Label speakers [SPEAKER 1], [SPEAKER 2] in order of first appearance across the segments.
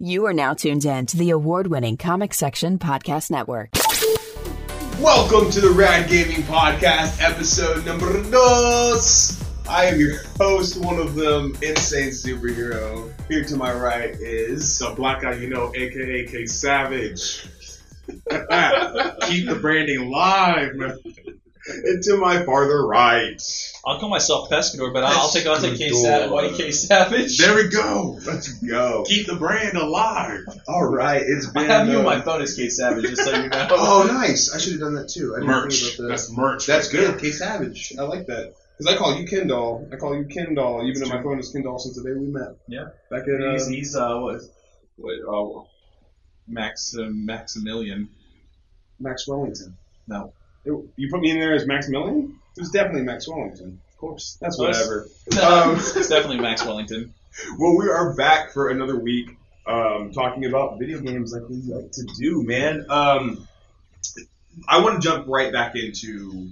[SPEAKER 1] You are now tuned in to the award winning Comic Section Podcast Network.
[SPEAKER 2] Welcome to the Rad Gaming Podcast, episode number dos. I am your host, one of them, Insane Superhero. Here to my right is
[SPEAKER 3] So black guy, you know, aka K Savage. Keep
[SPEAKER 2] and
[SPEAKER 3] the branding live, man.
[SPEAKER 2] to my farther right.
[SPEAKER 4] I'll call myself Pescador, but I'll, I'll take I'll take K
[SPEAKER 3] Pescador.
[SPEAKER 4] Savage, White K Savage.
[SPEAKER 2] There we go. Let's go.
[SPEAKER 3] Keep the brand alive.
[SPEAKER 2] All right, it's
[SPEAKER 4] I
[SPEAKER 2] been.
[SPEAKER 4] have you
[SPEAKER 2] uh,
[SPEAKER 4] in my phone as K Savage, just so you know.
[SPEAKER 2] Oh, nice. I should have done that too. I didn't
[SPEAKER 3] Merch.
[SPEAKER 2] think about that.
[SPEAKER 3] That's merch.
[SPEAKER 2] That's
[SPEAKER 3] right
[SPEAKER 2] good. K Savage. I like that. Because I call you Ken Doll. I call you Ken Doll, even though my phone is Ken Doll since the day we met.
[SPEAKER 4] Yeah.
[SPEAKER 2] Back in.
[SPEAKER 4] he's,
[SPEAKER 2] Uh,
[SPEAKER 4] he's uh what, what uh, Max uh, Maximilian.
[SPEAKER 2] Max Wellington.
[SPEAKER 4] No.
[SPEAKER 2] It- you put me in there as Max Millian? It was definitely Max Wellington. Of course. That's
[SPEAKER 4] Of course.
[SPEAKER 2] whatever.
[SPEAKER 4] No,
[SPEAKER 2] Um.
[SPEAKER 4] it's definitely Max Wellington.
[SPEAKER 2] Well, we are back for another week um, talking about video games like we like to do, man. Um, I want to jump right back into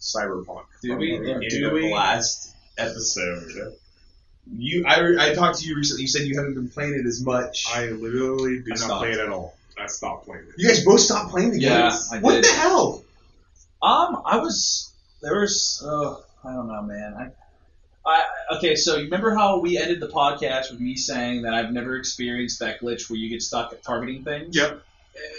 [SPEAKER 2] Cyberpunk.
[SPEAKER 4] Do we-
[SPEAKER 2] From
[SPEAKER 4] do
[SPEAKER 2] the
[SPEAKER 4] we-
[SPEAKER 2] last episode? You, I, I talked to you recently. You said you haven't been playing it as much.
[SPEAKER 3] I literally
[SPEAKER 4] I
[SPEAKER 3] did not
[SPEAKER 4] stopped.
[SPEAKER 3] play it at all. I stopped playing it.
[SPEAKER 2] you guys both stopped playing the
[SPEAKER 4] Yeah,
[SPEAKER 2] games.
[SPEAKER 4] I
[SPEAKER 2] what
[SPEAKER 4] did.
[SPEAKER 2] the hell?
[SPEAKER 4] Um, I was there was uh, I don't know, man. I, I okay. So you remember how we ended the podcast with me saying that I've never experienced that glitch where you get stuck at targeting things.
[SPEAKER 3] Yep.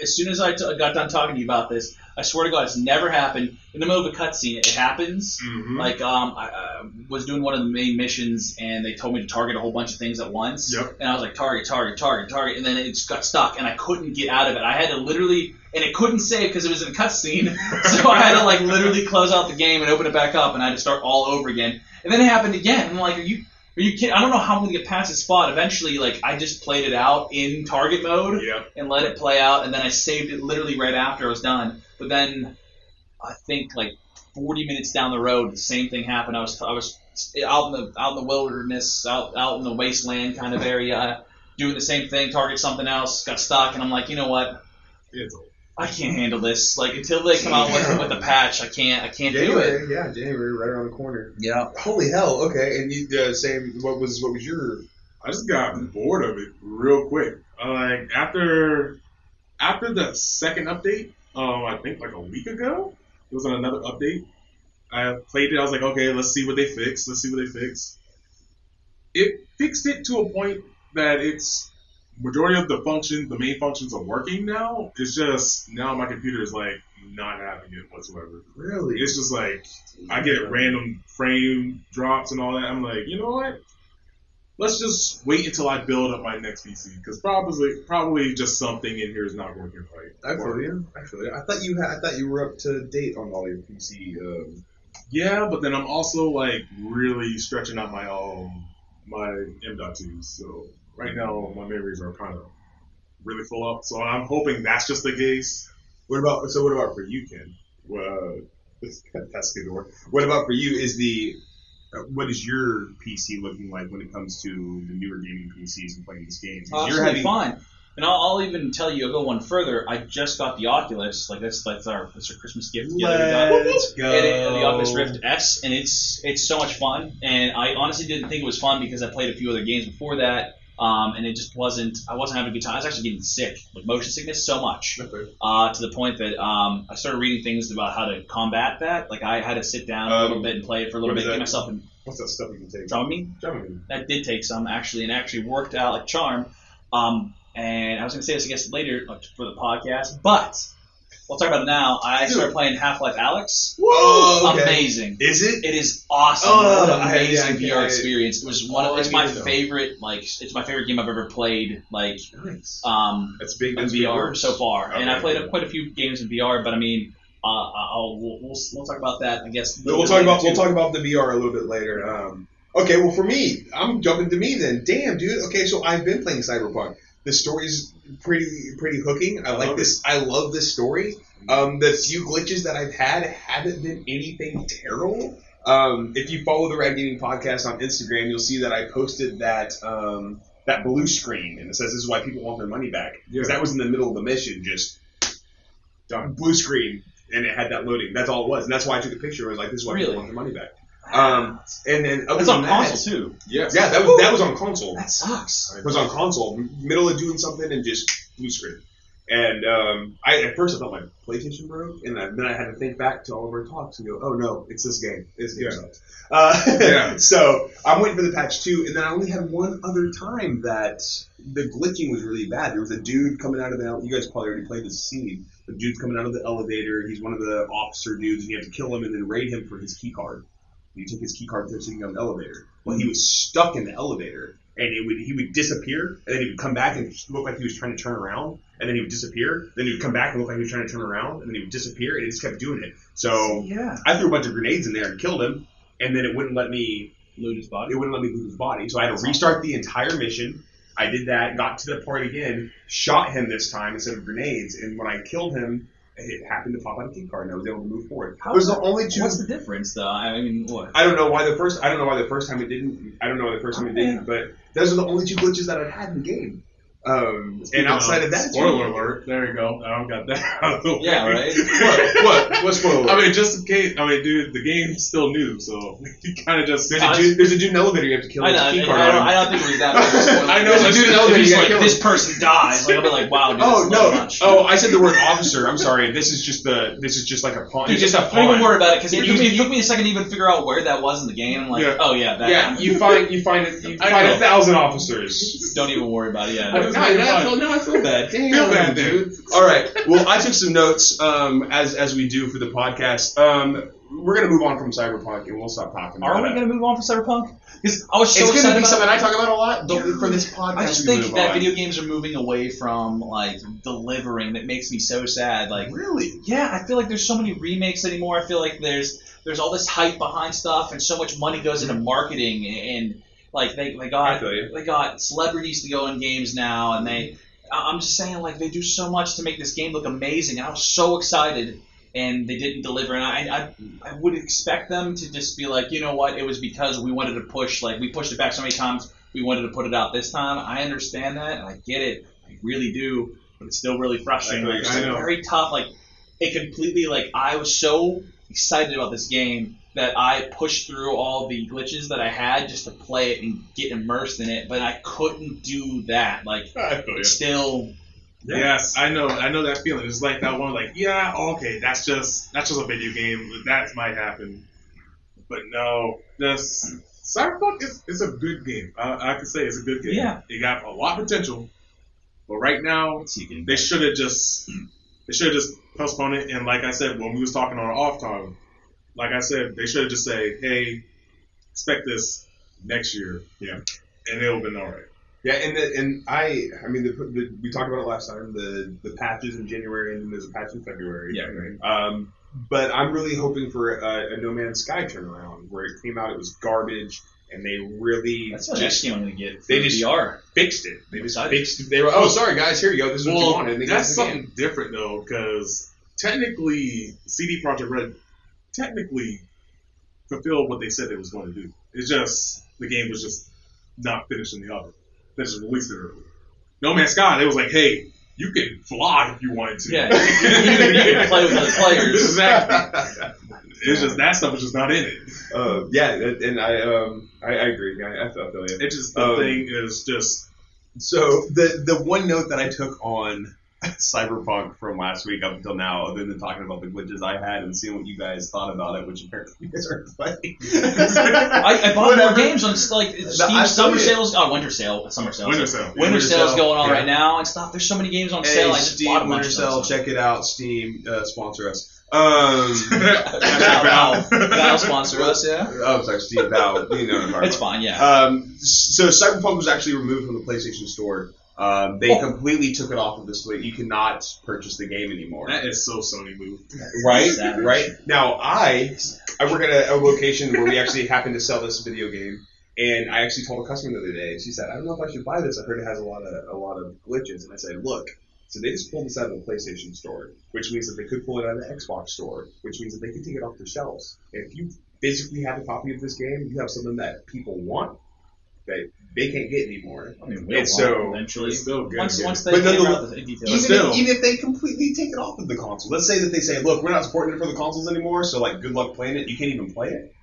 [SPEAKER 4] As soon as I t- got done talking to you about this, I swear to God, it's never happened. In the middle of a cutscene, it happens.
[SPEAKER 3] Mm-hmm.
[SPEAKER 4] Like, um, I, I was doing one of the main missions, and they told me to target a whole bunch of things at once.
[SPEAKER 3] Yep.
[SPEAKER 4] And I was like, target, target, target, target, and then it just got stuck, and I couldn't get out of it. I had to literally, and it couldn't save because it was in a cutscene, so I had to like literally close out the game and open it back up, and I had to start all over again. And then it happened again. I'm like, are you? Are you kidding? I don't know how I'm gonna get past this spot. Eventually, like I just played it out in target mode
[SPEAKER 3] Yep.
[SPEAKER 4] and let it play out, and then I saved it literally right after I was done. But then I think like 40 minutes down the road, the same thing happened. I was I was out in the out in the wilderness, out out in the wasteland kind of area, doing the same thing, target something else, got stuck, and I'm like, you know what?
[SPEAKER 3] It's
[SPEAKER 4] I can't handle this. Like until they come out with with a patch, I can't I can't do it.
[SPEAKER 2] yeah, January, right around the corner.
[SPEAKER 4] Yeah.
[SPEAKER 2] Holy hell! Okay, and you uh, same. What was what was your
[SPEAKER 3] I just got bored of it real quick. Uh, like after after the second update, um, I think like a week ago, it was on another update. I played it. I was like, okay, let's see what they fix. Let's see what they fix. It fixed it to a point that it's majority of the functions, the main functions are working now. It's just now my computer is like not having it whatsoever.
[SPEAKER 2] really?
[SPEAKER 3] It's just like I get random frame drops and all that. I'm like, you know what? Let's just wait until I build up my next PC because probably probably just something in here is not working right.
[SPEAKER 2] I feel you. I feel you. I thought you had. I thought you were up to date on all your PC. Um,
[SPEAKER 3] Yeah, but then I'm also like really stretching out my um my M.2. So right now my memories are kind of really full up. So I'm hoping that's just the case.
[SPEAKER 2] what about? So what about for you, Ken? Uh, that's good word. What about for you? Is the uh, what is your PC looking like when it comes to the newer gaming PCs and playing these games? 'Cause
[SPEAKER 4] Absolutely
[SPEAKER 2] you're having
[SPEAKER 4] fine. And I'll, I'll even tell you, I'll go one further. I just got the Oculus. Like that's that's our that's our Christmas gift. together we got.
[SPEAKER 2] Let's go.
[SPEAKER 4] and it, the Oculus Rift S, and it's it's so much fun. And I honestly didn't think it was fun because I played a few other games before that, um, and it just wasn't. I wasn't having a good time. I was actually getting sick, like motion sickness, so much uh, to the point that um, I started reading things about how to combat that. Like I had to sit down a
[SPEAKER 2] Um,
[SPEAKER 4] little bit and play it for a little
[SPEAKER 2] what is
[SPEAKER 4] bit,
[SPEAKER 2] that?
[SPEAKER 4] get myself in
[SPEAKER 2] What's that stuff you can take?
[SPEAKER 4] drumming
[SPEAKER 2] Drumming.
[SPEAKER 4] that did take some actually, and actually worked out like charm. Um, and I was gonna say this I guess later like, for the podcast, but we'll talk about it now. I
[SPEAKER 2] Dude.
[SPEAKER 4] started playing Half Life Alex.
[SPEAKER 2] Whoa. Oh, Okay.
[SPEAKER 4] Amazing.
[SPEAKER 2] Is it?
[SPEAKER 4] It is awesome.
[SPEAKER 2] Oh,
[SPEAKER 4] what an
[SPEAKER 2] I- yeah, I
[SPEAKER 4] amazing
[SPEAKER 2] can't-
[SPEAKER 4] VR experience. It was one.
[SPEAKER 2] Oh,
[SPEAKER 4] Of,
[SPEAKER 2] I
[SPEAKER 4] it's my
[SPEAKER 2] need to know.
[SPEAKER 4] favorite. Like it's my favorite game I've ever played. Like
[SPEAKER 2] Nice.
[SPEAKER 4] um,
[SPEAKER 2] That's big.
[SPEAKER 4] in
[SPEAKER 2] That's big
[SPEAKER 4] VR
[SPEAKER 2] words.
[SPEAKER 4] so far, and I
[SPEAKER 2] Okay.
[SPEAKER 4] played quite a few games in VR. But I mean, uh, I'll, we'll, we'll we'll talk about that. I guess
[SPEAKER 2] But we'll talk about
[SPEAKER 4] later,
[SPEAKER 2] we'll
[SPEAKER 4] too.
[SPEAKER 2] talk about the VR a little bit later. Um, okay, well for me, I'm jumping to me then. Damn, dude. Okay, so I've been playing Cyberpunk. The story's pretty pretty hooking. I like
[SPEAKER 3] love
[SPEAKER 2] this. I love this story. Um, the few glitches that I've had haven't been anything terrible. Um, if you follow the Rad Gaming podcast on Instagram, you'll see that I posted that um, that blue screen, and it says this is why people want their money back because that was in the middle of the mission, just done blue screen, and it had that loading. That's all it was, and that's why I took a picture. I was like, this is why
[SPEAKER 4] Really?
[SPEAKER 2] people want their money back. Um, and then other
[SPEAKER 4] That's
[SPEAKER 2] than
[SPEAKER 4] on
[SPEAKER 2] that,
[SPEAKER 4] console too.
[SPEAKER 3] Yes.
[SPEAKER 2] Yeah, that was that was on console.
[SPEAKER 4] That sucks.
[SPEAKER 2] It was on console, m- middle of doing something and just blue screen. And um, I at first I thought my PlayStation broke, and then then I had to think back to all of our talks and go, "Oh no, it's this game. This game
[SPEAKER 3] Yeah.
[SPEAKER 2] sucks." Uh,
[SPEAKER 3] Yeah.
[SPEAKER 2] So I'm waiting for the patch two, and then I only had one other time that the glitching was really bad. There was a dude coming out of the ele- you guys probably already played this scene. The dude's coming out of the elevator. He's one of the officer dudes, and you have to kill him and then raid him for his key card. You take his key card so you can go in the elevator. Well, he was stuck in the elevator, and it would he would disappear, and then he would come back and look like he was trying to turn around, and then he would disappear. Then he would come back and look like he was trying to turn around, and then he would disappear, and he just kept doing it. So
[SPEAKER 4] yeah.
[SPEAKER 2] I threw a bunch of grenades in there and killed him, and then it wouldn't let me
[SPEAKER 4] Loot his body.
[SPEAKER 2] Uh, it wouldn't let me loot his body. So I had to restart the entire mission. I did that, got to the point again, shot him this time instead of grenades, and when I killed him, it happened to pop out a key card, and I was able to move forward.
[SPEAKER 4] How-
[SPEAKER 2] it was the only two.
[SPEAKER 4] What's the difference though? I mean, what?
[SPEAKER 2] I don't know why the first. I don't know why the first time it didn't. I don't know why the first time it didn't. But those are the only two glitches that I've had in the game. Um, and outside of that, it's
[SPEAKER 3] spoiler
[SPEAKER 2] really-
[SPEAKER 3] alert. There you go. I don't got that. out of the way.
[SPEAKER 4] Yeah, right.
[SPEAKER 2] What? What? What's spoiler? alert?
[SPEAKER 3] I mean, just in case. I mean, dude, the game's still new, so you kind of just.
[SPEAKER 2] there's a dude. There's a dude in the elevator. You have to kill
[SPEAKER 4] I
[SPEAKER 2] his
[SPEAKER 4] know. I,
[SPEAKER 2] key
[SPEAKER 4] I,
[SPEAKER 2] card.
[SPEAKER 4] don't, I don't think it was that. much of a spoiler.
[SPEAKER 2] I know, but
[SPEAKER 4] If
[SPEAKER 2] dude,
[SPEAKER 4] he's
[SPEAKER 2] no, you gotta
[SPEAKER 4] like,
[SPEAKER 2] kill him.
[SPEAKER 4] this person dies. Like I'll be like, wow. Dude,
[SPEAKER 2] Oh
[SPEAKER 4] that's so
[SPEAKER 2] no!
[SPEAKER 4] much.
[SPEAKER 2] Oh, I said the word officer. I'm sorry. This is just the. This is just like a pawn.
[SPEAKER 4] Dude,
[SPEAKER 2] It's just a
[SPEAKER 4] don't
[SPEAKER 2] pawn.
[SPEAKER 4] even worry about it because it,
[SPEAKER 2] You-
[SPEAKER 4] it took me a second to even figure out where that was in the game. I'm like,
[SPEAKER 3] Yeah.
[SPEAKER 4] oh yeah, that.
[SPEAKER 2] Yeah, you find you find it. You
[SPEAKER 3] I
[SPEAKER 2] find
[SPEAKER 3] know.
[SPEAKER 2] a thousand officers.
[SPEAKER 4] Don't even worry about it. Yeah.
[SPEAKER 3] I just made it fun.
[SPEAKER 2] now I feel bad. Damn,
[SPEAKER 3] Feel bad, dude.
[SPEAKER 2] All right. Well, I took some notes um, as as we do for the podcast. Um, we're gonna move on from Cyberpunk and we'll stop talking.
[SPEAKER 4] Are
[SPEAKER 2] about
[SPEAKER 4] we
[SPEAKER 2] it.
[SPEAKER 4] gonna move on from Cyberpunk? Because I was so
[SPEAKER 2] It's gonna
[SPEAKER 4] excited
[SPEAKER 2] be
[SPEAKER 4] about
[SPEAKER 2] something I talk about a lot. But for this podcast,
[SPEAKER 4] I
[SPEAKER 2] we
[SPEAKER 4] just think
[SPEAKER 2] move
[SPEAKER 4] that
[SPEAKER 2] on.
[SPEAKER 4] video games are moving away from like delivering. That makes me so sad. Like,
[SPEAKER 2] really.
[SPEAKER 4] yeah, I feel like there's so many remakes anymore. I feel like there's there's all this hype behind stuff, and so much money goes into marketing, and, and, like they they
[SPEAKER 2] I
[SPEAKER 4] got
[SPEAKER 2] feel you.
[SPEAKER 4] they got celebrities to go in games now, and they I- I'm just saying like they do so much to make this game look amazing. And I was so excited. And they didn't deliver, and I, I, I would expect them to just be like, you know what? It was because we wanted to push, like we pushed it back so many times we wanted to put it out this time. I understand that, and I get it. I really do, but it's still really frustrating.
[SPEAKER 2] I know,
[SPEAKER 4] Like,
[SPEAKER 2] I
[SPEAKER 4] it's
[SPEAKER 3] know.
[SPEAKER 4] very tough. Like it completely. Like I was so excited about this game that I pushed through all the glitches that I had just to play it and get immersed in it, but I couldn't do that. Like
[SPEAKER 2] I feel you.
[SPEAKER 4] it's still,
[SPEAKER 3] Yes, I know. I know that feeling. It's like that one. Like, yeah, okay, that's just that's just a video game. That might happen, but no, this Cyberpunk is it's a good game. I, I can say it's a good game.
[SPEAKER 4] Yeah.
[SPEAKER 3] it got a lot of potential, but right now
[SPEAKER 4] it's you
[SPEAKER 3] they should have just they should have just postponed it. And like I said, when we was talking on our off time, like I said, they should have just say, hey, expect this next year.
[SPEAKER 2] Yeah.
[SPEAKER 3] and it'll been all right.
[SPEAKER 2] Yeah, and the, and I I mean the, the, we talked about it last time the the patches in January and then there's a patch in February.
[SPEAKER 4] Yeah,
[SPEAKER 2] Um, but I'm really hoping for a, a No Man's Sky turnaround where it came out it was garbage and they really
[SPEAKER 4] That's what
[SPEAKER 2] just
[SPEAKER 4] just, I'm gonna get.
[SPEAKER 2] they
[SPEAKER 4] for
[SPEAKER 2] just-
[SPEAKER 4] VR.
[SPEAKER 2] fixed it. They just
[SPEAKER 4] Excited.
[SPEAKER 2] fixed. They were oh sorry guys here you go this is what you
[SPEAKER 3] Well,
[SPEAKER 2] wanted. And they
[SPEAKER 3] that's
[SPEAKER 2] got it again.
[SPEAKER 3] something different though, because technically CD Projekt Red technically fulfilled what they said they was going to do. It's just the game was just not finished in the oven. They just released it early. No Man's Sky, they was like, hey, you can fly if you wanted to.
[SPEAKER 4] Yeah, you, can- you can play with other players.
[SPEAKER 3] exactly. It's just that stuff is just not in it.
[SPEAKER 2] Uh, yeah, that- and I um I, I agree. I, I felt that way.
[SPEAKER 3] It just the
[SPEAKER 2] Um,
[SPEAKER 3] thing is just
[SPEAKER 2] So the the one note that I took on Cyberpunk from last week up until now, other than talking about the glitches I had and seeing what you guys thought about it, which apparently you guys aren't playing.
[SPEAKER 4] I, I bought
[SPEAKER 2] Whatever.
[SPEAKER 4] more games on like
[SPEAKER 2] I
[SPEAKER 4] Steam
[SPEAKER 2] saw
[SPEAKER 4] summer
[SPEAKER 2] it.
[SPEAKER 4] sales. Oh, winter sale, summer sales.
[SPEAKER 3] Winter Cell.
[SPEAKER 4] Winter,
[SPEAKER 2] Winter
[SPEAKER 4] sale's
[SPEAKER 2] sale,
[SPEAKER 4] going on
[SPEAKER 2] yeah.
[SPEAKER 4] right now and stuff. There's so many games on sale.
[SPEAKER 2] Hey,
[SPEAKER 4] I just bought a
[SPEAKER 2] Steam
[SPEAKER 4] bunch
[SPEAKER 2] Winter
[SPEAKER 4] of
[SPEAKER 2] Cell,
[SPEAKER 4] those.
[SPEAKER 2] check it out. Steam uh, sponsor us. Um,
[SPEAKER 4] Valve, Valve sponsor us. Yeah,
[SPEAKER 2] oh, sorry, Steam Valve. You know, what I'm talking
[SPEAKER 4] it's
[SPEAKER 2] about.
[SPEAKER 4] fine. Yeah,
[SPEAKER 2] Um, so Cyberpunk was actually removed from the PlayStation Store. Um, they
[SPEAKER 4] Oh.
[SPEAKER 2] completely took it off of this. You cannot purchase the game anymore.
[SPEAKER 3] That is so Sony move.
[SPEAKER 2] Right,
[SPEAKER 4] Savage.
[SPEAKER 2] right. Now I I work at a, a location where we actually happen to sell this video game, and I actually told a customer the other day. She said, "I don't know if I should buy this. I heard it has a lot of a lot of glitches." And I said, "Look." So they just pulled this out of the PlayStation Store, which means that they could pull it out of the Xbox Store, which means that they could take it off the shelves. And if you physically have a copy of this game, you have something that people want that they can't get anymore.
[SPEAKER 4] I mean, we'll
[SPEAKER 2] It's
[SPEAKER 4] want it
[SPEAKER 2] so-
[SPEAKER 4] eventually.
[SPEAKER 3] It's still good.
[SPEAKER 4] Once, once they
[SPEAKER 2] But
[SPEAKER 4] figure
[SPEAKER 2] nonetheless-
[SPEAKER 4] out the
[SPEAKER 2] Even,
[SPEAKER 4] details.
[SPEAKER 3] Even- still-
[SPEAKER 2] if, even if they completely take it off of the console, let's say that they say, "Look, we're not supporting it for the consoles anymore," so like, good luck playing it. You can't even play it.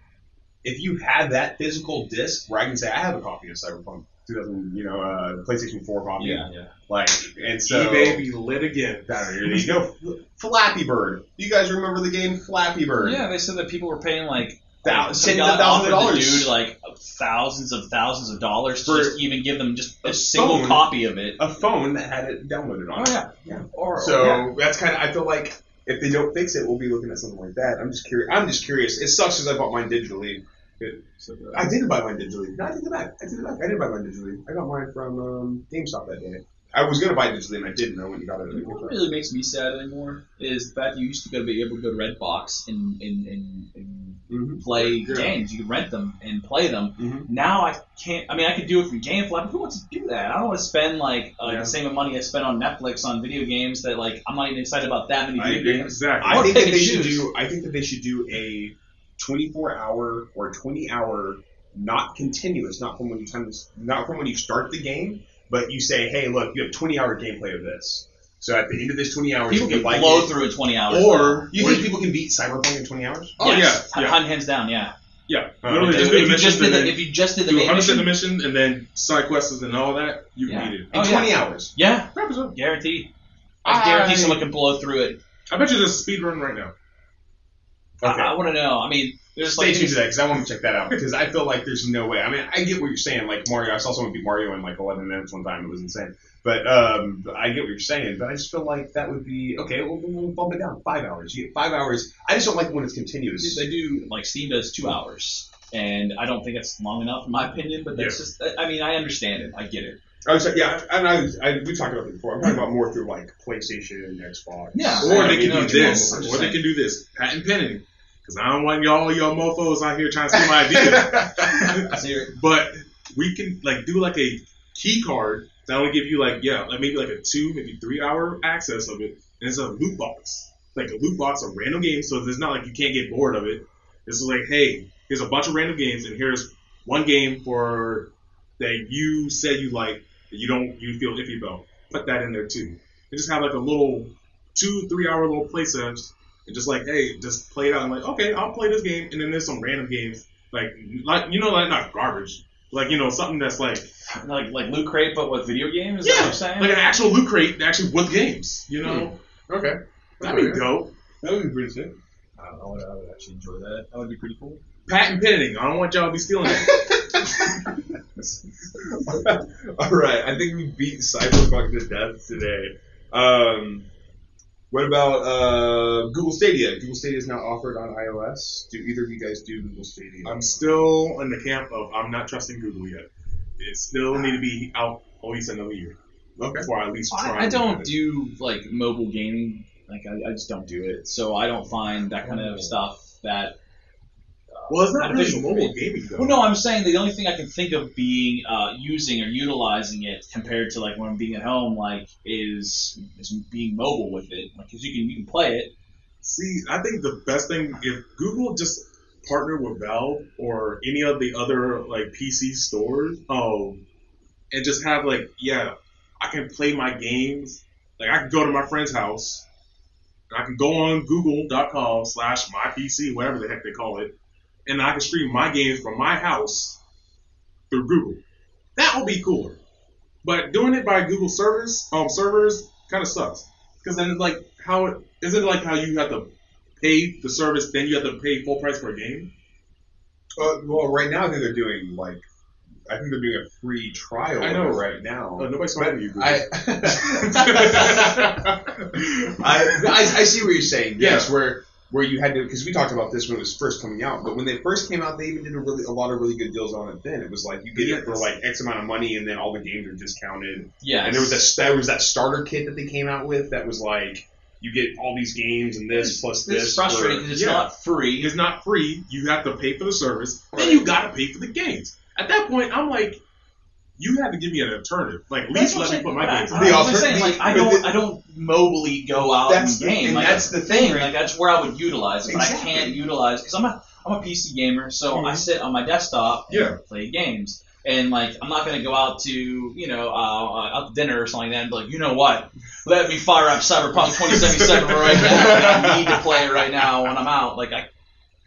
[SPEAKER 2] if you had that physical disc where I can say I have a copy of Cyberpunk 2000, you know, uh, PlayStation 4 copy,
[SPEAKER 4] Yeah, E yeah.
[SPEAKER 2] like, and so
[SPEAKER 3] eBay be lit again.
[SPEAKER 2] Down here, you know, Flappy Bird. You guys remember the game Flappy Bird?
[SPEAKER 4] Yeah, they said that people were paying like
[SPEAKER 2] Thou-
[SPEAKER 4] some
[SPEAKER 2] tens of
[SPEAKER 4] guy
[SPEAKER 2] thousands of
[SPEAKER 4] offered the
[SPEAKER 2] dollars.
[SPEAKER 4] dude like thousands of thousands of dollars
[SPEAKER 2] For-
[SPEAKER 4] to just even give them just a
[SPEAKER 2] a
[SPEAKER 4] single
[SPEAKER 2] phone.
[SPEAKER 4] copy of it.
[SPEAKER 2] A phone that had it downloaded on.
[SPEAKER 4] Oh
[SPEAKER 2] it.
[SPEAKER 4] yeah,
[SPEAKER 2] Yeah.
[SPEAKER 4] Or
[SPEAKER 2] So
[SPEAKER 4] yeah.
[SPEAKER 2] that's kind of. I feel like if they don't fix it, we'll be looking at something like that. I'm just curious. I'm just curious. It sucks because I bought mine digitally.
[SPEAKER 3] So, uh,
[SPEAKER 2] I didn't buy mine digitally. No, I took it back. I took it back. I didn't buy mine digitally. I got mine from um, GameStop that day. I was gonna buy it digitally and I didn't. I went and got it. at
[SPEAKER 4] You know what
[SPEAKER 2] GameStop.
[SPEAKER 4] really makes me sad anymore is the fact that you used to go to be able to go to Redbox and and, and, and
[SPEAKER 2] Mhm.
[SPEAKER 4] play
[SPEAKER 3] Yeah. Mm-hmm.
[SPEAKER 4] games. You could rent them and play them.
[SPEAKER 2] Mhm.
[SPEAKER 4] Now I can't. I mean, I could do it from GameFly, but who wants to do that? I don't want to spend like uh,
[SPEAKER 3] Yeah.
[SPEAKER 4] the same amount of money I spent on Netflix on video games that like I'm not even excited about that many
[SPEAKER 3] I,
[SPEAKER 4] video games.
[SPEAKER 3] exactly.
[SPEAKER 2] I
[SPEAKER 4] Or
[SPEAKER 2] think that
[SPEAKER 4] pick
[SPEAKER 2] they
[SPEAKER 4] and
[SPEAKER 2] should
[SPEAKER 4] choose.
[SPEAKER 2] do. I think that they should do a 24 hour or 20 hour, not continuous, not from when you time, not from when you start the game, but you say, hey, look, you have 20 hour gameplay of this. So at the end of this 20 hours,
[SPEAKER 4] People
[SPEAKER 2] if you
[SPEAKER 4] can
[SPEAKER 2] like
[SPEAKER 4] blow
[SPEAKER 2] it-
[SPEAKER 4] through it 20 hours.
[SPEAKER 2] Or you
[SPEAKER 3] Or
[SPEAKER 2] think
[SPEAKER 3] you-
[SPEAKER 2] people can beat Cyberpunk in 20 hours?
[SPEAKER 3] oh
[SPEAKER 4] yes.
[SPEAKER 3] yeah, yeah.
[SPEAKER 4] Hun- hands down, yeah.
[SPEAKER 3] Yeah,
[SPEAKER 2] Uh,
[SPEAKER 4] If,
[SPEAKER 3] literally just do the
[SPEAKER 4] you
[SPEAKER 3] missions
[SPEAKER 4] just did
[SPEAKER 3] and
[SPEAKER 4] the,
[SPEAKER 3] then
[SPEAKER 4] if you just did the
[SPEAKER 3] do
[SPEAKER 4] main
[SPEAKER 3] 100 the
[SPEAKER 4] mission,
[SPEAKER 3] mission and then side quests and all that. You
[SPEAKER 4] Yeah.
[SPEAKER 3] can beat it.
[SPEAKER 4] Oh,
[SPEAKER 2] In
[SPEAKER 4] yeah.
[SPEAKER 2] 20 hours.
[SPEAKER 4] yeah,
[SPEAKER 3] Wrap it up.
[SPEAKER 4] guaranteed. I guarantee
[SPEAKER 3] I-
[SPEAKER 4] someone can blow through it.
[SPEAKER 3] I bet you there's a speed run right now.
[SPEAKER 4] I-
[SPEAKER 2] Okay.
[SPEAKER 4] I, want to know. I mean, there's
[SPEAKER 2] Stay
[SPEAKER 4] like
[SPEAKER 2] tuned to that because I want to check that out because I feel like there's no way. I mean, I get what you're saying. Like Mario, I saw someone beat Mario in like 11 minutes one time. It was insane. But um, I get what you're saying. But I just feel like that would be okay. We'll, we'll bump it down five hours. You get five hours. I just don't like when it's
[SPEAKER 4] Dude,
[SPEAKER 2] continuous.
[SPEAKER 4] they do like Steam does two hours, and I don't think that's long enough in my opinion. But that's just I- I mean I understand it, I get it.
[SPEAKER 2] I was like, yeah, and I, I we talked about it before. I'm talking about more through like PlayStation and Xbox.
[SPEAKER 4] Yeah.
[SPEAKER 3] Or
[SPEAKER 4] I
[SPEAKER 3] they
[SPEAKER 4] mean,
[SPEAKER 3] can
[SPEAKER 4] no,
[SPEAKER 3] do
[SPEAKER 4] it's normal.
[SPEAKER 3] this.
[SPEAKER 4] I'm just
[SPEAKER 3] Or they
[SPEAKER 4] saying.
[SPEAKER 3] can do this. Patent pending. Because I don't want y'all y'all mofos out here trying to steal my idea.
[SPEAKER 4] Ser-
[SPEAKER 3] but we can like do like a key card that will give you like yeah like maybe like a two maybe three hour access of it. And it's a loot box. Like a loot box of random games. So it's not like you can't get bored of it. It's like hey here's a bunch of random games and here's one game for that you say you like that you don't you feel iffy about. Put that in there too. And just have like a little two, three hour little play sets and just like, hey, just play it out. I'm like, okay, I'll play this game and then there's some random games. Like like you know, like not garbage. Like, you know, something that's like
[SPEAKER 4] like like Loot Crate, but with video games. Is
[SPEAKER 3] Yeah,
[SPEAKER 4] that what I'm saying.
[SPEAKER 3] like an actual loot crate actually with games, you know?
[SPEAKER 2] okay.
[SPEAKER 3] That'd be dope.
[SPEAKER 2] That would be pretty sick.
[SPEAKER 4] I don't know. I would actually enjoy that. That would be pretty cool.
[SPEAKER 3] Patent pending. I don't want y'all to be stealing it.
[SPEAKER 2] All right, I think we beat Cyberpunk to death today. Um, what about uh, Google Stadia? Google Stadia is now offered on iOS. Do either of you guys do Google Stadia?
[SPEAKER 3] I'm still in the camp of I'm not trusting Google yet. It still need to be out at least another year.
[SPEAKER 2] okay.
[SPEAKER 3] Before I at least try
[SPEAKER 4] I, I
[SPEAKER 3] and
[SPEAKER 4] don't
[SPEAKER 3] it.
[SPEAKER 4] do like mobile gaming. Like I, I just don't do it. So I don't find that kind of stuff that
[SPEAKER 3] Well, it's not
[SPEAKER 4] Not
[SPEAKER 3] really
[SPEAKER 4] official for
[SPEAKER 3] mobile
[SPEAKER 4] me.
[SPEAKER 3] gaming though.
[SPEAKER 4] Well, no, I'm saying the only thing I can think of being uh, using or utilizing it compared to like when I'm being at home, like is is being mobile with it, like because you can you can play it.
[SPEAKER 3] See, I think the best thing if Google just partnered with Valve or any of the other like PC stores, um, and just have like, yeah, I can play my games. Like I can go to my friend's house, and I can go on Google.com slash my PC, whatever the heck they call it, and I can stream my games from my house through Google. That would be cooler. But doing it by Google service, um, servers kind of sucks. Because then, it's like, how is it like how you have to pay the service, then you have to pay full price for a game?
[SPEAKER 2] Uh, well, right now I think they're doing like I think they're doing a free trial.
[SPEAKER 3] I know.
[SPEAKER 2] of it right now.
[SPEAKER 3] Oh, nobody's talking to you. Google.
[SPEAKER 2] I, I, I I see what you're saying.
[SPEAKER 3] Yeah.
[SPEAKER 2] Yes, where where you had to because we talked about this when it was first coming out, but when they first came out, they even did a really a lot of really good deals on it. Then it was like you get it for
[SPEAKER 3] Yes.
[SPEAKER 2] like X amount of money, and then all the games are discounted.
[SPEAKER 4] Yeah,
[SPEAKER 2] And there was that there was that starter kit that they came out with that was like you get all these games and this plus
[SPEAKER 4] It's
[SPEAKER 2] this.
[SPEAKER 4] frustrating
[SPEAKER 2] for-
[SPEAKER 4] because it's
[SPEAKER 3] yeah.
[SPEAKER 4] not free.
[SPEAKER 3] it's not free. You have to pay for the service. Then
[SPEAKER 2] Right.
[SPEAKER 3] you gotta pay for the games. At that point, I'm like, you have to give me an alternative. Like, at
[SPEAKER 4] That's
[SPEAKER 3] least
[SPEAKER 4] what
[SPEAKER 3] let
[SPEAKER 4] I'm
[SPEAKER 3] me put my
[SPEAKER 4] saying.
[SPEAKER 3] games.
[SPEAKER 4] I,
[SPEAKER 3] on.
[SPEAKER 2] The
[SPEAKER 4] I was
[SPEAKER 2] alter-
[SPEAKER 4] just saying, like, I
[SPEAKER 2] the- but
[SPEAKER 4] don't,
[SPEAKER 2] the-
[SPEAKER 4] I don't mobily go out
[SPEAKER 2] That's the-
[SPEAKER 4] and game.
[SPEAKER 2] and
[SPEAKER 4] like,
[SPEAKER 2] that's the thing, right?
[SPEAKER 4] Like that's where I would utilize it, but
[SPEAKER 2] Exactly. Mm-hmm.
[SPEAKER 4] I can't utilize because I'm a, I'm a PC gamer, so I
[SPEAKER 3] Mhm.
[SPEAKER 4] sit on my desktop and
[SPEAKER 3] Yeah.
[SPEAKER 4] play games. And like, I'm not gonna go out to, you know, uh, uh, out to dinner or something like that. And be like, you know what? Let me fire up Cyberpunk 2077 right now. I need to play it right now when I'm out. Like, I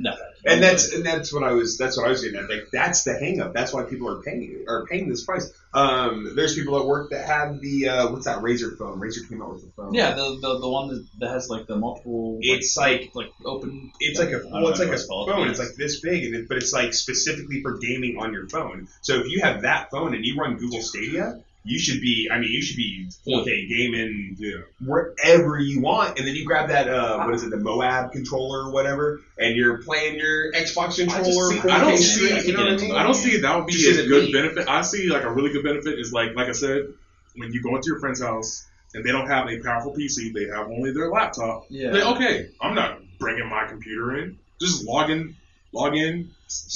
[SPEAKER 4] Nothing.
[SPEAKER 2] And that's and that's what I was that's what I was getting at. Like that's the hang up. That's why people are paying are paying this price. Um, there's people at work that have the uh, what's that razor phone? Razor came out with the phone.
[SPEAKER 4] Yeah, the, the the one that, that has like the multiple. like,
[SPEAKER 2] It's like-
[SPEAKER 4] like open.
[SPEAKER 2] It's like a well, it's like a
[SPEAKER 4] phone.
[SPEAKER 2] phone. It's like this big, and it, but it's like specifically for gaming on your phone. So if you have that phone and you run Google Stadia, you should be. I mean, you should be 4K gaming wherever you want. And then you grab that uh, what is it, the Moab controller or whatever, and you're playing your Xbox
[SPEAKER 3] I, just
[SPEAKER 2] controller.
[SPEAKER 3] see, I don't
[SPEAKER 2] 4K
[SPEAKER 3] see.
[SPEAKER 2] screen, you know what I mean?
[SPEAKER 3] I don't see that would be
[SPEAKER 2] Just as
[SPEAKER 3] a
[SPEAKER 2] a
[SPEAKER 3] good
[SPEAKER 2] need.
[SPEAKER 3] benefit. I see like a really good benefit is like like I said, when you go into your friend's house and they don't have a powerful PC, they have only their laptop.
[SPEAKER 4] Yeah.
[SPEAKER 3] Like, okay, I'm not bringing my computer in. Just log in, log in, and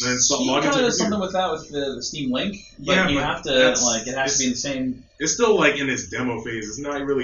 [SPEAKER 3] then so,
[SPEAKER 4] Steam
[SPEAKER 3] log into
[SPEAKER 4] kinda
[SPEAKER 3] your
[SPEAKER 4] does something
[SPEAKER 3] computer.
[SPEAKER 4] with that with the, the Steam Link, but
[SPEAKER 3] Yeah,
[SPEAKER 4] you
[SPEAKER 3] but
[SPEAKER 4] have to
[SPEAKER 3] that's-
[SPEAKER 4] like it has to be in the same.
[SPEAKER 3] It's still like in its demo phase. It's not really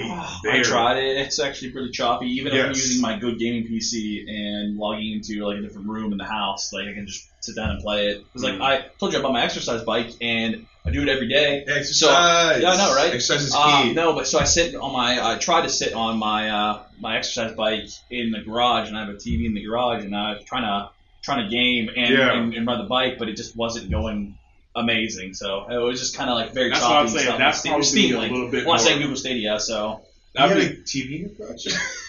[SPEAKER 3] there.
[SPEAKER 4] I tried it. It's actually pretty choppy. Even if I'm
[SPEAKER 3] Yes.
[SPEAKER 4] using my good gaming PC and logging into like a different room in the house, like I can just sit down and play it. Because like
[SPEAKER 3] Mhm.
[SPEAKER 4] I told you about my exercise bike, and I do it every day.
[SPEAKER 2] Exercise.
[SPEAKER 4] yeah, I know, right?
[SPEAKER 2] Exercise is key.
[SPEAKER 3] Uh,
[SPEAKER 4] Um, no, but so I sit on my, I try to sit on my uh, my exercise bike in the garage, and I have a TV in the garage, and I'm trying to trying to game and,
[SPEAKER 3] Yeah.
[SPEAKER 4] and, and run the bike, but it just wasn't going amazing. So it was just kind of like very
[SPEAKER 3] That's
[SPEAKER 4] choppy.
[SPEAKER 3] what I'm
[SPEAKER 4] and
[SPEAKER 3] saying.
[SPEAKER 4] stuff.
[SPEAKER 3] That's
[SPEAKER 4] Steam-
[SPEAKER 3] probably
[SPEAKER 4] Steam
[SPEAKER 3] a
[SPEAKER 4] Link.
[SPEAKER 3] little bit
[SPEAKER 4] Well, I say
[SPEAKER 3] more- Oh,
[SPEAKER 4] Google Stadia, so
[SPEAKER 2] You have
[SPEAKER 3] That'd
[SPEAKER 2] a
[SPEAKER 3] be-
[SPEAKER 2] TV in your garage?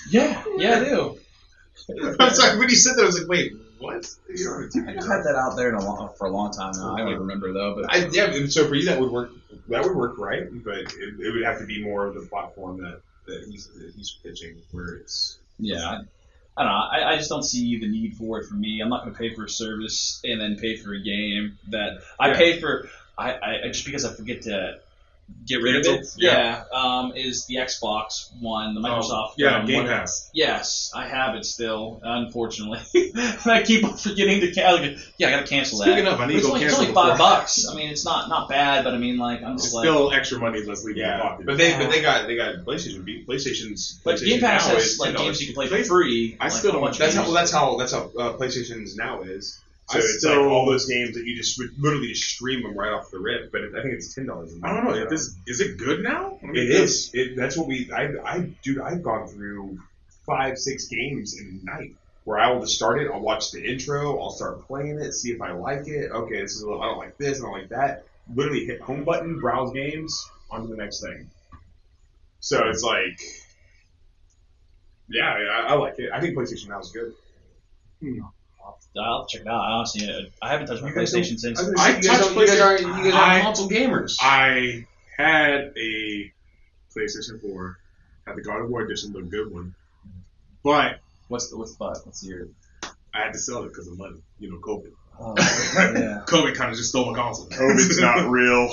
[SPEAKER 4] yeah, yeah, I do.
[SPEAKER 2] I was like, when you said that, I was like, wait, what? You don't have a TV
[SPEAKER 4] I've
[SPEAKER 2] in your
[SPEAKER 4] had
[SPEAKER 2] garage?
[SPEAKER 4] that out there in a long, for a long time now. I don't even remember though, but
[SPEAKER 2] I, yeah, and so for you that would work. That would work, right? But it, it would have to be more of the platform that, that he's that he's pitching, where it's
[SPEAKER 4] yeah. I, I don't know. I, I just don't see the need for it for me. I'm not going to pay for a service and then pay for a game that I
[SPEAKER 2] Yeah.
[SPEAKER 4] pay for. I, I I- just because I forget to get rid of it.
[SPEAKER 2] Cancel?
[SPEAKER 4] Yeah. Um, is the Xbox one, the Microsoft?
[SPEAKER 3] Oh, yeah,
[SPEAKER 4] one,
[SPEAKER 3] Game
[SPEAKER 4] one-
[SPEAKER 3] Pass.
[SPEAKER 4] Yes, I have it still. Unfortunately, I keep on forgetting to cancel. Yeah, I got to cancel that.
[SPEAKER 3] Speaking of, I need to
[SPEAKER 4] it's
[SPEAKER 3] go
[SPEAKER 4] only, it's
[SPEAKER 3] cancel
[SPEAKER 4] only five
[SPEAKER 3] before-
[SPEAKER 4] bucks. I mean, it's not not bad, but I mean, like I'm
[SPEAKER 3] It's
[SPEAKER 4] just like.
[SPEAKER 3] still extra money less leaving your
[SPEAKER 2] yeah.
[SPEAKER 3] pocket.
[SPEAKER 2] But they but they got they got PlayStation. beat- PlayStation's
[SPEAKER 4] But
[SPEAKER 2] PlayStation
[SPEAKER 4] Game Pass
[SPEAKER 2] now
[SPEAKER 4] has
[SPEAKER 2] is
[SPEAKER 4] like
[SPEAKER 2] $10.
[SPEAKER 4] games you can play for free.
[SPEAKER 3] I
[SPEAKER 4] like,
[SPEAKER 3] still
[SPEAKER 4] a
[SPEAKER 3] don't-
[SPEAKER 4] bunch of
[SPEAKER 2] That's how
[SPEAKER 4] games.
[SPEAKER 2] that's how that's how uh, PlayStation's now is. So
[SPEAKER 3] I
[SPEAKER 2] it's
[SPEAKER 3] still-
[SPEAKER 2] like all those games that you just would literally just stream them right off the rip. But it, I think it's ten dollars.
[SPEAKER 3] I don't know. If this is it good now? I mean,
[SPEAKER 2] It is. It, that's what we. I, I, dude, I've gone through five, six games in a night where I will just start it. I'll watch the intro. I'll start playing it, see if I like it. Okay, this is. A little, I don't like this. I don't like that. Literally hit home button, browse games, on to the next thing. So it's like, yeah, I, I like it. I think PlayStation Now is good.
[SPEAKER 4] I'll check it out. I honestly, uh, I haven't touched my
[SPEAKER 2] You guys don't-
[SPEAKER 4] PlayStation since.
[SPEAKER 2] was
[SPEAKER 3] I
[SPEAKER 2] gonna say, you guys
[SPEAKER 3] touched
[SPEAKER 2] don't- you guys
[SPEAKER 3] PlayStation-
[SPEAKER 2] aren't- you guys aren't
[SPEAKER 3] I-
[SPEAKER 2] console gamers.
[SPEAKER 3] I had a PlayStation 4. Had the God of War edition, the good one. But
[SPEAKER 4] What's the what's the butt? What's your?
[SPEAKER 3] I had to sell it because of money. You know, COVID.
[SPEAKER 4] Oh, yeah.
[SPEAKER 3] COVID kind of just stole my console.
[SPEAKER 2] COVID's not real.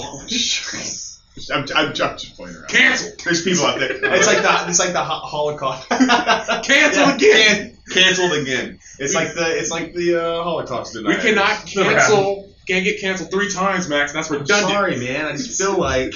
[SPEAKER 2] I'm, I'm, I'm just playing around.
[SPEAKER 3] Cancel.
[SPEAKER 2] There's people out there. It's like the it's like the ho- Holocaust.
[SPEAKER 3] Cancel
[SPEAKER 2] Yeah,
[SPEAKER 3] again.
[SPEAKER 2] can- canceled again. It's like the it's like the uh, Holocaust
[SPEAKER 3] we
[SPEAKER 2] deniers.
[SPEAKER 3] cannot
[SPEAKER 2] It's never happened.
[SPEAKER 3] cancel. Can't get canceled three times, Max. That's
[SPEAKER 2] I'm
[SPEAKER 3] redundant.
[SPEAKER 2] sorry, man. I just feel like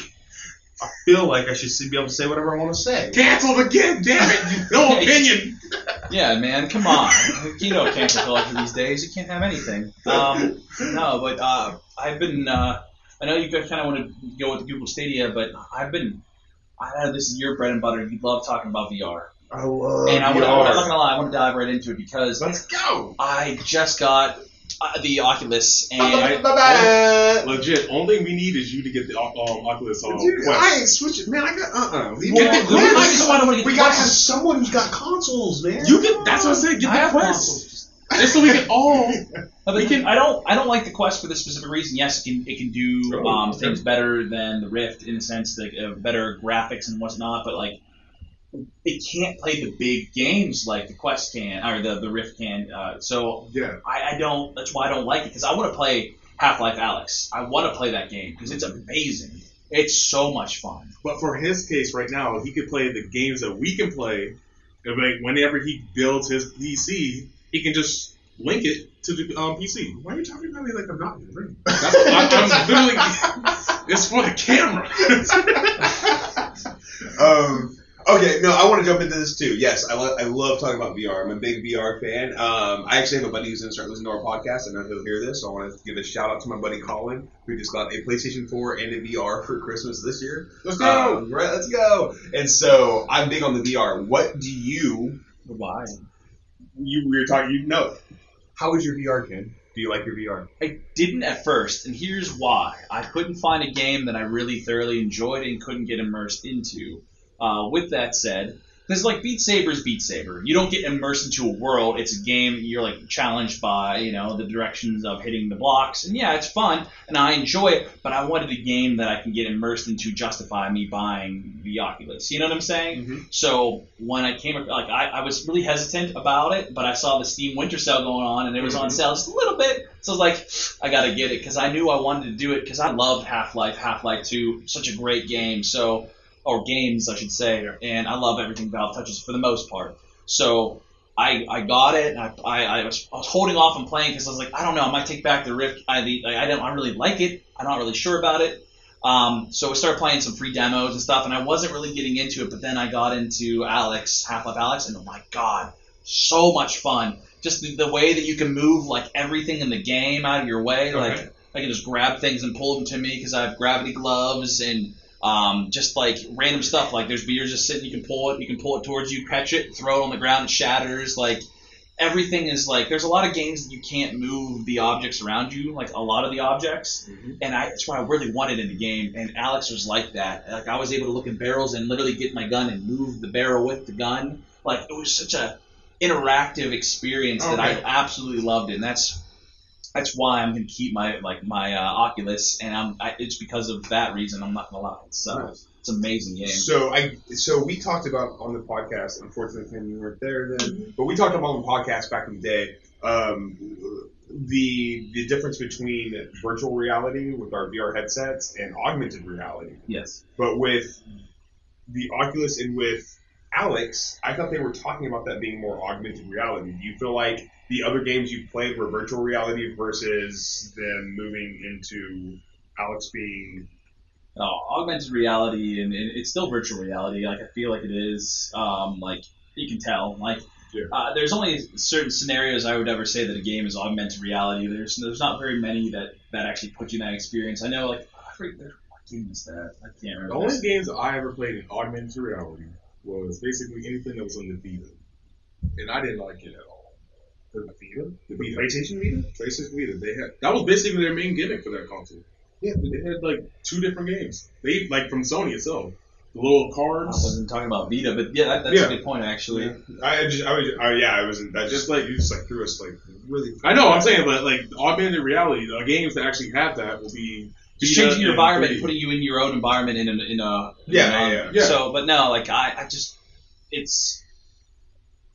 [SPEAKER 2] I feel like I should be able to say whatever I want to say.
[SPEAKER 3] Canceled again. Damn it. No opinion.
[SPEAKER 4] yeah, man, come on. You know, cancel culture these days. You can't have anything. Um, no, but uh, I've been. Uh, I know you guys kind of want to go with Google Stadia, but I've been. I know this is your bread and butter. You love talking about VR,
[SPEAKER 2] I love
[SPEAKER 4] and I wanna,
[SPEAKER 2] VR.
[SPEAKER 4] I'm not gonna lie. I want to dive right into it because
[SPEAKER 2] Let's go.
[SPEAKER 4] I just got uh, the Oculus, and
[SPEAKER 2] Bye-bye. Bye-bye.
[SPEAKER 3] Legit. Only we need is you to get the um, Oculus um,
[SPEAKER 2] Dude,
[SPEAKER 3] Quest.
[SPEAKER 2] I ain't switching. Man, I got uh uh
[SPEAKER 3] Well,
[SPEAKER 4] Google-
[SPEAKER 3] man,
[SPEAKER 4] I just wanna get
[SPEAKER 2] We
[SPEAKER 4] the
[SPEAKER 2] gotta
[SPEAKER 4] Quest.
[SPEAKER 2] have someone who's got consoles, man.
[SPEAKER 3] You get. That's what I said. Get
[SPEAKER 4] I
[SPEAKER 3] the
[SPEAKER 4] have
[SPEAKER 3] Quest.
[SPEAKER 4] consoles.
[SPEAKER 3] Just so we can all.
[SPEAKER 4] No,
[SPEAKER 3] We
[SPEAKER 4] but
[SPEAKER 3] can-
[SPEAKER 4] I don't. I don't like the Quest for the specific reason. Yes, it can. It can do
[SPEAKER 2] Oh,
[SPEAKER 4] um,
[SPEAKER 2] okay.
[SPEAKER 4] things better than the Rift in the sense that uh, better graphics and whatnot. But like, it can't play the big games like the Quest can or the the Rift can. Uh, so
[SPEAKER 3] Yeah.
[SPEAKER 4] I, I don't. That's why I don't like it because I want to play Half Life Alex. I want to play that game because it's amazing. It's so much fun.
[SPEAKER 3] But for his case right now, he could play the games that we can play. And like whenever he builds his PC, he can just link it to the um, PC.
[SPEAKER 2] Why are you talking about me like I'm not in the room?
[SPEAKER 3] That's, I, I'm literally. It's for the camera.
[SPEAKER 2] um, okay, no, I want to jump into this too. Yes, I, lo- I love talking about VR. I'm a big VR fan. Um, I actually have a buddy who's going to start listening to our podcast. I know he'll hear this, so I want to give a shout out to my buddy Colin, who just got a PlayStation 4 and a VR for Christmas this year.
[SPEAKER 3] Let's go.
[SPEAKER 2] Um, right, let's go. And so I'm big on the VR. What do you.
[SPEAKER 4] Why?
[SPEAKER 2] You we were talking. You know, How is your VR, Ken? Do you like your VR?
[SPEAKER 4] I didn't at first, and here's why. I couldn't find a game that I really thoroughly enjoyed and couldn't get immersed into. Uh, with that said, because like Beat Saber is Beat Saber, you don't get immersed into a world. It's a game you're like challenged by, you know, the directions of hitting the blocks, and yeah, it's fun, and I enjoy it. But I wanted a game that I can get immersed into, justify me buying the Oculus. You know what I'm saying? So when I came, like I, I was really hesitant about it, but I saw the Steam Winter Sale going on, and it was on
[SPEAKER 3] Mhm.
[SPEAKER 4] sale just a little bit. So I was like, I gotta get it because I knew I wanted to do it because I loved Half Life, Half Life Two, such a great game. So or games, I should say, and I love everything Valve touches for the most part. So I, I got it. And I, I, I, was, I was holding off on playing because I was like, I don't know. I might take back the Rift. I, the, I, I don't. I really like it. I'm not really sure about it. Um, so I started playing some free demos and stuff, and I wasn't really getting into it. But then I got into Alex, Half Life Alex, and oh my god, so much fun! Just the, the way that you can move like everything in the game out of your way. Like
[SPEAKER 3] Okay.
[SPEAKER 4] I can just grab things and pull them to me because I have gravity gloves and um, just like random stuff. Like there's beers just sitting, you can pull it, you can pull it towards you, catch it, throw it on the ground, it shatters. Like everything is like there's a lot of games that you can't move the objects around you, like a lot of the objects and I, that's what I really wanted in the game. And Alex was like that. Like I was able to look in barrels and literally get my gun and move the barrel with the gun. Like it was such a interactive experience that
[SPEAKER 3] Okay.
[SPEAKER 4] I absolutely loved, it. and that's that's why I'm gonna keep my like my uh, Oculus, and I'm I, it's because of that reason. I'm not gonna lie. So it's an amazing game.
[SPEAKER 2] So I so we talked about on the podcast. Unfortunately, Ken, you weren't there then, but we talked about on the podcast back in the day. Um, the the difference between virtual reality with our VR headsets and augmented reality.
[SPEAKER 4] Yes.
[SPEAKER 2] But with the Oculus and with Alex, I thought they were talking about that being more augmented reality. Do you feel like the other games you've played were virtual reality versus them moving into Alex being
[SPEAKER 4] Oh, augmented reality, and, and it's still virtual reality. Like I feel like it is. Um, like you can tell. Like
[SPEAKER 2] Yeah.
[SPEAKER 4] uh, there's only certain scenarios I would ever say that a game is augmented reality. There's there's not very many that that actually put you in that experience. I know like I forget what game is that? I can't
[SPEAKER 3] The
[SPEAKER 4] remember.
[SPEAKER 3] only
[SPEAKER 4] this.
[SPEAKER 3] games I ever played in augmented reality was basically anything that was on the Vita, and I didn't like it at all. The Vita, the Vita,
[SPEAKER 2] PlayStation Vita?
[SPEAKER 3] PlayStation Vita. They had that was basically their main gimmick for that console. Yeah, they had like two different games. They like from Sony itself, the little
[SPEAKER 4] I
[SPEAKER 3] cards.
[SPEAKER 4] wasn't talking about Vita, but yeah, that, that's
[SPEAKER 3] Yeah.
[SPEAKER 4] a good point actually.
[SPEAKER 2] I I just, I was, I, yeah, I wasn't. That
[SPEAKER 3] Just
[SPEAKER 2] just
[SPEAKER 3] like
[SPEAKER 2] you just like threw us like really.
[SPEAKER 3] I know, I'm saying, but like augmented reality, the games that actually have that will be
[SPEAKER 4] Just
[SPEAKER 3] Vita
[SPEAKER 4] changing your
[SPEAKER 3] and
[SPEAKER 4] environment, and
[SPEAKER 3] 3D.
[SPEAKER 4] putting you in your own environment in a in a
[SPEAKER 2] Yeah,
[SPEAKER 4] in a-
[SPEAKER 2] yeah,
[SPEAKER 3] yeah.
[SPEAKER 4] So, but no, like I, I just it's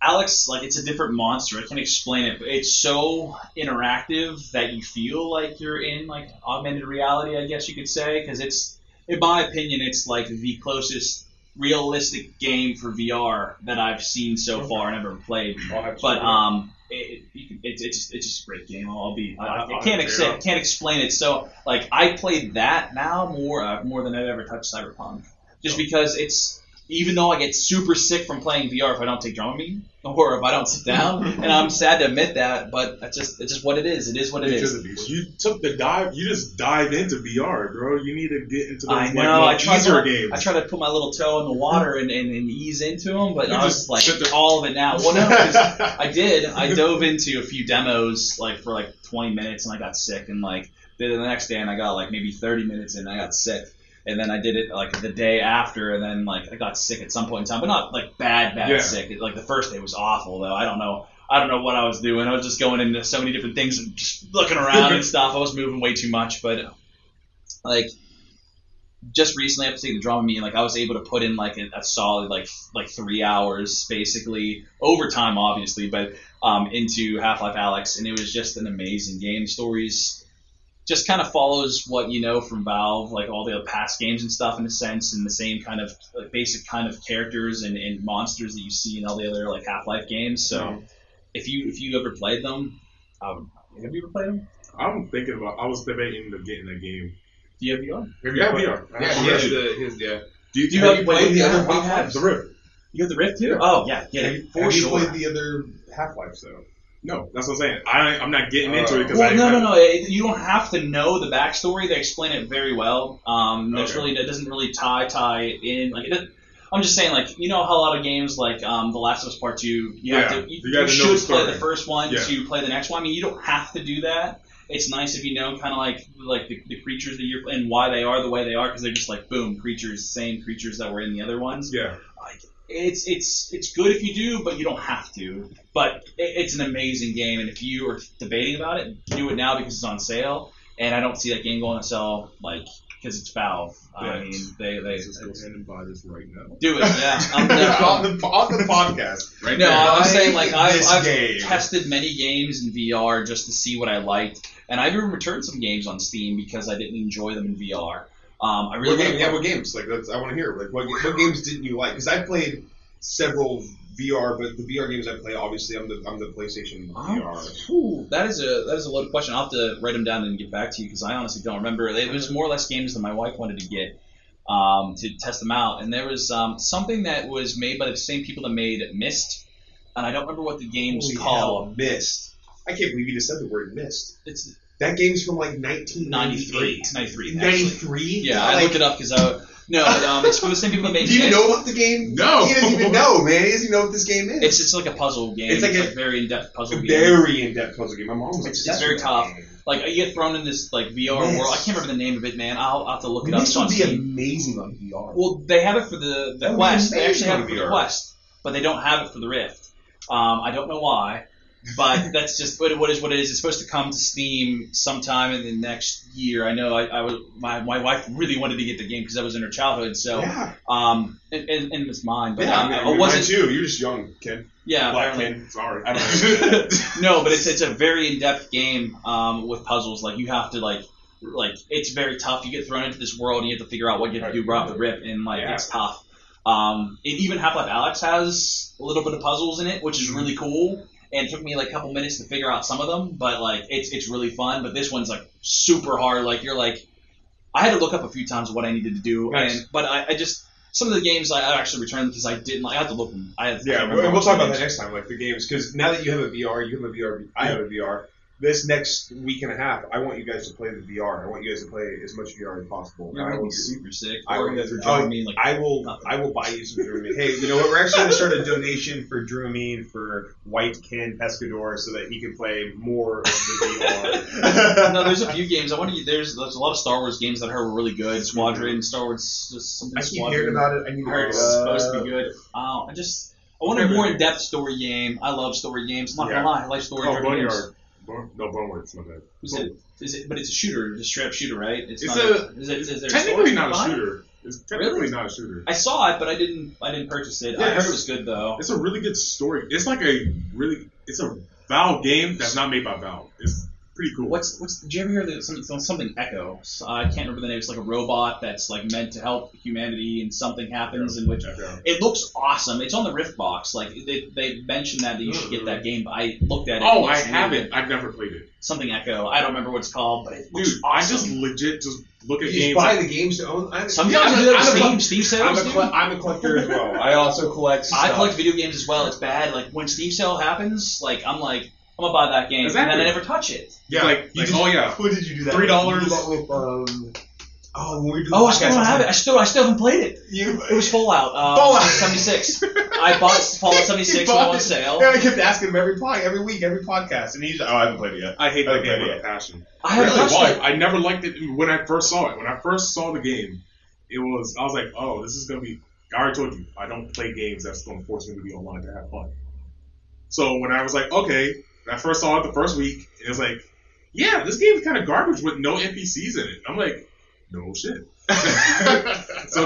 [SPEAKER 4] Alex, like it's a different monster. I can't explain it, but it's so interactive that you feel like you're in like augmented reality. I guess you could say because it's, in my opinion, it's like the closest realistic game for VR that I've seen so far and ever played.
[SPEAKER 2] I'll have to-
[SPEAKER 4] But um, it, it, it's it's it's just a great game. I'll be I, I
[SPEAKER 2] I'll
[SPEAKER 4] can't
[SPEAKER 2] agree.
[SPEAKER 4] ex- can't explain it. So like I played that now more uh, more than I've ever touched Cyberpunk, just because it's even though I get super sick from playing VR if I don't take Dramamine or if I don't sit down, and I'm sad to admit that, but that's just it's just what it is. It is what it
[SPEAKER 2] It's
[SPEAKER 4] is.
[SPEAKER 2] just a beast.
[SPEAKER 3] You took the dive. You just dive into VR, bro. You need to get into those
[SPEAKER 4] I
[SPEAKER 3] like,
[SPEAKER 4] know. I
[SPEAKER 3] like,
[SPEAKER 4] try,
[SPEAKER 3] easier
[SPEAKER 4] to,
[SPEAKER 3] games.
[SPEAKER 4] I try to put my little toe in the water and, and, and ease into them, but
[SPEAKER 3] You
[SPEAKER 4] I was
[SPEAKER 3] just
[SPEAKER 4] like
[SPEAKER 3] sit there.
[SPEAKER 4] all of it now. Well, no, 'cause I did. I dove into a few demos like for like 20 minutes, and I got sick. And like did it the next day, and I got like maybe 30 minutes, in, and I got sick. And then I did it like the day after, and then like I got sick at some point in time, but not like bad, bad
[SPEAKER 3] Yeah.
[SPEAKER 4] sick. It- like the first day was awful though. I don't know. I don't know what I was doing. I was just going into so many different things and just looking around and stuff. I was moving way too much, but like just recently after taking the drama meeting, like I was able to put in like a, a solid like f- like three hours basically overtime obviously, but um, into Half Life Alex, and it was just an amazing game. Stories just kind of follows what you know from Valve, like all the past games and stuff in a sense, and the same kind of like, basic kind of characters and, and monsters that you see in all the other like Half Life games. So if you if you ever played them, I would, have you ever played them?
[SPEAKER 3] I'm thinking about. I was debating of getting a game.
[SPEAKER 4] Do you have VR?
[SPEAKER 3] Yeah, VR.
[SPEAKER 2] Yeah, he has the, his, yeah.
[SPEAKER 3] Do you,
[SPEAKER 4] Do you
[SPEAKER 3] have
[SPEAKER 4] have
[SPEAKER 3] you played
[SPEAKER 4] played
[SPEAKER 3] the
[SPEAKER 4] the
[SPEAKER 3] other
[SPEAKER 4] other
[SPEAKER 3] Half Life?
[SPEAKER 4] Half-Lives?
[SPEAKER 3] The Rift?
[SPEAKER 4] You have the Rift too? Oh yeah, yeah,
[SPEAKER 2] Have you-
[SPEAKER 4] for
[SPEAKER 2] have you
[SPEAKER 4] sure.
[SPEAKER 2] played the other Half Life though?
[SPEAKER 3] No, that's what I'm saying. I, I'm not getting into
[SPEAKER 2] Oh.
[SPEAKER 3] it because
[SPEAKER 4] Well,
[SPEAKER 3] I.
[SPEAKER 4] no, no, no. It, you don't have to know the backstory. They explain it very well. Um, there's
[SPEAKER 3] Okay.
[SPEAKER 4] really that doesn't really tie tie in. Like it, doesn't- I'm just saying, like, you know how a lot of games like um, The Last of Us Part Two, you have
[SPEAKER 3] Yeah,
[SPEAKER 4] to, you,
[SPEAKER 3] you gotta know
[SPEAKER 4] should
[SPEAKER 3] the
[SPEAKER 4] play
[SPEAKER 3] story.
[SPEAKER 4] the first one
[SPEAKER 3] Yeah.
[SPEAKER 4] to play the next one. I mean, you don't have to do that. It's nice if you know kind of like like the, the creatures that you're and why they are the way they are because they're just like boom creatures, same creatures that were in the other ones.
[SPEAKER 3] Yeah.
[SPEAKER 4] It's it's it's good if you do, but you don't have to. But it, it's an amazing game, and if you are debating about it, do it now because it's on sale. And I don't see that game going to sell like because it's Valve. I
[SPEAKER 3] Yeah.
[SPEAKER 4] mean, they they
[SPEAKER 3] Let's just go ahead and buy this right now.
[SPEAKER 4] do it. Yeah, I'm
[SPEAKER 2] on,
[SPEAKER 4] down.
[SPEAKER 2] the, on the podcast. Right
[SPEAKER 4] No,
[SPEAKER 2] now.
[SPEAKER 4] I'm saying like
[SPEAKER 2] Buy
[SPEAKER 4] I've,
[SPEAKER 2] this
[SPEAKER 4] I've
[SPEAKER 2] game.
[SPEAKER 4] tested many games in VR just to see what I liked, and I've even returned some games on Steam because I didn't enjoy them in VR. Um, I really
[SPEAKER 2] what game,
[SPEAKER 4] wanna-
[SPEAKER 2] yeah, what games? Like that's, I want to hear. Like what, what games didn't you like? Because I played several VR, but the VR games I play, obviously, I'm the I'm the PlayStation VR.
[SPEAKER 4] Whew, that is a that is a loaded question. I'll have to write them down and get back to you because I honestly don't remember. It was more or less games that my wife wanted to get um, to test them out, and there was um, something that was made by the same people that made Mist, and I don't remember what the game was
[SPEAKER 2] Holy
[SPEAKER 4] called.
[SPEAKER 2] hell, Mist. I can't believe you just said the word Mist.
[SPEAKER 4] It's
[SPEAKER 2] That game's from like
[SPEAKER 4] 93,
[SPEAKER 2] 1993.
[SPEAKER 4] 93, actually.
[SPEAKER 2] 93?
[SPEAKER 4] Yeah, I
[SPEAKER 2] Like,
[SPEAKER 4] looked it up because I no, but, um, it's from the same people that made
[SPEAKER 2] Do you
[SPEAKER 4] Mist.
[SPEAKER 2] know about the game?
[SPEAKER 3] No.
[SPEAKER 2] He doesn't even know, man. He doesn't even know what this game is.
[SPEAKER 4] It's it's like a puzzle game.
[SPEAKER 2] It's like a-
[SPEAKER 4] a very in depth
[SPEAKER 2] It's a
[SPEAKER 4] puzzle game.
[SPEAKER 2] very in-depth puzzle game. My mom was
[SPEAKER 4] It's-
[SPEAKER 2] obsessed
[SPEAKER 4] it's very
[SPEAKER 2] with that
[SPEAKER 4] tough.
[SPEAKER 2] game.
[SPEAKER 4] Like you get thrown in this like VR
[SPEAKER 2] Yes.
[SPEAKER 4] world. I can't remember the name of it, man. I'll, I'll have to look it up.
[SPEAKER 2] This
[SPEAKER 4] It's on
[SPEAKER 2] would be
[SPEAKER 4] Steam.
[SPEAKER 2] amazing on VR.
[SPEAKER 4] Well, they have it for the,
[SPEAKER 2] That
[SPEAKER 4] the
[SPEAKER 2] would
[SPEAKER 4] Quest.
[SPEAKER 2] be
[SPEAKER 4] They
[SPEAKER 2] amazing
[SPEAKER 4] actually have it for the
[SPEAKER 2] VR.
[SPEAKER 4] Quest, but they don't have it for the Rift. Um, I don't know why, but that's just what, what is what it is. It's supposed to come to Steam sometime in the next year. I know I, I was my, my wife really wanted to get the game because that was in her childhood. So
[SPEAKER 2] yeah,
[SPEAKER 4] um, and, and, and it was mine, but
[SPEAKER 2] yeah.
[SPEAKER 4] um,
[SPEAKER 2] I,
[SPEAKER 4] I wasn't.
[SPEAKER 2] too. You're just young, kid.
[SPEAKER 4] Yeah,
[SPEAKER 2] Black
[SPEAKER 4] apparently.
[SPEAKER 2] kid.
[SPEAKER 3] Sorry.
[SPEAKER 2] I don't know.
[SPEAKER 4] no, but it's it's a very in depth game um, with puzzles. Like you have to like like it's very tough. You get thrown into this world and you have to figure out what you have to do right off the rip, and like
[SPEAKER 2] Yeah.
[SPEAKER 4] it's tough. Um, and even Half Life Alex has a little bit of puzzles in it, which is really cool. And it took me like a couple minutes to figure out some of them, but like it's it's really fun. But this one's like super hard. Like you're like, I had to look up a few times what I needed to do,
[SPEAKER 2] Nice.
[SPEAKER 4] and but I, I just some of the games I I actually returned because I didn't. like I had to look them. I had, I
[SPEAKER 2] Yeah,
[SPEAKER 4] remember
[SPEAKER 2] we'll, and we'll
[SPEAKER 4] what
[SPEAKER 2] talk
[SPEAKER 4] the
[SPEAKER 2] about
[SPEAKER 4] names-
[SPEAKER 2] that next time, like the games, because now that you have a VR, you have a VR, I have a VR. This next week and a half, I want you guys to play the VR. I want you guys to play as much VR as possible.
[SPEAKER 4] You're
[SPEAKER 2] I
[SPEAKER 4] gonna
[SPEAKER 2] will,
[SPEAKER 4] be super sick.
[SPEAKER 2] I
[SPEAKER 4] Or
[SPEAKER 2] will-
[SPEAKER 4] if you're
[SPEAKER 2] oh,
[SPEAKER 4] drawing me like
[SPEAKER 2] I will,
[SPEAKER 4] Nothing.
[SPEAKER 2] I will buy you some Dramamine. hey, you know what? We're actually going to start a donation for Dramamine for White Ken Pescador so that he can play more of
[SPEAKER 3] Oh,
[SPEAKER 2] the VR.
[SPEAKER 4] no, there's a few games. I want to. There's there's a lot of Star Wars games that I heard were really good. Squadron, Star Wars, just something.
[SPEAKER 2] I keep
[SPEAKER 4] Squadron.
[SPEAKER 2] hearing about it. I need
[SPEAKER 4] I
[SPEAKER 2] to
[SPEAKER 4] heard
[SPEAKER 2] hear
[SPEAKER 4] it's supposed to be good. Uh, I just I want a more in depth story game. I love story games. I'm not
[SPEAKER 3] Yeah.
[SPEAKER 4] gonna lie, I like story
[SPEAKER 3] Oh,
[SPEAKER 4] driven games.
[SPEAKER 3] Boneyard. Bon- no, Boneyard's my bad.
[SPEAKER 4] Is it? Is it? But it's a shooter, just straight up shooter, right?
[SPEAKER 3] It's
[SPEAKER 4] not
[SPEAKER 3] a-
[SPEAKER 4] is it, is there story
[SPEAKER 3] Technically not a
[SPEAKER 4] behind it?
[SPEAKER 3] shooter. It's technically
[SPEAKER 4] Really?
[SPEAKER 3] not a shooter.
[SPEAKER 4] I saw it, but I didn't. I didn't purchase it.
[SPEAKER 3] Yeah,
[SPEAKER 4] I heard
[SPEAKER 3] it's-
[SPEAKER 4] it was good though.
[SPEAKER 3] It's a really good story. It's like a really. It's a Valve game that's not made by Valve. It's pretty cool.
[SPEAKER 4] What's what's? Did you ever hear that something, something Echo? Uh, I can't remember the name. It's like a robot that's like meant to help humanity, and something happens in which
[SPEAKER 3] Okay.
[SPEAKER 4] It looks awesome. It's on the Rift box. Like they, they mentioned that, that you should get that game. But I looked at it.
[SPEAKER 3] Oh,
[SPEAKER 4] It
[SPEAKER 3] I
[SPEAKER 4] looks really-
[SPEAKER 3] haven't. I've never played it.
[SPEAKER 4] Something Echo. I don't remember what it's called, but it
[SPEAKER 3] Dude,
[SPEAKER 4] looks
[SPEAKER 3] I just
[SPEAKER 4] awesome.
[SPEAKER 3] legit just look at
[SPEAKER 2] You
[SPEAKER 3] games.
[SPEAKER 2] just buy the games to own. I'm,
[SPEAKER 4] sometimes
[SPEAKER 2] Yeah,
[SPEAKER 4] I do that
[SPEAKER 2] I'm a-
[SPEAKER 4] with Steam. Steam
[SPEAKER 2] I'm
[SPEAKER 4] sales.
[SPEAKER 2] a,
[SPEAKER 4] dude.
[SPEAKER 2] cle- I'm a collector as well. I also collect.
[SPEAKER 4] I
[SPEAKER 2] stuff.
[SPEAKER 4] collect video games as well. It's bad. Like when Steam sale happens, like I'm like I'm gonna buy that game,
[SPEAKER 3] Exactly.
[SPEAKER 4] and then I never touch it.
[SPEAKER 3] yeah, like,
[SPEAKER 2] You
[SPEAKER 3] like,
[SPEAKER 2] just-
[SPEAKER 3] oh yeah.
[SPEAKER 2] What did you do that?
[SPEAKER 3] Three
[SPEAKER 2] with?
[SPEAKER 3] dollars.
[SPEAKER 2] You did that with, um, Oh, when we do
[SPEAKER 4] Oh, I still don't have it. I still I still haven't played it.
[SPEAKER 2] You,
[SPEAKER 4] It was Fallout. Um,
[SPEAKER 2] Fallout.
[SPEAKER 4] 76. I bought Fallout 76
[SPEAKER 2] You
[SPEAKER 4] when it
[SPEAKER 2] bought
[SPEAKER 4] was on
[SPEAKER 2] it.
[SPEAKER 4] sale.
[SPEAKER 2] Yeah, I kept asking him every pod, every week, every podcast, and he's like, "Oh, I haven't played it yet."
[SPEAKER 3] I hate that
[SPEAKER 2] Okay,
[SPEAKER 3] game with
[SPEAKER 2] yeah.
[SPEAKER 3] a passion.
[SPEAKER 4] I haven't
[SPEAKER 3] Really?
[SPEAKER 4] touched
[SPEAKER 3] Why?
[SPEAKER 4] it.
[SPEAKER 3] I never liked it when I first saw it. When I first saw the game, it was I was like, oh, this is gonna be. I already told you, I don't play games that's gonna force me to be online to have fun. So when I was like, okay, when I first saw it the first week, it was like, yeah, this game is kind of garbage with no NPCs in it. I'm like, no shit. so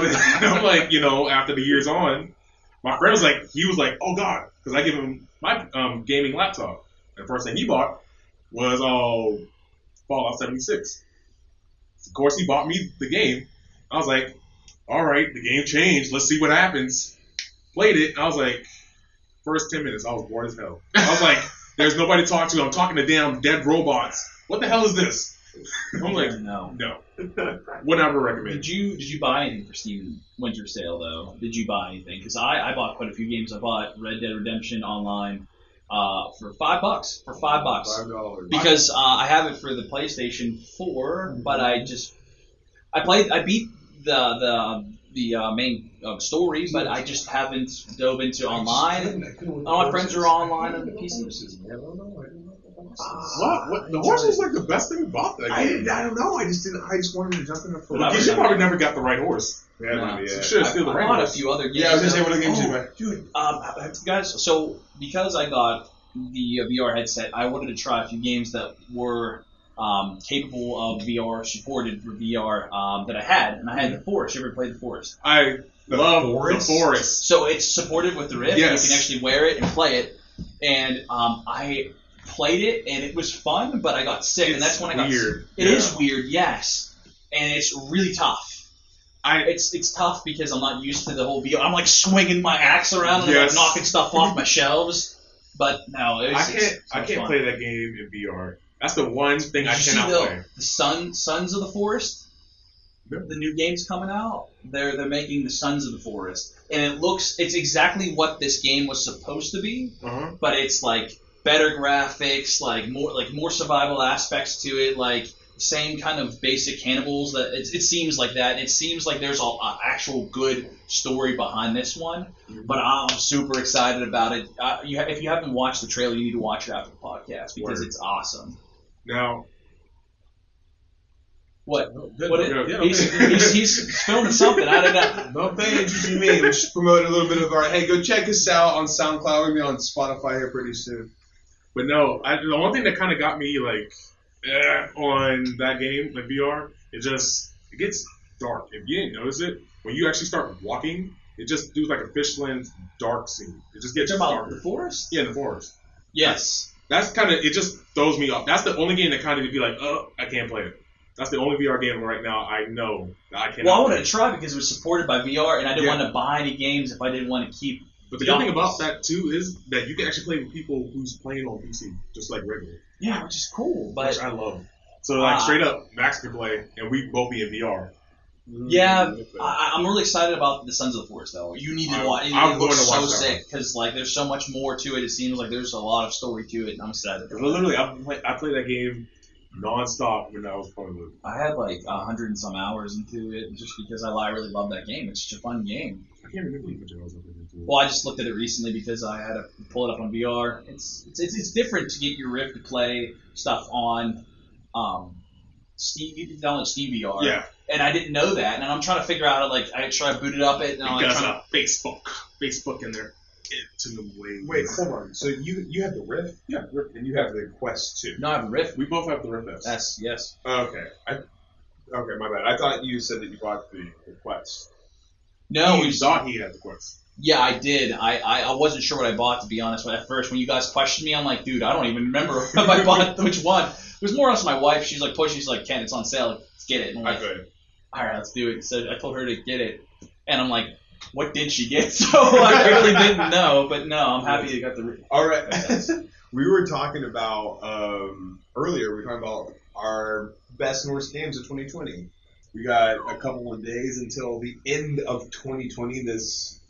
[SPEAKER 3] then I'm like, you know, after the years on, my friend was like, he was like, oh god, because I give him my um, gaming laptop. And the first thing he bought was oh Fallout 76. Of course, he bought me the game. I was like, all right, the game changed. Let's see what happens. Played it. and I was like, first 10 minutes, I was bored as hell. I was like, there's nobody to talk to. I'm talking to damn dead robots. What the hell is this? I'm like,
[SPEAKER 4] no.
[SPEAKER 3] no. Would never
[SPEAKER 4] Did
[SPEAKER 3] recommend.
[SPEAKER 4] you did you buy anything for Steam Winter Sale though? Did you buy anything? Because I, I bought quite a few games. I bought Red Dead Redemption online uh, for five bucks. For five bucks.
[SPEAKER 2] Five dollars.
[SPEAKER 4] Because uh, I have it for the PlayStation Four, but I just I played I beat the the the uh, main of story, but I just haven't dove into online.
[SPEAKER 2] All
[SPEAKER 4] All my friends are online on the PC.
[SPEAKER 2] Man. I don't know. I don't know what the horses.
[SPEAKER 3] What? what? The horse was like the best thing about that
[SPEAKER 2] I,
[SPEAKER 3] game.
[SPEAKER 2] didn't- I don't know. I just didn't. I just wanted to jump in it for.
[SPEAKER 4] I
[SPEAKER 3] Well,
[SPEAKER 4] was
[SPEAKER 3] you
[SPEAKER 4] done.
[SPEAKER 3] probably never got the right horse.
[SPEAKER 2] Yeah,
[SPEAKER 4] No.
[SPEAKER 2] yeah.
[SPEAKER 3] You should have
[SPEAKER 4] I,
[SPEAKER 3] still the
[SPEAKER 4] I
[SPEAKER 3] right
[SPEAKER 4] bought a
[SPEAKER 3] horse.
[SPEAKER 4] few other games.
[SPEAKER 3] Yeah, I was gonna say what other games you
[SPEAKER 4] Oh,
[SPEAKER 3] buy.
[SPEAKER 4] Dude, um, I- I- guys, so because I got the uh, VR headset, I wanted to try a few games that were um, capable of VR supported for VR um, that I had, and I had the Forest. You ever played the Forest?
[SPEAKER 3] I
[SPEAKER 2] The
[SPEAKER 3] love
[SPEAKER 2] forest?
[SPEAKER 3] the forest.
[SPEAKER 4] So it's supported with the Rift.
[SPEAKER 3] Yes.
[SPEAKER 4] You can actually wear it and play it, and um, I played it, and it was fun, but I got sick, and that's when I got sick.
[SPEAKER 3] weird.
[SPEAKER 4] It is weird, yes, and it's really tough.
[SPEAKER 3] I
[SPEAKER 4] It's it's tough because I'm not used to the whole VR. I'm like swinging my axe around and
[SPEAKER 3] Yes.
[SPEAKER 4] like knocking stuff off my shelves. But no, it's,
[SPEAKER 3] I
[SPEAKER 4] it's-
[SPEAKER 3] can't
[SPEAKER 4] it's
[SPEAKER 3] I
[SPEAKER 4] not
[SPEAKER 3] can't
[SPEAKER 4] fun.
[SPEAKER 3] play that game in VR. That's the one thing
[SPEAKER 4] Did
[SPEAKER 3] I
[SPEAKER 4] you
[SPEAKER 3] cannot
[SPEAKER 4] see the,
[SPEAKER 3] play.
[SPEAKER 4] the Sun Sons of the Forest?
[SPEAKER 3] No.
[SPEAKER 4] The new game's coming out. They're they're making the Sons of the Forest, and it looks it's exactly what this game was supposed to be,
[SPEAKER 3] Uh-huh.
[SPEAKER 4] but it's like better graphics, like more like more survival aspects to it, like same kind of basic cannibals that it, it seems like that. It seems like there's a, a actual good story behind this one,
[SPEAKER 3] Mm-hmm.
[SPEAKER 4] but I'm super excited about it. Uh, you, ha- if you haven't watched the trailer, you need to watch it after the podcast because
[SPEAKER 3] Word.
[SPEAKER 4] it's awesome.
[SPEAKER 3] Now
[SPEAKER 4] What?
[SPEAKER 2] Good.
[SPEAKER 4] What
[SPEAKER 3] Yeah,
[SPEAKER 4] it,
[SPEAKER 3] okay.
[SPEAKER 4] he's, he's, he's filming something. I don't know.
[SPEAKER 2] No, thank you, to me. We're just promoting a little bit of our. Hey, go check us out on SoundCloud. We're gonna be on Spotify here pretty soon.
[SPEAKER 3] But no, I, the one thing that kind of got me like eh, on that game, like VR, it just it gets dark. If you didn't notice it, when you actually start walking, it just does like a fish lens dark scene. It just
[SPEAKER 4] You're
[SPEAKER 3] gets
[SPEAKER 4] talking about the
[SPEAKER 3] darker.
[SPEAKER 4] forest?
[SPEAKER 3] Yeah, in the forest.
[SPEAKER 4] Yes.
[SPEAKER 3] That's kind of it. Just throws me off. That's the only game that kind of be like, oh, I can't play it. That's the only VR game right now I know that I cannot.
[SPEAKER 4] Well, I wanted
[SPEAKER 3] play.
[SPEAKER 4] to try because it was supported by VR, and I didn't
[SPEAKER 3] Yeah.
[SPEAKER 4] want to buy any games if I didn't want to keep
[SPEAKER 3] But the good thing about that too is that you can actually play with people who's playing on PC, just like regular,
[SPEAKER 4] Yeah, which is cool, but
[SPEAKER 3] which I love. So like
[SPEAKER 4] Ah.
[SPEAKER 3] straight up, Max can play, and we both be in VR.
[SPEAKER 4] Yeah, I, I- I'm really excited about the Sons of the Forest though. You need to
[SPEAKER 3] I'm-
[SPEAKER 4] watch. It,
[SPEAKER 3] I'm
[SPEAKER 4] it looks
[SPEAKER 3] going to watch
[SPEAKER 4] so
[SPEAKER 3] that
[SPEAKER 4] sick because like there's so much more to it. It seems like there's a lot of story to it, and I'm excited.
[SPEAKER 3] Because literally, I play, I played that game nonstop when I was playing with.
[SPEAKER 4] I had like a hundred and some hours into it just because I, I really love that game. It's such a fun game.
[SPEAKER 3] I can't remember how much I was up into.
[SPEAKER 4] Well, I just looked at it recently because I had to pull it up on VR. It's it's, it's, it's different to get your Rift to play stuff on um, Steam. You can download Steam VR.
[SPEAKER 3] yeah,
[SPEAKER 4] And I didn't know that, and I'm trying to figure out how to like I try to boot it up it, and I'm like,
[SPEAKER 3] because
[SPEAKER 4] trying to
[SPEAKER 3] uh, Facebook, Facebook in there, into the way.
[SPEAKER 2] Wait, hold on. So you you have the Rift,
[SPEAKER 3] yeah, we're-
[SPEAKER 2] and you have the Quest too.
[SPEAKER 4] no, I have a Rift.
[SPEAKER 3] we both have the Rift S.
[SPEAKER 4] That's yes.
[SPEAKER 2] Okay. I, okay, my bad. I thought you said that you bought the, the Quest.
[SPEAKER 4] No,
[SPEAKER 3] he
[SPEAKER 4] we-
[SPEAKER 3] thought he had the Quest.
[SPEAKER 4] yeah, I did. I, I, I wasn't sure what I bought to be honest. But at first, when you guys questioned me, I'm like, dude, I don't even remember if I bought which one. It was more or less my wife. She's like pushing. She's like, Ken, it's on sale. Let's get it. And I'm
[SPEAKER 3] I
[SPEAKER 4] like,
[SPEAKER 3] could.
[SPEAKER 4] all right, let's do it. So I told her to get it, and I'm like, what did she get? So I really didn't know. But no, I'm happy you got the. re-
[SPEAKER 2] All right. we were talking about um, earlier. We were talking about our best and worst games of 2020. We got a couple of days until the end of 2020. This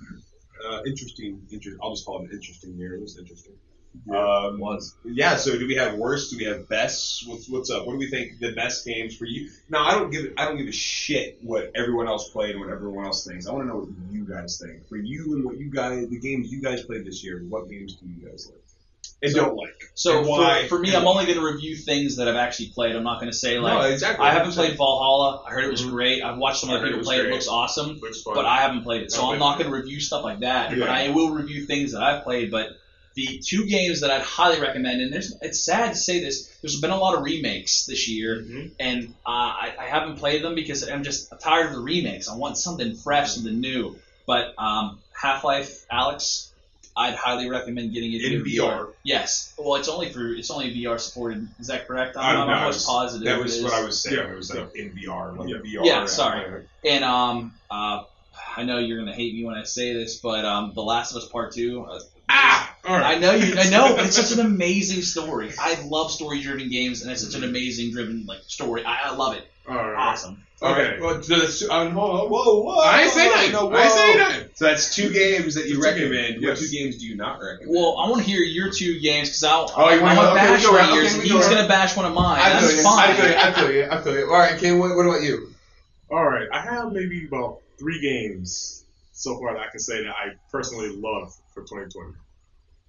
[SPEAKER 2] uh, interesting, inter- I'll just call it an interesting year. It was interesting. Um,
[SPEAKER 4] Was
[SPEAKER 2] yeah. So do we have worst? Do we have best? What's what's up? What do we think the best games for you? Now I don't give I don't give a shit what everyone else played and what everyone else thinks. I want to know what you guys think for you and what you guys the games you guys played this year. What games do you guys like and
[SPEAKER 4] So-
[SPEAKER 2] don't like?
[SPEAKER 4] so
[SPEAKER 2] And why?
[SPEAKER 4] for, for me, I'm only going to review things that I've actually played. I'm not going to say like.
[SPEAKER 2] no, exactly.
[SPEAKER 4] I haven't played Valhalla. I heard it was
[SPEAKER 3] Mhm.
[SPEAKER 4] great. I've watched some
[SPEAKER 3] I
[SPEAKER 4] other
[SPEAKER 3] heard
[SPEAKER 4] people
[SPEAKER 3] it was
[SPEAKER 4] play it. It
[SPEAKER 3] great.
[SPEAKER 4] looks awesome.
[SPEAKER 3] Looks fun.
[SPEAKER 4] but I haven't played it, so
[SPEAKER 3] Okay.
[SPEAKER 4] I'm not going to review stuff like that. But
[SPEAKER 2] Yeah.
[SPEAKER 4] I will review things that I've played. But the two games that I'd highly recommend, and there's it's sad to say this, there's been a lot of remakes this year,
[SPEAKER 3] Mhm.
[SPEAKER 4] and uh, I, I haven't played them because I'm just tired of the remakes. I want something fresh, something new. But um, Half Life, Alex, I'd highly recommend getting it
[SPEAKER 2] In
[SPEAKER 4] to
[SPEAKER 2] VR.
[SPEAKER 4] Yes, well, it's only for it's only VR supported. Is that correct?
[SPEAKER 2] I
[SPEAKER 4] I'm,
[SPEAKER 2] don't
[SPEAKER 4] I'm
[SPEAKER 2] know.
[SPEAKER 4] almost positive.
[SPEAKER 2] That
[SPEAKER 4] it
[SPEAKER 2] was
[SPEAKER 4] is.
[SPEAKER 2] what I was saying.
[SPEAKER 3] Yeah.
[SPEAKER 2] It was like in VR, like
[SPEAKER 3] Yeah.
[SPEAKER 2] VR.
[SPEAKER 4] Yeah, sorry. And um, uh, I know you're gonna hate me when I say this, but um, The Last of Us Part Two. uh,
[SPEAKER 3] ah, all right.
[SPEAKER 4] I know you. I know, but it's such an amazing story. I love story-driven games, and it's such an amazing driven like story. I, I love it.
[SPEAKER 3] All right.
[SPEAKER 4] Awesome.
[SPEAKER 2] Okay.
[SPEAKER 3] Okay.
[SPEAKER 2] Well, so that's, um, hold on. Whoa, whoa.
[SPEAKER 3] I ain't say nothing.
[SPEAKER 2] No,
[SPEAKER 3] I ain't say
[SPEAKER 2] whoa.
[SPEAKER 3] nothing.
[SPEAKER 2] So that's two games that you
[SPEAKER 3] That's two
[SPEAKER 2] recommend.
[SPEAKER 3] games,
[SPEAKER 2] What
[SPEAKER 3] yes.
[SPEAKER 2] two games do you not recommend?
[SPEAKER 4] Well, I want to hear your two games because I
[SPEAKER 2] Oh, you
[SPEAKER 4] I
[SPEAKER 2] wanna
[SPEAKER 4] want
[SPEAKER 2] go-
[SPEAKER 4] to
[SPEAKER 2] okay,
[SPEAKER 4] bash
[SPEAKER 2] we go
[SPEAKER 4] one
[SPEAKER 2] around.
[SPEAKER 4] of yours.
[SPEAKER 2] Okay, we
[SPEAKER 4] and
[SPEAKER 2] go
[SPEAKER 4] he's
[SPEAKER 2] around.
[SPEAKER 4] gonna bash one of mine.
[SPEAKER 2] I feel
[SPEAKER 4] That's
[SPEAKER 2] you.
[SPEAKER 4] fine.
[SPEAKER 2] I feel you. I feel you. I feel you. All right, Ken. What, what about you?
[SPEAKER 3] All right, I have maybe about three games so far that I can say that I personally love for 2020.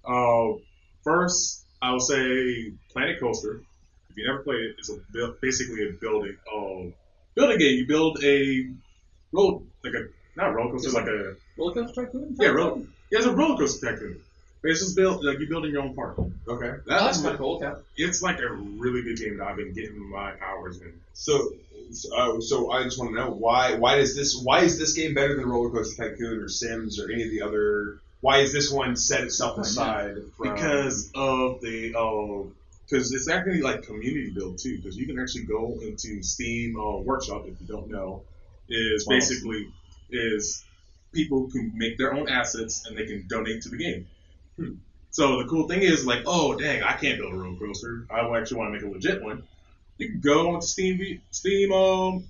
[SPEAKER 3] Uh, first, I would say Planet Coaster. If you never played it, it's a buil- basically a building. Um, building game. You build a road like a not roller coaster, like a
[SPEAKER 4] Roller coaster tycoon?
[SPEAKER 3] yeah, roller. Yeah, it's a roller coaster tycoon. But it's just built like you're building your own park.
[SPEAKER 2] Okay.
[SPEAKER 4] Oh, that's kind of cool. Okay.
[SPEAKER 3] It's like a really good game that I've been getting my hours in.
[SPEAKER 2] So, so, uh, so I just want to know why why does this why is this game better than Roller Coaster Tycoon or Sims or any of the other? Why is this one set itself
[SPEAKER 4] Why not?
[SPEAKER 2] aside? From,
[SPEAKER 3] because of the because it's actually like community build too because you can actually go into steam uh, workshop if you don't know is
[SPEAKER 2] Wow.
[SPEAKER 3] basically is people can make their own assets and they can donate to the game
[SPEAKER 2] Hmm.
[SPEAKER 3] so the cool thing is like oh dang i can't build a roller coaster i actually want to make a legit one you can go onto steam V- steam um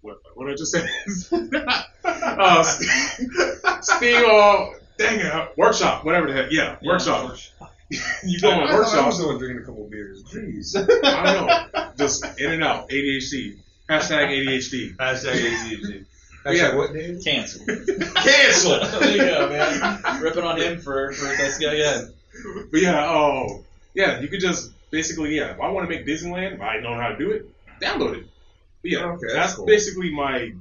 [SPEAKER 3] what what did i just say uh, steam uh, dang it workshop whatever the heck yeah,
[SPEAKER 4] Yeah,
[SPEAKER 3] workshop you go
[SPEAKER 2] I, I
[SPEAKER 3] on
[SPEAKER 2] thought I
[SPEAKER 3] workshop.
[SPEAKER 2] was the one drinking a couple beers. Jeez.
[SPEAKER 3] I don't know. Just in and out. ADHD. Hashtag ADHD.
[SPEAKER 2] Hashtag ADHD. Hashtag
[SPEAKER 3] Yeah.
[SPEAKER 2] what, David?
[SPEAKER 4] Cancel.
[SPEAKER 2] Cancel.
[SPEAKER 4] there you go, man. Ripping on him for, for that's yeah, yeah.
[SPEAKER 3] But yeah, oh yeah, you could just basically yeah. If I want to make Disneyland, if I know how to do it, download it. But yeah,
[SPEAKER 2] Okay, that's
[SPEAKER 3] that's
[SPEAKER 2] cool.
[SPEAKER 3] basically my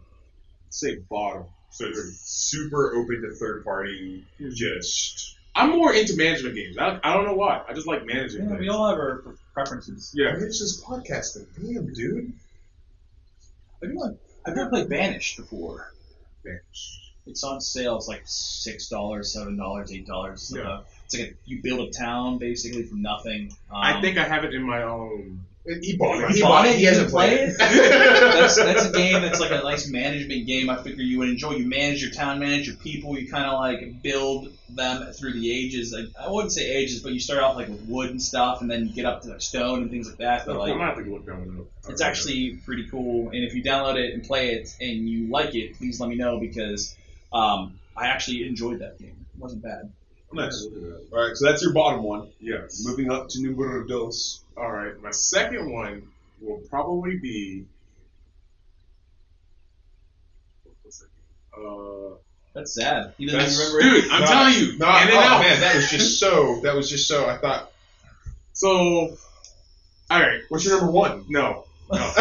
[SPEAKER 3] say bottom.
[SPEAKER 2] So you're super open to third party.
[SPEAKER 3] Just Hmm. I'm more into management games. I, I don't know why. I just like managing.
[SPEAKER 4] yeah.
[SPEAKER 3] things.
[SPEAKER 4] We all have our preferences.
[SPEAKER 3] yeah.
[SPEAKER 2] It's just podcasting. Damn, dude.
[SPEAKER 4] Have you like, I've never played Banished before.
[SPEAKER 3] Banished.
[SPEAKER 4] It's on sale. It's like six dollars, seven dollars, eight dollars.
[SPEAKER 3] Yeah.
[SPEAKER 4] It's like a, you build a town basically from nothing. Um,
[SPEAKER 3] I think I have it in my own.
[SPEAKER 2] He bought it.
[SPEAKER 4] You
[SPEAKER 2] He
[SPEAKER 4] bought
[SPEAKER 2] bought
[SPEAKER 4] it?
[SPEAKER 2] it. He
[SPEAKER 4] You
[SPEAKER 2] hasn't
[SPEAKER 4] play
[SPEAKER 2] played
[SPEAKER 4] it?
[SPEAKER 2] it.
[SPEAKER 4] that's that's a game that's like a nice management game. I figure you would enjoy. You manage your town, manage your people. You kind of like build them through the ages. Like, I wouldn't say ages, but you start off like with wood and stuff, and then you get up to like stone and things like that. But
[SPEAKER 3] I'm
[SPEAKER 4] like,
[SPEAKER 3] gonna have to go look that one up.
[SPEAKER 4] it's actually pretty cool. And if you download it and play it and you like it, please let me know because um, I actually enjoyed that game. It wasn't bad.
[SPEAKER 2] Nice. All right, so that's your bottom one.
[SPEAKER 3] Yes.
[SPEAKER 2] Moving up to numero dos.
[SPEAKER 3] All right, my second one will probably be. What's that game? Uh,
[SPEAKER 4] That's sad. He doesn't
[SPEAKER 3] that's-
[SPEAKER 4] even remember it.
[SPEAKER 3] dude, I'm
[SPEAKER 2] No,
[SPEAKER 3] telling you,
[SPEAKER 2] No,
[SPEAKER 3] in and
[SPEAKER 2] oh,
[SPEAKER 3] out.
[SPEAKER 2] man, that was just so. That was just so. I thought.
[SPEAKER 3] So, all right,
[SPEAKER 2] What's your number one?
[SPEAKER 3] no, no.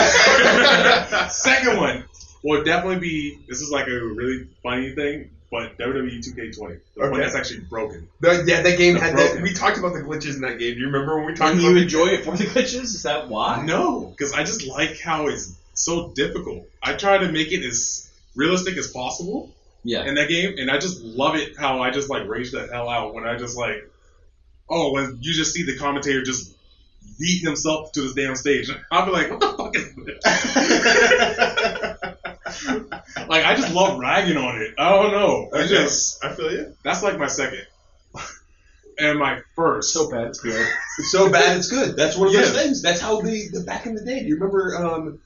[SPEAKER 3] second one will definitely be. This is like a really funny thing, but E WWE 2K20, the one
[SPEAKER 2] Okay.
[SPEAKER 3] that's actually broken.
[SPEAKER 2] The, yeah, that game
[SPEAKER 3] The
[SPEAKER 2] had that.
[SPEAKER 3] broken.
[SPEAKER 2] We talked about the glitches in that game. Do you remember when we talked
[SPEAKER 4] Can
[SPEAKER 2] about
[SPEAKER 4] you
[SPEAKER 2] the-
[SPEAKER 4] enjoy it for the glitches? Is that why?
[SPEAKER 3] No, because I just like how it's so difficult. I try to make it as realistic as possible.
[SPEAKER 4] Yeah.
[SPEAKER 3] in that game, and I just love it how I just like rage the hell out when I just like, oh, when you just see the commentator just beat himself to this damn stage, I'll be like, what the fuck is this? like I just love ragging on it. I don't know. I
[SPEAKER 2] Okay.
[SPEAKER 3] just
[SPEAKER 2] I feel you.
[SPEAKER 3] that's like my second and my first.
[SPEAKER 4] So bad. It's good.
[SPEAKER 2] It's so bad, it's good. That's one of those
[SPEAKER 3] Yeah.
[SPEAKER 2] things. That's how they the back in the day. Do you remember um,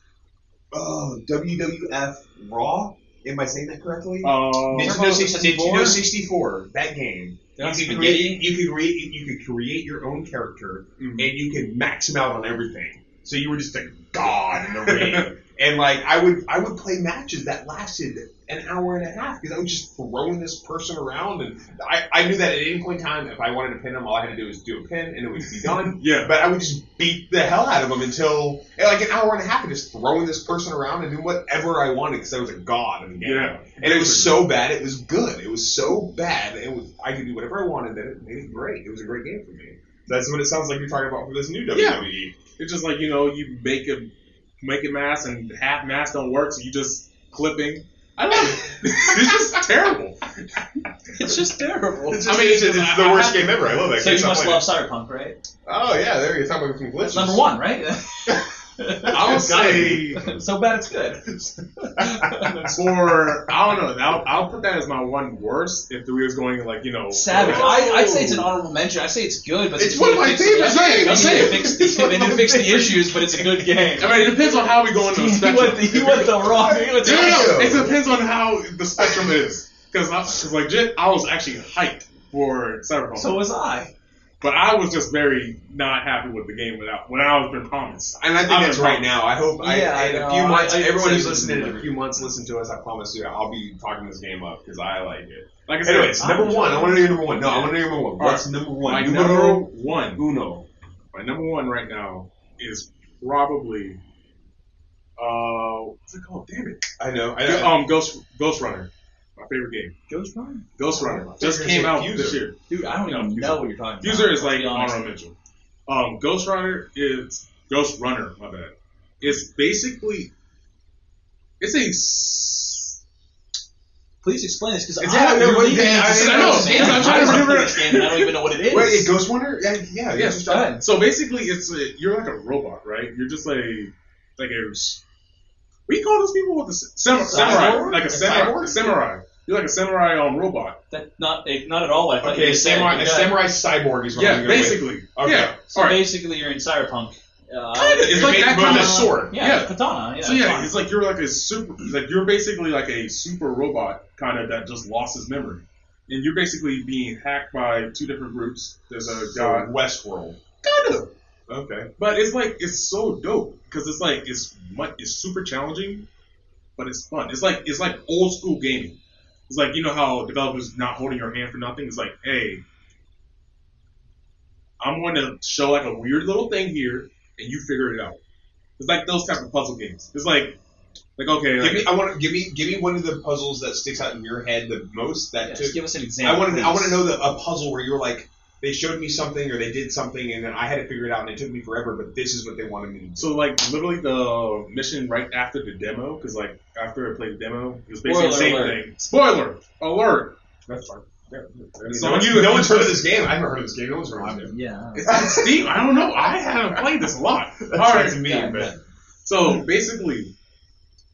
[SPEAKER 2] oh, WWF Raw? Am I saying that correctly?
[SPEAKER 3] Um,
[SPEAKER 4] Nintendo 64?
[SPEAKER 2] 64. That game.
[SPEAKER 4] That's
[SPEAKER 2] you could
[SPEAKER 4] spaghetti?
[SPEAKER 2] create. You could create. You could create your own character, and you could max him out on everything. So you were just a god in the ring. And like I would, I would play matches that lasted an hour and a half because I was just throwing this person around, and I, I knew that at any point in time, if I wanted to pin him, all I had to do was do a pin, and it would be done.
[SPEAKER 3] yeah.
[SPEAKER 2] But I would just beat the hell out of him until and, like an hour and a half of just throwing this person around and doing whatever I wanted because I was a god in the game.
[SPEAKER 3] Yeah.
[SPEAKER 2] And it was so bad, it was good. It was so bad, it was I could do whatever I wanted. That it made it great. It was a great game for me. That's what it sounds like you're talking about for this new E WWE.
[SPEAKER 3] Yeah. It's just like you know, you make a make a mask and half mask don't work, so you just clipping. I love it. it's just terrible.
[SPEAKER 4] It's just terrible.
[SPEAKER 2] It's
[SPEAKER 3] I
[SPEAKER 2] just-
[SPEAKER 3] mean,
[SPEAKER 2] it's, it's
[SPEAKER 3] I-
[SPEAKER 2] the
[SPEAKER 3] I
[SPEAKER 2] worst
[SPEAKER 3] have-
[SPEAKER 2] game ever. I love that.
[SPEAKER 4] So
[SPEAKER 2] game.
[SPEAKER 4] you
[SPEAKER 2] Stop
[SPEAKER 4] must
[SPEAKER 2] playing
[SPEAKER 4] love Cyberpunk, right?
[SPEAKER 2] it. Oh yeah, there you're talking about some glitches.
[SPEAKER 4] That's number one, right?
[SPEAKER 3] I would say
[SPEAKER 4] so bad it's good.
[SPEAKER 3] for I don't know. I'll, I'll put that as my one worst if we was going like you know
[SPEAKER 4] Savage.
[SPEAKER 3] like-
[SPEAKER 4] I, I'd say it's an honorable mention. I say it's good, but
[SPEAKER 2] Oh. It's one of my favorites.
[SPEAKER 4] They
[SPEAKER 2] Hey,
[SPEAKER 4] need
[SPEAKER 2] I'm
[SPEAKER 4] to
[SPEAKER 2] saying.
[SPEAKER 4] fix the-
[SPEAKER 2] It's one
[SPEAKER 4] They
[SPEAKER 2] of
[SPEAKER 4] need to
[SPEAKER 2] my
[SPEAKER 4] fix the
[SPEAKER 2] favorites.
[SPEAKER 4] issues, but it's a good game.
[SPEAKER 3] I mean, it depends on how we go into the
[SPEAKER 4] He went the,
[SPEAKER 3] spectrum.
[SPEAKER 4] he went the wrong. He went the
[SPEAKER 3] No,
[SPEAKER 2] Dude,
[SPEAKER 3] no, it
[SPEAKER 2] Damn.
[SPEAKER 3] depends on how the spectrum is. Because I, 'cause legit, I was actually hyped for Cyberpunk.
[SPEAKER 4] So was I.
[SPEAKER 3] But I was just very not happy with the game without when I was been promised.
[SPEAKER 2] And I think
[SPEAKER 3] I'm
[SPEAKER 2] that's
[SPEAKER 3] in trouble.
[SPEAKER 2] right now. I hope I,
[SPEAKER 4] Yeah, I
[SPEAKER 2] in a
[SPEAKER 4] know.
[SPEAKER 2] few
[SPEAKER 4] I-
[SPEAKER 2] months,
[SPEAKER 4] I-
[SPEAKER 2] everyone who's
[SPEAKER 4] I-
[SPEAKER 2] listening in a few months, listen to us. I promise you, I'll be talking this game up because I like it.
[SPEAKER 3] Like I said,
[SPEAKER 2] Anyways,
[SPEAKER 4] I'm
[SPEAKER 2] number one. I
[SPEAKER 4] enjoying
[SPEAKER 2] want to
[SPEAKER 4] it.
[SPEAKER 2] do number one. No, I
[SPEAKER 4] Yeah.
[SPEAKER 2] want to do number one.
[SPEAKER 3] All
[SPEAKER 2] What's number one?
[SPEAKER 3] my number
[SPEAKER 2] Numero
[SPEAKER 3] one,
[SPEAKER 2] uno.
[SPEAKER 3] my number one right now is probably uh, what's it called? Damn it!
[SPEAKER 2] I know. I know.
[SPEAKER 3] Um, Ghost Ghost Runner, my favorite game.
[SPEAKER 4] Ghost Runner?
[SPEAKER 3] Ghost
[SPEAKER 2] Oh,
[SPEAKER 3] Runner
[SPEAKER 2] I
[SPEAKER 3] just
[SPEAKER 2] thought you were
[SPEAKER 3] came
[SPEAKER 2] gonna
[SPEAKER 3] out
[SPEAKER 2] say
[SPEAKER 3] this
[SPEAKER 2] Fuser.
[SPEAKER 3] year.
[SPEAKER 4] Dude, I don't
[SPEAKER 3] No,
[SPEAKER 4] even
[SPEAKER 3] Fuser.
[SPEAKER 4] know what you're talking about.
[SPEAKER 3] Fuser is like
[SPEAKER 4] let's be honest.
[SPEAKER 3] honorable mention. Um, Ghost Rider is Ghost Runner. My bad. It's basically it's a s-
[SPEAKER 4] Please explain this because
[SPEAKER 2] It's-
[SPEAKER 4] I don't
[SPEAKER 2] yeah, what-
[SPEAKER 4] really
[SPEAKER 2] yeah, I-
[SPEAKER 4] understand.
[SPEAKER 2] I know.
[SPEAKER 3] I'm trying to
[SPEAKER 4] I don't
[SPEAKER 3] remember-
[SPEAKER 4] understand it. I don't even know what it is.
[SPEAKER 2] Wait, yeah, Ghost Runner? Yeah, yeah.
[SPEAKER 3] Yes,
[SPEAKER 2] just-
[SPEAKER 4] go ahead.
[SPEAKER 3] so basically it's a, you're like a robot, right? You're just a like a s- what do you call those people with the s- samu- samurai
[SPEAKER 2] Cyborg?
[SPEAKER 3] like
[SPEAKER 2] A
[SPEAKER 3] a samurai
[SPEAKER 2] cyborg?
[SPEAKER 3] samurai. You're like a samurai um, robot.
[SPEAKER 4] That, not, eh, not at all what I thought you
[SPEAKER 2] Okay,
[SPEAKER 4] just said.
[SPEAKER 2] samurai.
[SPEAKER 4] But
[SPEAKER 2] A
[SPEAKER 4] yeah.
[SPEAKER 2] samurai cyborg is what I'm
[SPEAKER 3] Yeah,
[SPEAKER 2] gonna go with.
[SPEAKER 3] basically.
[SPEAKER 2] Okay.
[SPEAKER 3] Yeah.
[SPEAKER 4] So
[SPEAKER 3] All right.
[SPEAKER 4] basically, you're in cyberpunk. Uh,
[SPEAKER 3] Kinda, it's
[SPEAKER 2] You're
[SPEAKER 3] like that
[SPEAKER 2] basically
[SPEAKER 3] kind
[SPEAKER 2] a
[SPEAKER 3] of
[SPEAKER 2] sword.
[SPEAKER 4] Yeah,
[SPEAKER 3] yeah.
[SPEAKER 4] katana. Yeah,
[SPEAKER 3] So yeah,
[SPEAKER 4] katana.
[SPEAKER 3] it's like you're like a super, like you're basically like a super robot kind of that just lost his memory, and you're basically being hacked by two different groups. There's a
[SPEAKER 2] God,
[SPEAKER 3] guy,
[SPEAKER 2] Westworld.
[SPEAKER 3] kind of,
[SPEAKER 2] Okay.
[SPEAKER 3] but it's like it's so dope because it's like it's mu- it's super challenging, but it's fun. It's like it's like old school gaming. It's like you know how developers not holding your hand for nothing. It's like hey, I'm going to show like a weird little thing here, and you figure it out. It's like those type of puzzle games. It's like like okay, like,
[SPEAKER 2] Give me. I want to give me. Give me one of the puzzles that sticks out in your head the most. That
[SPEAKER 4] Yeah,
[SPEAKER 2] took
[SPEAKER 4] just give us an example.
[SPEAKER 2] I want to. I want to
[SPEAKER 4] please.
[SPEAKER 2] know the a puzzle where you were like, they showed me something or they did something, and then I had to figure it out, and it took me forever. But this is what they wanted me to do.
[SPEAKER 3] So like literally the mission right after the demo, because like after I played the demo, it was basically the
[SPEAKER 4] Spoiler
[SPEAKER 3] same
[SPEAKER 4] alert.
[SPEAKER 3] thing. Spoiler alert!
[SPEAKER 2] That's fine. Yeah. I mean,
[SPEAKER 3] So
[SPEAKER 2] no, one's-
[SPEAKER 3] you-
[SPEAKER 2] no one's heard of this game. I haven't heard of this game. No one's heard of this game.
[SPEAKER 4] Yeah.
[SPEAKER 3] It's on Steam. I don't know. I haven't played this a lot. All right.
[SPEAKER 2] That's me,
[SPEAKER 4] Yeah,
[SPEAKER 2] but
[SPEAKER 3] So basically,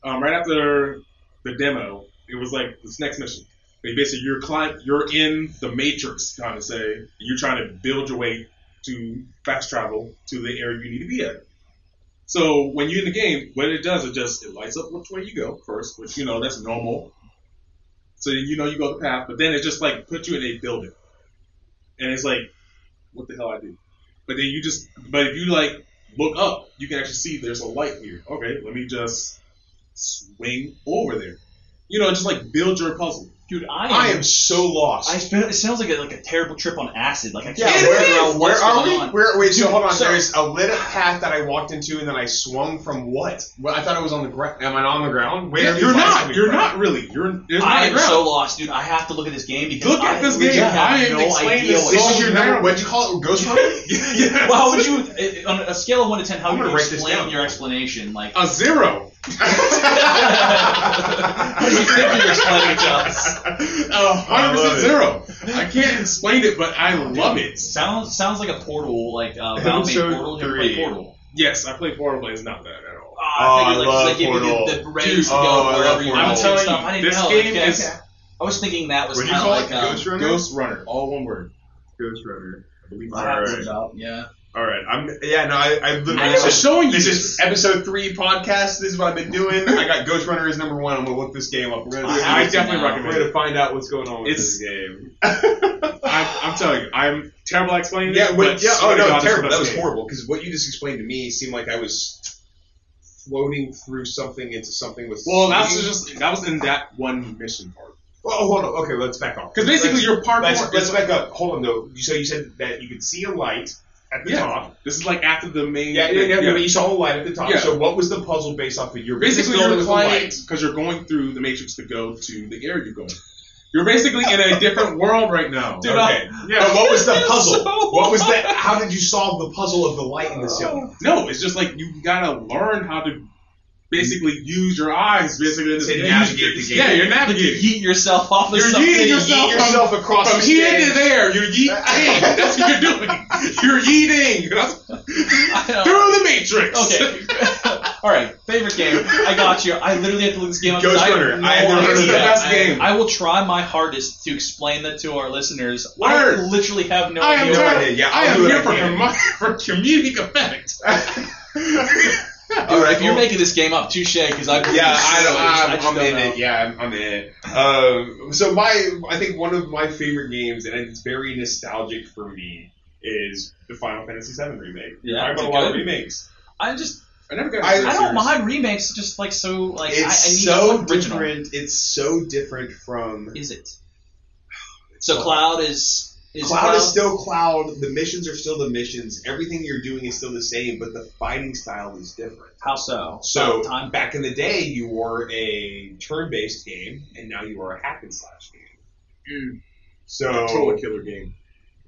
[SPEAKER 3] um, right after the demo, it was like this next mission. They basically you're climb, you're in the matrix, kind of say. and You're trying to build your way to fast travel to the area you need to be at. So when you're in the game, what it does is just it lights up which way you go first, which you know that's normal. So then you know you go the path, but then it just like puts you in a building, and it's like, what the hell I do? But then you just, but if you like look up, you can actually see there's a light here. Okay, let me just swing over there. You know, just like build your puzzle.
[SPEAKER 4] Dude, I am.
[SPEAKER 2] I am so lost.
[SPEAKER 4] I spent, it sounds like a, like a terrible trip on acid. Like I can't
[SPEAKER 2] yeah,
[SPEAKER 4] figure
[SPEAKER 2] where, uh, where
[SPEAKER 4] out what's
[SPEAKER 2] are
[SPEAKER 4] going
[SPEAKER 2] we?
[SPEAKER 4] on.
[SPEAKER 2] Where, wait, so hold on.
[SPEAKER 4] so-
[SPEAKER 2] There's a lit up path that I walked into, and then I swung from what? Well, I thought I was on the ground. Am I on the ground? Where are these
[SPEAKER 3] you're
[SPEAKER 2] lights
[SPEAKER 3] not.
[SPEAKER 2] coming
[SPEAKER 3] You're
[SPEAKER 2] from?
[SPEAKER 3] not really. You're. There's not
[SPEAKER 4] I
[SPEAKER 3] a
[SPEAKER 4] am
[SPEAKER 3] ground.
[SPEAKER 4] so lost, dude. I have to look at this game because
[SPEAKER 3] Look at
[SPEAKER 4] I
[SPEAKER 3] this
[SPEAKER 4] legit
[SPEAKER 3] game.
[SPEAKER 4] Have
[SPEAKER 3] I am
[SPEAKER 4] no
[SPEAKER 3] explaining
[SPEAKER 4] idea
[SPEAKER 3] this
[SPEAKER 4] what
[SPEAKER 2] This
[SPEAKER 3] so
[SPEAKER 2] is your
[SPEAKER 3] now-
[SPEAKER 2] number. What'd you call it? Ghost Runner?
[SPEAKER 3] yes.
[SPEAKER 4] Well, how would you, eh, eh, on a scale of one to ten, how
[SPEAKER 2] I'm
[SPEAKER 4] would
[SPEAKER 2] gonna
[SPEAKER 4] you
[SPEAKER 2] write this
[SPEAKER 4] explain
[SPEAKER 2] down.
[SPEAKER 4] your explanation? Like,
[SPEAKER 3] a zero?
[SPEAKER 4] how do you think you're explaining it to us?
[SPEAKER 3] A
[SPEAKER 2] I
[SPEAKER 3] hundred
[SPEAKER 2] love
[SPEAKER 3] percent
[SPEAKER 2] it.
[SPEAKER 3] zero. I can't explain it, but I love it.
[SPEAKER 4] Sounds sounds like a portal, like uh, Valve made
[SPEAKER 2] Episode
[SPEAKER 4] portal. You ever
[SPEAKER 2] three.
[SPEAKER 4] play portal.
[SPEAKER 3] Yes, I play Portal, but it's not that at all.
[SPEAKER 4] Ah, I
[SPEAKER 2] Oh, I
[SPEAKER 4] figured, like, just, like,
[SPEAKER 2] love
[SPEAKER 4] giving you the,
[SPEAKER 2] Portal.
[SPEAKER 4] the range
[SPEAKER 3] Dude,
[SPEAKER 4] to
[SPEAKER 2] oh, I
[SPEAKER 4] go
[SPEAKER 2] love
[SPEAKER 4] wherever
[SPEAKER 2] Portal.
[SPEAKER 4] you want
[SPEAKER 2] I'm
[SPEAKER 4] and
[SPEAKER 3] telling
[SPEAKER 4] stuff.
[SPEAKER 3] you,
[SPEAKER 4] I didn't
[SPEAKER 3] this
[SPEAKER 4] know.
[SPEAKER 3] game
[SPEAKER 4] okay,
[SPEAKER 3] is-
[SPEAKER 4] okay. I was thinking that was
[SPEAKER 2] What do
[SPEAKER 4] kind
[SPEAKER 2] you
[SPEAKER 4] of
[SPEAKER 2] call
[SPEAKER 4] like
[SPEAKER 2] it? Ghost
[SPEAKER 4] um,
[SPEAKER 2] Runner?
[SPEAKER 3] Ghost Runner, all one word.
[SPEAKER 2] Ghost Runner. I believe.
[SPEAKER 4] I
[SPEAKER 2] All
[SPEAKER 4] have to
[SPEAKER 2] right.
[SPEAKER 4] look it up, Yeah.
[SPEAKER 2] All right. I'm. Yeah. No. I. I literally.
[SPEAKER 4] I
[SPEAKER 3] I'm just showing you.
[SPEAKER 2] This is episode three podcast. This is what I've been doing. I got Ghost Runner as number one. I'm gonna look this game up. We're gonna,
[SPEAKER 4] I
[SPEAKER 3] I
[SPEAKER 4] have to
[SPEAKER 3] definitely
[SPEAKER 4] now.
[SPEAKER 2] we're
[SPEAKER 3] recommend it.
[SPEAKER 2] gonna find out what's going on with
[SPEAKER 3] It's-
[SPEAKER 2] this game.
[SPEAKER 3] I'm, I'm telling you, I'm terrible at explaining
[SPEAKER 2] Yeah, but,
[SPEAKER 3] it. but
[SPEAKER 2] yeah.
[SPEAKER 3] swear
[SPEAKER 2] Oh
[SPEAKER 3] to God,
[SPEAKER 2] no,
[SPEAKER 3] it's the
[SPEAKER 2] terrible.
[SPEAKER 3] best
[SPEAKER 2] That was
[SPEAKER 3] game.
[SPEAKER 2] horrible because what you just explained to me seemed like I was floating through something into something with.
[SPEAKER 3] Well, that's
[SPEAKER 2] speed.
[SPEAKER 3] just that was in that one mission part.
[SPEAKER 2] Oh, hold on. Okay, let's back off.
[SPEAKER 3] Because basically,
[SPEAKER 2] Let's-
[SPEAKER 3] your parkour.
[SPEAKER 2] let's, let's
[SPEAKER 3] is-
[SPEAKER 2] back up. Hold on though. So you said that you could see a light at the
[SPEAKER 3] yeah,
[SPEAKER 2] top.
[SPEAKER 3] this is like after the main.
[SPEAKER 2] Yeah, yeah, yeah, But you saw a light at the top.
[SPEAKER 3] Yeah.
[SPEAKER 2] So what was the puzzle based off of your
[SPEAKER 3] Basically,
[SPEAKER 2] this building
[SPEAKER 3] you're
[SPEAKER 2] was a
[SPEAKER 3] climbing
[SPEAKER 2] light.
[SPEAKER 3] because you're going through the matrix to go to the area you're going. You're basically in a different world right now.
[SPEAKER 4] Dude, I-
[SPEAKER 2] Okay.
[SPEAKER 3] yeah.
[SPEAKER 2] But what was the
[SPEAKER 4] It's
[SPEAKER 2] puzzle?
[SPEAKER 4] so
[SPEAKER 2] What was that? How did you solve the puzzle of the light in the
[SPEAKER 3] Oh.
[SPEAKER 2] cell?
[SPEAKER 3] No, it's just like you gotta learn how to basically use your eyes, basically in this
[SPEAKER 2] To
[SPEAKER 3] game.
[SPEAKER 2] navigate the game.
[SPEAKER 3] Yeah, you're
[SPEAKER 4] Like, you
[SPEAKER 3] navigating.
[SPEAKER 4] yeet yourself off of
[SPEAKER 3] You're
[SPEAKER 4] something.
[SPEAKER 3] yeeting
[SPEAKER 2] You
[SPEAKER 3] yourself
[SPEAKER 2] yeet yourself across
[SPEAKER 3] From
[SPEAKER 2] the
[SPEAKER 3] here
[SPEAKER 2] stage.
[SPEAKER 3] to there, you're yeeting. That's what you're doing. You're yeeting. That's-
[SPEAKER 4] I don't-
[SPEAKER 3] through the matrix.
[SPEAKER 4] Okay. All right. Favorite game. I got you. I literally have to look this game up.
[SPEAKER 2] Ghost
[SPEAKER 4] 'cause I have
[SPEAKER 2] Runner.
[SPEAKER 4] no
[SPEAKER 2] I have never heard of
[SPEAKER 4] idea.
[SPEAKER 2] that.
[SPEAKER 3] It's the best
[SPEAKER 4] I-
[SPEAKER 3] game.
[SPEAKER 4] I will try my hardest to explain that to our listeners.
[SPEAKER 3] Word.
[SPEAKER 4] I literally have no
[SPEAKER 3] I am
[SPEAKER 4] idea.
[SPEAKER 2] No
[SPEAKER 3] tired.
[SPEAKER 2] idea. Yeah,
[SPEAKER 3] I
[SPEAKER 2] I'll
[SPEAKER 3] am
[SPEAKER 2] do what
[SPEAKER 3] here
[SPEAKER 2] I
[SPEAKER 3] for,
[SPEAKER 2] can.
[SPEAKER 3] com- for comedic effect. Oh.
[SPEAKER 2] All right,
[SPEAKER 4] if you're
[SPEAKER 2] well-
[SPEAKER 4] making this game up, touche. Because I
[SPEAKER 2] Yeah, I
[SPEAKER 4] just
[SPEAKER 2] don't, I'm, I'm
[SPEAKER 4] don't
[SPEAKER 2] in
[SPEAKER 4] know.
[SPEAKER 2] it. Yeah, I'm, I'm in it. Um, so my, I think one of my favorite games, and it's very nostalgic for me, is the Final Fantasy VII remake.
[SPEAKER 4] Yeah,
[SPEAKER 2] I
[SPEAKER 4] is
[SPEAKER 2] bought
[SPEAKER 4] it
[SPEAKER 2] a lot of
[SPEAKER 4] good?
[SPEAKER 2] remakes.
[SPEAKER 4] I just
[SPEAKER 2] I never got.
[SPEAKER 4] I,
[SPEAKER 2] the
[SPEAKER 4] don't
[SPEAKER 2] series.
[SPEAKER 4] mind remakes. Just like so, like I, I need
[SPEAKER 2] It's so
[SPEAKER 4] something original.
[SPEAKER 2] different. It's so different from
[SPEAKER 4] Is it? So Cloud is is
[SPEAKER 2] cloud, is still cloud. The missions are still the missions. Everything you're doing is still the same, but the fighting style is different.
[SPEAKER 4] how so?
[SPEAKER 2] So
[SPEAKER 4] time.
[SPEAKER 2] back in the day, you were a turn-based game, and now you are a hack and slash game.
[SPEAKER 4] Hmm.
[SPEAKER 3] Mm.
[SPEAKER 2] So
[SPEAKER 3] Controller killer game,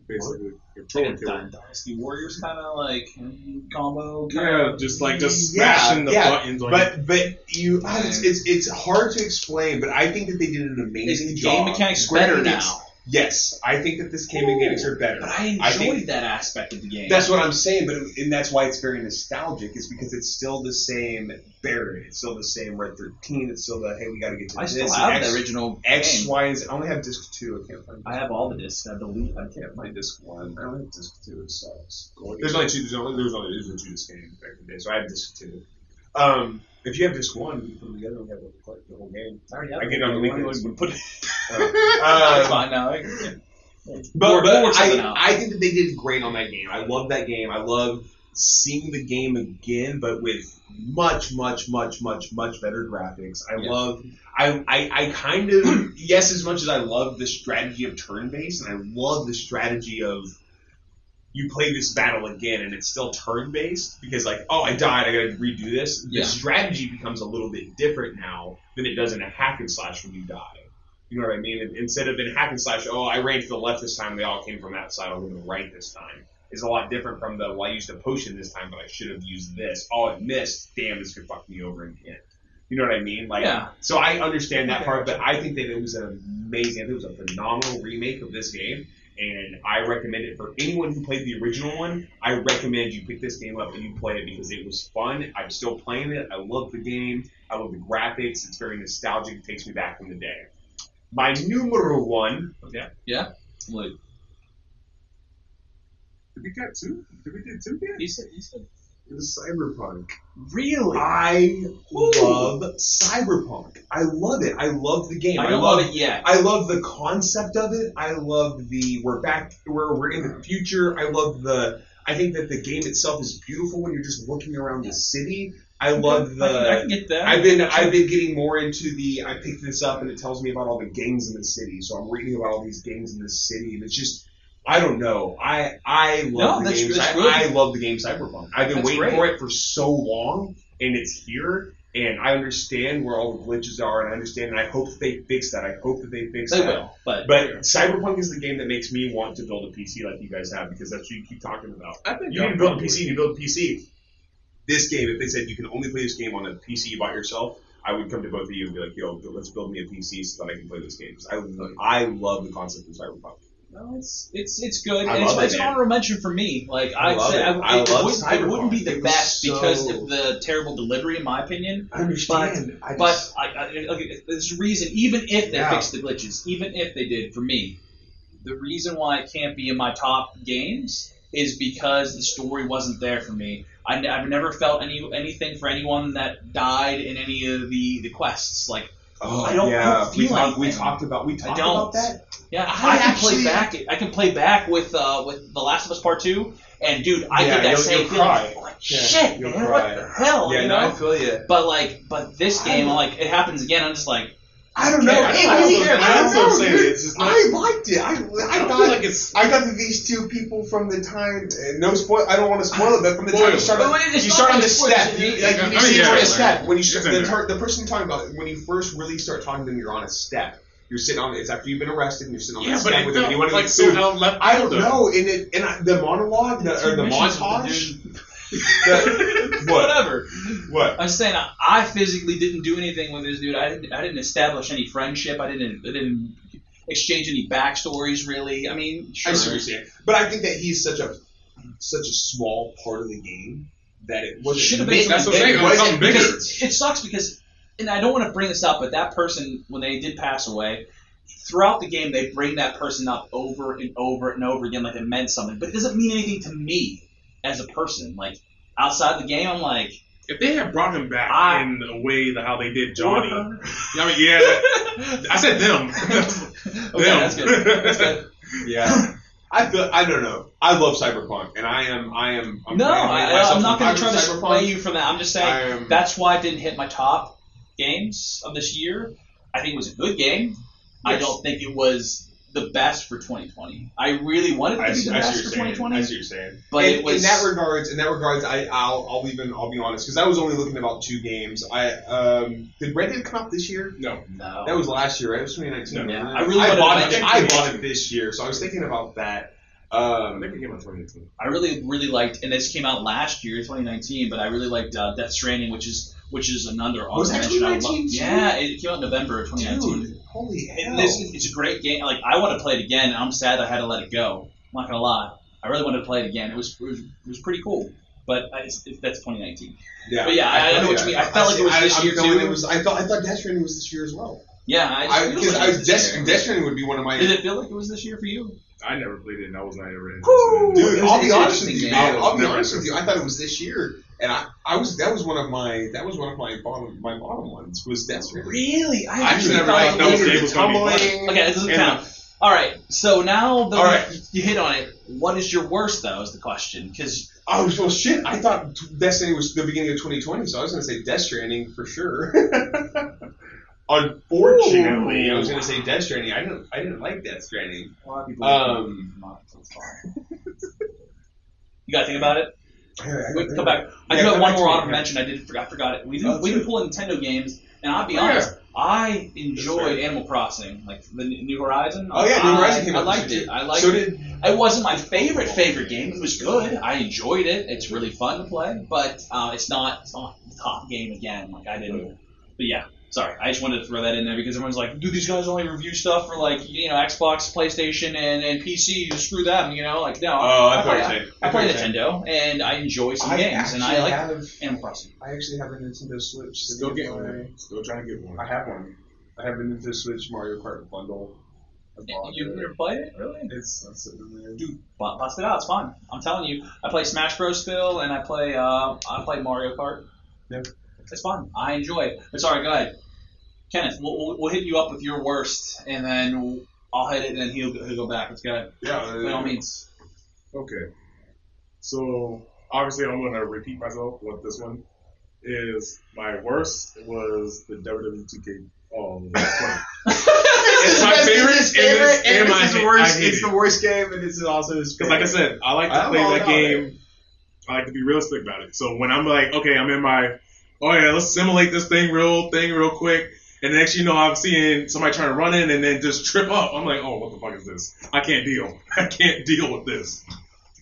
[SPEAKER 3] basically. Controller
[SPEAKER 4] Like a
[SPEAKER 3] killer.
[SPEAKER 4] Dyn- Dynasty Warriors kind of like mm, combo.
[SPEAKER 3] Yeah, just like just
[SPEAKER 2] Yeah,
[SPEAKER 3] smashing the
[SPEAKER 2] yeah,
[SPEAKER 3] buttons on.
[SPEAKER 2] But but you, ah, it's, it's it's hard to explain. But I think that they did an
[SPEAKER 4] Is
[SPEAKER 2] amazing
[SPEAKER 4] the
[SPEAKER 2] job.
[SPEAKER 4] game mechanics
[SPEAKER 2] Square
[SPEAKER 4] better
[SPEAKER 2] Enix-
[SPEAKER 4] now?
[SPEAKER 2] Yes, I think that this game mechanics are better.
[SPEAKER 4] But I
[SPEAKER 2] think-
[SPEAKER 4] enjoyed that aspect of the game.
[SPEAKER 2] That's what I'm saying, but and that's why it's very nostalgic. Is because it's still the same Barrett, it's still the same Red Thirteen, it's still the hey, we got to get to
[SPEAKER 4] I
[SPEAKER 2] this.
[SPEAKER 4] still
[SPEAKER 2] and
[SPEAKER 4] have
[SPEAKER 2] X,
[SPEAKER 4] the original
[SPEAKER 2] X,
[SPEAKER 4] game.
[SPEAKER 2] Y, and Z. I only have disc two. I can't find.
[SPEAKER 4] I have all the discs. I believe.
[SPEAKER 2] I can't find disc one. I only have disc two. It sucks. There's only two. There's only there's only there's only two disc games back in the day, so I have disc two. Um, if you have disc one, you can put them together and have like, the whole game.
[SPEAKER 4] I already have
[SPEAKER 2] I
[SPEAKER 4] it.
[SPEAKER 2] get on the
[SPEAKER 4] One
[SPEAKER 2] weekends.
[SPEAKER 4] would put it- That's
[SPEAKER 2] Uh,
[SPEAKER 4] fine now. I can-
[SPEAKER 2] But,
[SPEAKER 4] Or-
[SPEAKER 2] but
[SPEAKER 4] or something
[SPEAKER 2] I,
[SPEAKER 4] else.
[SPEAKER 2] I think that they did great on that game. I love that game. I love seeing the game again, but with much, much, much, much, much better graphics. I
[SPEAKER 4] Yeah.
[SPEAKER 2] love. I, I, I kind of yes, as much as I love the strategy of turn based, and I love the strategy of you play this battle again and it's still turn based because like oh I died I gotta redo this.
[SPEAKER 4] Yeah.
[SPEAKER 2] The strategy becomes a little bit different now than it does in a hack and slash when you die. You know what I mean? And Instead of in hack and slash, oh, I ran to the left this time, they all came from that side, I'll go to the right this time. It's a lot different from the, well, I used a potion this time, but I should have used this. Oh, it missed. Damn, this could fuck me over again. You know what I mean? Like,
[SPEAKER 4] Yeah.
[SPEAKER 2] So I understand that
[SPEAKER 4] Okay.
[SPEAKER 2] part, but I think that it was an amazing, I think it was a phenomenal remake of this game, and I recommend it for anyone who played the original one. I recommend you pick this game up and you play it because it was fun. I'm still playing it. I love the game. I love the graphics. It's very nostalgic. It takes me back in the day. My numero one. Yeah.
[SPEAKER 4] Like,
[SPEAKER 3] Did we get two? Did we get two yet?
[SPEAKER 4] he said, he said,
[SPEAKER 2] Is Cyberpunk.
[SPEAKER 4] really?
[SPEAKER 2] I
[SPEAKER 4] Ooh.
[SPEAKER 2] love Cyberpunk. I love it. I love the game.
[SPEAKER 4] I
[SPEAKER 2] I
[SPEAKER 4] don't
[SPEAKER 2] love
[SPEAKER 4] love it yet.
[SPEAKER 2] I love the concept of it. I love the we're back we're, we're in the future. I love the I think that the game itself is beautiful when you're just looking around the city. I love the
[SPEAKER 4] I can, I can get that.
[SPEAKER 2] I've been I've been getting more into the I picked this up and it tells me about all the gangs in the city. So I'm reading about all these gangs in the city and it's just I don't know. I I love the
[SPEAKER 4] No, that's-
[SPEAKER 2] game.
[SPEAKER 4] that's
[SPEAKER 2] Cy-
[SPEAKER 4] good.
[SPEAKER 2] I, love the game Cyberpunk. I've been
[SPEAKER 4] That's
[SPEAKER 2] waiting
[SPEAKER 4] great.
[SPEAKER 2] for it for so long and it's here and I understand where all the glitches are and I understand and I hope that they fix that. I hope that they fix
[SPEAKER 4] they
[SPEAKER 2] that.
[SPEAKER 4] will, but,
[SPEAKER 2] But Cyberpunk is the game that makes me want to build a PC like you guys have because that's what you keep talking about.
[SPEAKER 3] I think
[SPEAKER 2] You need to build a PC. You build a PC. This game, if they said you can only play this game on a PC by yourself, I would come to both of you and be like, "Yo, let's build me a PC so that I can play this game." 'Cause I I love the concept of Cyberpunk.
[SPEAKER 4] no, it's it's it's good.
[SPEAKER 2] I
[SPEAKER 4] And it's,
[SPEAKER 2] love it,
[SPEAKER 4] it's an
[SPEAKER 2] man.
[SPEAKER 4] honorable mention for me. Like
[SPEAKER 2] I
[SPEAKER 4] I'd
[SPEAKER 2] love
[SPEAKER 4] say,
[SPEAKER 2] it.
[SPEAKER 4] I,
[SPEAKER 2] I
[SPEAKER 4] it,
[SPEAKER 2] love
[SPEAKER 4] wouldn't, it wouldn't be
[SPEAKER 2] Cyberpunk.
[SPEAKER 4] the
[SPEAKER 2] It was
[SPEAKER 4] best because
[SPEAKER 2] so-
[SPEAKER 4] of the terrible delivery, in my opinion.
[SPEAKER 2] I
[SPEAKER 4] understand.
[SPEAKER 2] I
[SPEAKER 4] But I, I, okay, there's a reason. Even if they
[SPEAKER 2] Yeah.
[SPEAKER 4] fixed the glitches, even if they did, for me, the reason why it can't be in my top games is because the story wasn't there for me. I, have never felt any anything for anyone that died in any of the, the quests. Like, I don't- I don't
[SPEAKER 2] Oh, we,
[SPEAKER 4] feel
[SPEAKER 2] talked, we
[SPEAKER 4] anything.
[SPEAKER 2] talked about we talked
[SPEAKER 4] don't.
[SPEAKER 2] about that.
[SPEAKER 4] yeah,
[SPEAKER 2] I
[SPEAKER 4] I, can
[SPEAKER 2] actually-
[SPEAKER 4] play back. I can play back with uh, with The Last of Us Part Two, and dude, I
[SPEAKER 2] Yeah,
[SPEAKER 4] get that
[SPEAKER 2] you'll-
[SPEAKER 4] same
[SPEAKER 2] you'll
[SPEAKER 4] feeling.
[SPEAKER 2] cry.
[SPEAKER 4] Like,
[SPEAKER 2] Yeah,
[SPEAKER 4] shit,
[SPEAKER 2] you'll
[SPEAKER 4] man,
[SPEAKER 2] cry.
[SPEAKER 4] what the hell? you know?
[SPEAKER 2] feel you.
[SPEAKER 4] but like, but this game,
[SPEAKER 2] I-
[SPEAKER 4] like, it happens again. I'm just like,
[SPEAKER 2] I don't know.
[SPEAKER 4] Yeah,
[SPEAKER 2] I, don't
[SPEAKER 4] I don't
[SPEAKER 2] know.
[SPEAKER 4] know.
[SPEAKER 2] I don't
[SPEAKER 3] I'm
[SPEAKER 2] know,
[SPEAKER 3] saying
[SPEAKER 2] dude.
[SPEAKER 3] it's just not-
[SPEAKER 2] I liked it. I, I,
[SPEAKER 3] I don't
[SPEAKER 2] got
[SPEAKER 3] feel like it's.
[SPEAKER 2] I got these two people from the time. uh, No spoil. I don't want to spoil it, but from the time you
[SPEAKER 3] Spoil.
[SPEAKER 2] start,
[SPEAKER 4] But when it
[SPEAKER 2] on,
[SPEAKER 4] is
[SPEAKER 2] you start
[SPEAKER 4] not
[SPEAKER 2] on the
[SPEAKER 4] really spoiled,
[SPEAKER 2] step.
[SPEAKER 4] it's-
[SPEAKER 2] You,
[SPEAKER 4] it's-
[SPEAKER 2] like
[SPEAKER 3] I
[SPEAKER 2] you
[SPEAKER 3] mean,
[SPEAKER 2] see
[SPEAKER 3] yeah,
[SPEAKER 2] you're on a
[SPEAKER 3] it's
[SPEAKER 2] step
[SPEAKER 3] in
[SPEAKER 2] when you
[SPEAKER 3] there.
[SPEAKER 2] start,
[SPEAKER 3] It's in
[SPEAKER 2] the,
[SPEAKER 3] there.
[SPEAKER 2] tur- the person talking about when you first really start talking to them, you're on a step. You're sitting on. It's after you've been arrested, and you're sitting on
[SPEAKER 3] Yeah,
[SPEAKER 2] the
[SPEAKER 3] but
[SPEAKER 2] step
[SPEAKER 3] it
[SPEAKER 2] with them, and you want
[SPEAKER 3] felt
[SPEAKER 2] to
[SPEAKER 3] like
[SPEAKER 2] get
[SPEAKER 3] so
[SPEAKER 2] sued.
[SPEAKER 3] out left.
[SPEAKER 2] I don't
[SPEAKER 3] field, though.
[SPEAKER 2] know, and it and I, the monologue the, or the montage. The, what?
[SPEAKER 4] whatever.
[SPEAKER 2] What?
[SPEAKER 4] I'm saying I, I physically didn't do anything with this dude. I didn't. I didn't establish any friendship. I didn't. I didn't exchange any backstories really. I mean, sure.
[SPEAKER 2] I see what you're saying, but I think that he's such a such a small part of the game that it wasn't.
[SPEAKER 4] Should have been
[SPEAKER 2] meant-
[SPEAKER 4] something That's what I'm
[SPEAKER 2] it
[SPEAKER 3] saying,
[SPEAKER 2] wasn't
[SPEAKER 3] something bigger.
[SPEAKER 2] meant-
[SPEAKER 4] Because it sucks because, and I don't want to bring this up, but that person when they did pass away. Throughout the game, they bring that person up over and over and over again, like it meant something. But it doesn't mean anything to me as a person. Like outside the game, I'm like,
[SPEAKER 3] If they had brought him back
[SPEAKER 4] I-
[SPEAKER 3] in a way the how they did Johnny, I mean, yeah, I said them.
[SPEAKER 4] okay, that's good. That's good.
[SPEAKER 2] Yeah. I feel I don't know. I love Cyberpunk, and I am I am. I'm
[SPEAKER 4] no,
[SPEAKER 2] branding
[SPEAKER 4] I,
[SPEAKER 2] myself
[SPEAKER 4] I'm not
[SPEAKER 2] the
[SPEAKER 4] going to try
[SPEAKER 2] Cyberpunk.
[SPEAKER 4] to sway you from that. I'm just saying
[SPEAKER 2] I am-
[SPEAKER 4] that's why it didn't hit my top games of this year. I think it was a good game. I
[SPEAKER 2] Yes.
[SPEAKER 4] don't think it was the best for 2020. I really wanted
[SPEAKER 2] I,
[SPEAKER 4] it to be
[SPEAKER 2] see,
[SPEAKER 4] the
[SPEAKER 2] I see
[SPEAKER 4] best
[SPEAKER 2] what
[SPEAKER 4] for
[SPEAKER 2] you're saying.
[SPEAKER 4] 2020,
[SPEAKER 2] I see what you're saying.
[SPEAKER 4] but
[SPEAKER 2] in,
[SPEAKER 4] it was
[SPEAKER 2] in that regards, in that regards, I I'll, I'll even I'll be honest because I was only looking about two games. I um did Red Dead come out this year? No,
[SPEAKER 4] no.
[SPEAKER 2] that was last year. Right? It was 2019.
[SPEAKER 4] Yeah,
[SPEAKER 2] wasn't
[SPEAKER 4] I
[SPEAKER 2] it?
[SPEAKER 4] really
[SPEAKER 2] I
[SPEAKER 4] wanted
[SPEAKER 2] bought
[SPEAKER 4] Red
[SPEAKER 2] it.
[SPEAKER 4] Dead.
[SPEAKER 2] I bought it this year, so I was thinking about that.
[SPEAKER 3] I
[SPEAKER 2] Um,
[SPEAKER 3] think it came out 2018.
[SPEAKER 4] I really really liked, and this came out last year, 2019. But I really liked uh, Death Stranding, which is which is another
[SPEAKER 2] Was that
[SPEAKER 4] augmentation. I love-
[SPEAKER 2] 2019?
[SPEAKER 4] Yeah, it came out in November of 2019.
[SPEAKER 2] dude, holy hell!
[SPEAKER 4] And this is- it's a great game. Like I want to play it again. and I'm sad I had to let it go. I'm not gonna lie. I really wanted to play it again. It was it was, it was pretty cool. But I, it's, it, that's 2019.
[SPEAKER 2] yeah,
[SPEAKER 4] but yeah, I- I know what you mean. I felt like it was
[SPEAKER 2] I,
[SPEAKER 4] this
[SPEAKER 2] I'm
[SPEAKER 4] year,
[SPEAKER 2] going-
[SPEAKER 4] too.
[SPEAKER 2] It was, I thought I thought Death Stranding was this year as well.
[SPEAKER 4] Yeah, I just
[SPEAKER 2] I,
[SPEAKER 4] feel
[SPEAKER 2] because
[SPEAKER 4] like
[SPEAKER 2] I
[SPEAKER 4] it
[SPEAKER 2] was
[SPEAKER 4] was
[SPEAKER 2] Death,
[SPEAKER 4] this year.
[SPEAKER 2] Death Stranding would be one of my.
[SPEAKER 4] Did it feel like it was this year for you?
[SPEAKER 3] I never played it, and I was not ever
[SPEAKER 4] Woo!
[SPEAKER 3] interested. in it.
[SPEAKER 2] Dude,
[SPEAKER 4] It was-
[SPEAKER 2] I'll be
[SPEAKER 4] it's
[SPEAKER 2] honest with
[SPEAKER 4] interesting
[SPEAKER 2] you.
[SPEAKER 4] game.
[SPEAKER 2] I'll, I'll be
[SPEAKER 3] Never
[SPEAKER 2] honest with you. I thought it was this year, and I, I was that was one of my that was one of my bottom my bottom ones was Death Stranding.
[SPEAKER 4] Really? I,
[SPEAKER 2] I just
[SPEAKER 4] really
[SPEAKER 2] never
[SPEAKER 4] thought
[SPEAKER 2] like
[SPEAKER 4] it
[SPEAKER 3] no,
[SPEAKER 4] was-
[SPEAKER 3] it was gonna be fun.
[SPEAKER 4] Okay, it doesn't
[SPEAKER 3] And-
[SPEAKER 4] count. All right. So now that
[SPEAKER 2] All right.
[SPEAKER 4] you- you hit on it, what is your worst though? Is the question because
[SPEAKER 2] I was well shit. I thought Death Stranding was the beginning of 2020, so I was gonna say Death Stranding for sure. Unfortunately, I was gonna say Death Stranding. I didn't I didn't like Death Stranding.
[SPEAKER 4] a lot of people.
[SPEAKER 2] Um,
[SPEAKER 4] you gotta think about it. We can come back. I
[SPEAKER 2] Yeah,
[SPEAKER 4] do have
[SPEAKER 2] come
[SPEAKER 4] one
[SPEAKER 2] back
[SPEAKER 4] more
[SPEAKER 2] to it,
[SPEAKER 4] honorable
[SPEAKER 2] yeah.
[SPEAKER 4] mention. I did forgot, forgot it. We
[SPEAKER 2] Oh,
[SPEAKER 4] didn't,
[SPEAKER 2] that's
[SPEAKER 4] we
[SPEAKER 2] right.
[SPEAKER 4] didn't pull Nintendo games, and I'll be
[SPEAKER 2] Yeah.
[SPEAKER 4] honest, I
[SPEAKER 2] That's
[SPEAKER 4] enjoyed
[SPEAKER 2] right.
[SPEAKER 4] Animal Crossing, like the N- New Horizon.
[SPEAKER 2] Oh yeah, New Horizon
[SPEAKER 4] I,
[SPEAKER 2] came
[SPEAKER 4] I
[SPEAKER 2] out. this
[SPEAKER 4] liked
[SPEAKER 2] year,
[SPEAKER 4] it.
[SPEAKER 2] too.
[SPEAKER 4] I liked
[SPEAKER 2] so
[SPEAKER 4] it.
[SPEAKER 2] did
[SPEAKER 4] It wasn't my favorite favorite game. It was good. I enjoyed it. It's really fun to play, but uh, it's not it's not the top game again. Like I didn't. But yeah, sorry. I just wanted to throw that in there because everyone's like, dude, these guys only review stuff for like you know Xbox, PlayStation, and and PC. Screw them, you know. Like no,
[SPEAKER 2] Oh, I
[SPEAKER 4] I
[SPEAKER 2] thought
[SPEAKER 4] play,
[SPEAKER 2] you said.
[SPEAKER 4] I play Nintendo and I enjoy some games and I like Animal Crossing.
[SPEAKER 2] I actually have a Nintendo Switch. so
[SPEAKER 3] Still
[SPEAKER 2] if
[SPEAKER 3] getting
[SPEAKER 2] I-
[SPEAKER 3] one. Still trying to get one.
[SPEAKER 2] I have one. I have a Nintendo Switch Mario Kart bundle. I bought
[SPEAKER 4] You've
[SPEAKER 2] it.
[SPEAKER 4] never played it, really?
[SPEAKER 2] It's that's it in there.
[SPEAKER 4] Dude, bu- bust it out. It's fun. I'm telling you. I play Smash Bros. still, and I play uh, I play Mario Kart.
[SPEAKER 2] Yep.
[SPEAKER 4] It's fun. I enjoy it. But sorry, go ahead, Kenneth. We'll, we'll, we'll hit you up with your worst, and then I'll hit it, and then he'll, he'll go back. Let's go.
[SPEAKER 2] Yeah, uh,
[SPEAKER 4] By all means.
[SPEAKER 3] Okay. So obviously, I'm going to repeat myself. What this one is my worst was the WWE 2K. Oh,
[SPEAKER 2] it's
[SPEAKER 3] my favorite,
[SPEAKER 2] It's his
[SPEAKER 3] and
[SPEAKER 2] favorite,
[SPEAKER 3] it's-
[SPEAKER 2] and
[SPEAKER 3] and
[SPEAKER 2] it's
[SPEAKER 3] I
[SPEAKER 2] his
[SPEAKER 3] hate-
[SPEAKER 2] worst.
[SPEAKER 3] I hate
[SPEAKER 2] It's
[SPEAKER 3] it.
[SPEAKER 2] the worst game, and it's also his.
[SPEAKER 3] because like I said, I like to
[SPEAKER 2] I'm
[SPEAKER 3] play
[SPEAKER 2] all
[SPEAKER 3] that
[SPEAKER 2] about
[SPEAKER 3] game. I like to be realistic about it. So when I'm like, okay, I'm in my, oh yeah, let's simulate this thing real thing real quick. And the next you know, I'm seeing somebody trying to run in and then just trip up. I'm like, oh, what the fuck is this? I can't deal. I can't deal with this.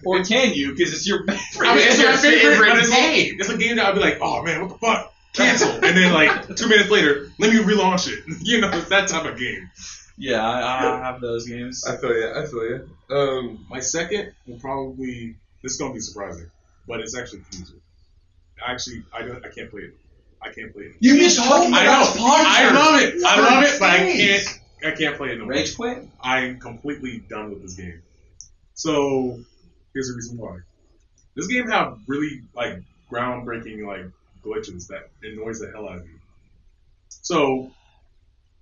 [SPEAKER 4] Or can you? Because it's your favorite.
[SPEAKER 3] I mean, it's
[SPEAKER 2] It's
[SPEAKER 3] your
[SPEAKER 2] your
[SPEAKER 3] favorite,
[SPEAKER 2] favorite
[SPEAKER 3] but it's,
[SPEAKER 2] game.
[SPEAKER 3] It's a game that I'd be like, oh man, what the fuck? Cancel. and then like two minutes later, let me relaunch it. You know, it's that type of game.
[SPEAKER 4] yeah, I, I have those games.
[SPEAKER 2] I feel you. I feel you. Um,
[SPEAKER 3] My second will probably this is gonna be surprising, but it's actually Fusion. Actually, I don't, I can't play it. I can't play it.
[SPEAKER 4] You just told
[SPEAKER 3] I know. I love it. I love it, but I
[SPEAKER 2] Nice.
[SPEAKER 3] can't. I can't play it no more.
[SPEAKER 4] Rage quit.
[SPEAKER 3] I'm completely done with this game. So here's the reason why. This game have really like groundbreaking like glitches that annoys the hell out of you. So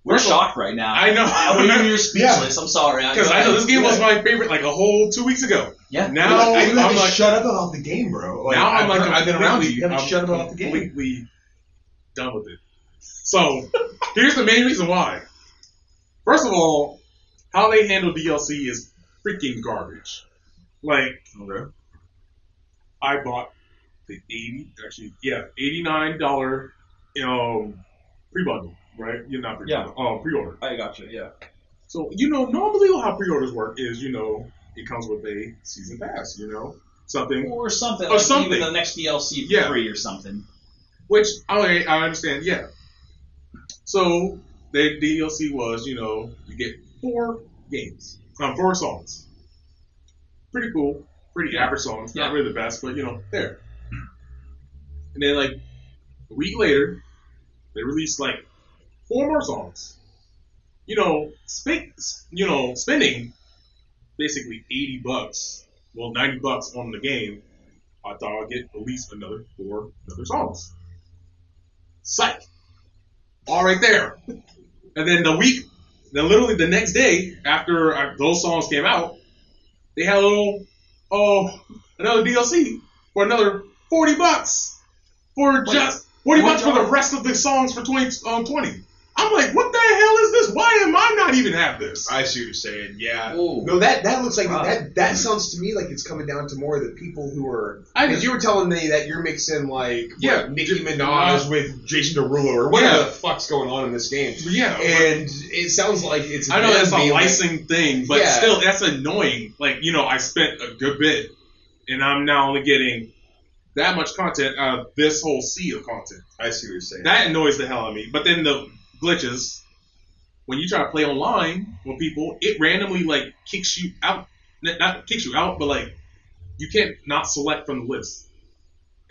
[SPEAKER 4] We're shocked right now.
[SPEAKER 3] I know.
[SPEAKER 4] I, you're speechless. I'm sorry.
[SPEAKER 3] because I know this game was my favorite like a whole two weeks ago.
[SPEAKER 4] Yeah.
[SPEAKER 3] Now
[SPEAKER 2] I- you have
[SPEAKER 3] I'm
[SPEAKER 2] to
[SPEAKER 3] like
[SPEAKER 2] shut up about the game, bro. Like,
[SPEAKER 3] now I'm like
[SPEAKER 2] I've been around you.
[SPEAKER 3] completely-
[SPEAKER 2] You haven't
[SPEAKER 3] I'm
[SPEAKER 2] shut up about the game.
[SPEAKER 3] Completely done with it. So here's the main reason why. First of all, how they handle DLC is freaking garbage. Like
[SPEAKER 2] Okay.
[SPEAKER 3] I bought the eighty actually yeah eighty nine dollar um pre bundle right you're not pre bundle oh pre order
[SPEAKER 4] I got you. Yeah.
[SPEAKER 3] so you know normally how pre orders work is you know it comes with a season pass you know something
[SPEAKER 4] Or something.
[SPEAKER 3] Or
[SPEAKER 4] like
[SPEAKER 3] something.
[SPEAKER 4] Even the next DLC for
[SPEAKER 3] Yeah.
[SPEAKER 4] free or something.
[SPEAKER 3] which I I understand yeah so the DLC was you know you get four games um, four songs pretty cool pretty average songs
[SPEAKER 4] Yeah.
[SPEAKER 3] not really the best but you know there And then like a week later, they released like four more songs. You know, spend, you know, spending basically eighty bucks, well ninety bucks on the game. I thought I'd get at least another four another songs. Psych. All right there. uh, And then the week, then literally the next day after I, those songs came out, They had a little, oh, another DLC for another forty bucks for
[SPEAKER 4] Wait,
[SPEAKER 3] just forty
[SPEAKER 4] what
[SPEAKER 3] bucks for the
[SPEAKER 4] y'all-
[SPEAKER 3] rest of the songs for 20, um, 20. I'm like, what the hell is this? Why am I not even have this?
[SPEAKER 2] I see what you're saying. Yeah.
[SPEAKER 4] Ooh.
[SPEAKER 2] No, that that looks like
[SPEAKER 4] Wow.
[SPEAKER 2] that. That sounds to me like it's coming down to more of the people who are.
[SPEAKER 3] I
[SPEAKER 2] Because you were telling me that you're mixing like what,
[SPEAKER 3] Yeah,
[SPEAKER 2] Nicki
[SPEAKER 3] just-
[SPEAKER 2] Minaj
[SPEAKER 3] uh,
[SPEAKER 2] with Jason Derulo or whatever
[SPEAKER 3] Yeah.
[SPEAKER 2] the fuck's going on in this game,
[SPEAKER 3] yeah,
[SPEAKER 2] and it sounds like it's.
[SPEAKER 3] I know
[SPEAKER 2] them
[SPEAKER 3] that's a
[SPEAKER 2] being like-
[SPEAKER 3] licensing thing, but
[SPEAKER 2] Yeah.
[SPEAKER 3] still, that's annoying. Like, you know, I spent a good bit, and I'm now only getting that much content out of this whole sea of content.
[SPEAKER 2] I see what you're saying.
[SPEAKER 3] That annoys the hell out of me. But then the glitches, when you try to play online with people, it randomly, like, kicks you out. N- Not kicks you out, but, like, you can't not select from the list.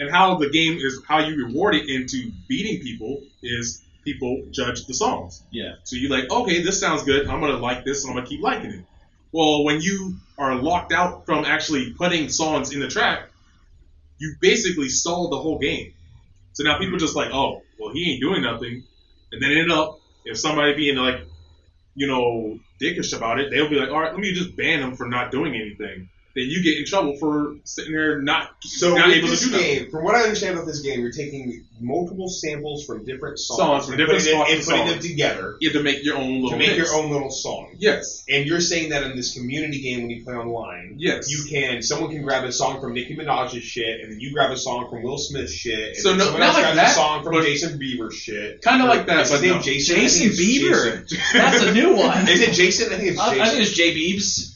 [SPEAKER 3] And how the game is, how you reward it into beating people is people judge the songs.
[SPEAKER 4] Yeah.
[SPEAKER 3] So you like, okay, this sounds good. I'm gonna like this, and I'm gonna keep liking it. Well, when you are locked out from actually putting songs in the track, you basically stall the whole game. So now people just like, oh, well, he ain't doing nothing, and then end up if somebody being like, you know, dickish about it, they'll be like, all right, let me just ban him for not doing anything. Then you get in trouble for sitting there not
[SPEAKER 2] So
[SPEAKER 3] not
[SPEAKER 2] with
[SPEAKER 3] able to
[SPEAKER 2] this
[SPEAKER 3] do nothing.
[SPEAKER 2] game, from what I understand about this game, you're taking multiple samples from different songs,
[SPEAKER 3] Songs from
[SPEAKER 2] and
[SPEAKER 3] different
[SPEAKER 2] putting,
[SPEAKER 3] spots
[SPEAKER 2] it, and
[SPEAKER 3] and
[SPEAKER 2] putting them
[SPEAKER 3] songs.
[SPEAKER 2] together
[SPEAKER 3] You have to make your own little
[SPEAKER 2] to make
[SPEAKER 3] mix.
[SPEAKER 2] your own little song.
[SPEAKER 3] Yes.
[SPEAKER 2] And you're saying that in this community game when you play online,
[SPEAKER 3] Yes.
[SPEAKER 2] you can someone can grab a song from Nicki Minaj's shit, and then you grab a song from Will Smith's shit, and
[SPEAKER 3] So
[SPEAKER 2] then
[SPEAKER 3] no-
[SPEAKER 2] someone
[SPEAKER 3] not
[SPEAKER 2] else
[SPEAKER 3] like
[SPEAKER 2] grabs a
[SPEAKER 3] that,
[SPEAKER 2] song from
[SPEAKER 3] but-
[SPEAKER 2] Jason Bieber's shit.
[SPEAKER 3] Kinda
[SPEAKER 2] Or-
[SPEAKER 3] like that,
[SPEAKER 2] Is
[SPEAKER 3] but
[SPEAKER 2] his name
[SPEAKER 3] no.
[SPEAKER 2] Jason? I think
[SPEAKER 4] Jason
[SPEAKER 2] it's
[SPEAKER 4] Bieber. That's a new one.
[SPEAKER 2] Jason. Is it Jason? I think it's
[SPEAKER 4] I,
[SPEAKER 2] Jason.
[SPEAKER 4] I think it's J Biebs.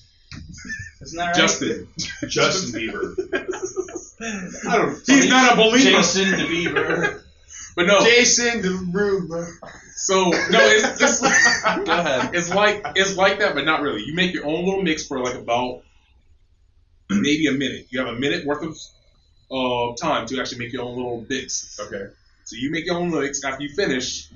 [SPEAKER 4] Isn't that right?
[SPEAKER 3] Justin.
[SPEAKER 2] Justin Bieber. I don't.
[SPEAKER 3] He's not a believer.
[SPEAKER 4] Jason the Bieber.
[SPEAKER 3] But no,
[SPEAKER 2] Jason Derulo.
[SPEAKER 3] so no, it's, it's
[SPEAKER 4] Go ahead.
[SPEAKER 3] it's like it's like that, but not really. You make your own little mix for like about maybe a minute. You have a minute worth of uh, time to actually make your own little mix.
[SPEAKER 2] Okay.
[SPEAKER 3] So you make your own mix. After you finish,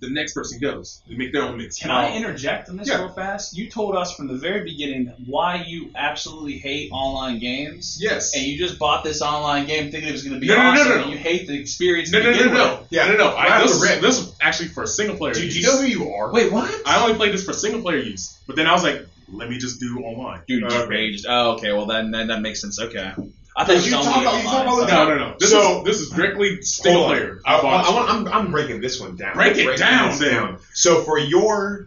[SPEAKER 3] the next person goes. They make their own mix.
[SPEAKER 4] Can
[SPEAKER 3] Now-
[SPEAKER 4] I interject on this
[SPEAKER 3] Yeah.
[SPEAKER 4] real fast? You told us from the very beginning why you absolutely hate online games.
[SPEAKER 3] Yes.
[SPEAKER 4] And you just bought this online game thinking it was going to be
[SPEAKER 3] No, no, no,
[SPEAKER 4] awesome,
[SPEAKER 3] no, no.
[SPEAKER 4] and you hate the experience.
[SPEAKER 3] No,
[SPEAKER 4] to
[SPEAKER 3] no, no,
[SPEAKER 4] begin
[SPEAKER 3] no, no.
[SPEAKER 4] with.
[SPEAKER 3] Yeah, no, no. I,
[SPEAKER 2] Right
[SPEAKER 3] this,
[SPEAKER 2] off the
[SPEAKER 3] is,
[SPEAKER 2] rip.
[SPEAKER 3] this is actually for single player
[SPEAKER 2] Dude,
[SPEAKER 3] use.
[SPEAKER 2] you know who you are.
[SPEAKER 4] Wait, what?
[SPEAKER 3] I only played this for single player use, but then I was like, let me just do online.
[SPEAKER 4] Dude, you just
[SPEAKER 2] Okay.
[SPEAKER 4] raged. Oh, okay. Well, then, then that makes sense. Okay. I thought
[SPEAKER 2] You
[SPEAKER 4] it was
[SPEAKER 2] talk
[SPEAKER 4] only
[SPEAKER 2] about- you talk
[SPEAKER 4] online.
[SPEAKER 2] about
[SPEAKER 4] Okay.
[SPEAKER 3] No, no, no. This
[SPEAKER 2] So-
[SPEAKER 3] is this is strictly single
[SPEAKER 2] Hold on.
[SPEAKER 3] player.
[SPEAKER 2] I,
[SPEAKER 3] box.
[SPEAKER 2] I, want- I'm, I'm breaking this one down.
[SPEAKER 3] Break it
[SPEAKER 2] Breaking
[SPEAKER 3] down,
[SPEAKER 2] this
[SPEAKER 3] then.
[SPEAKER 2] So for your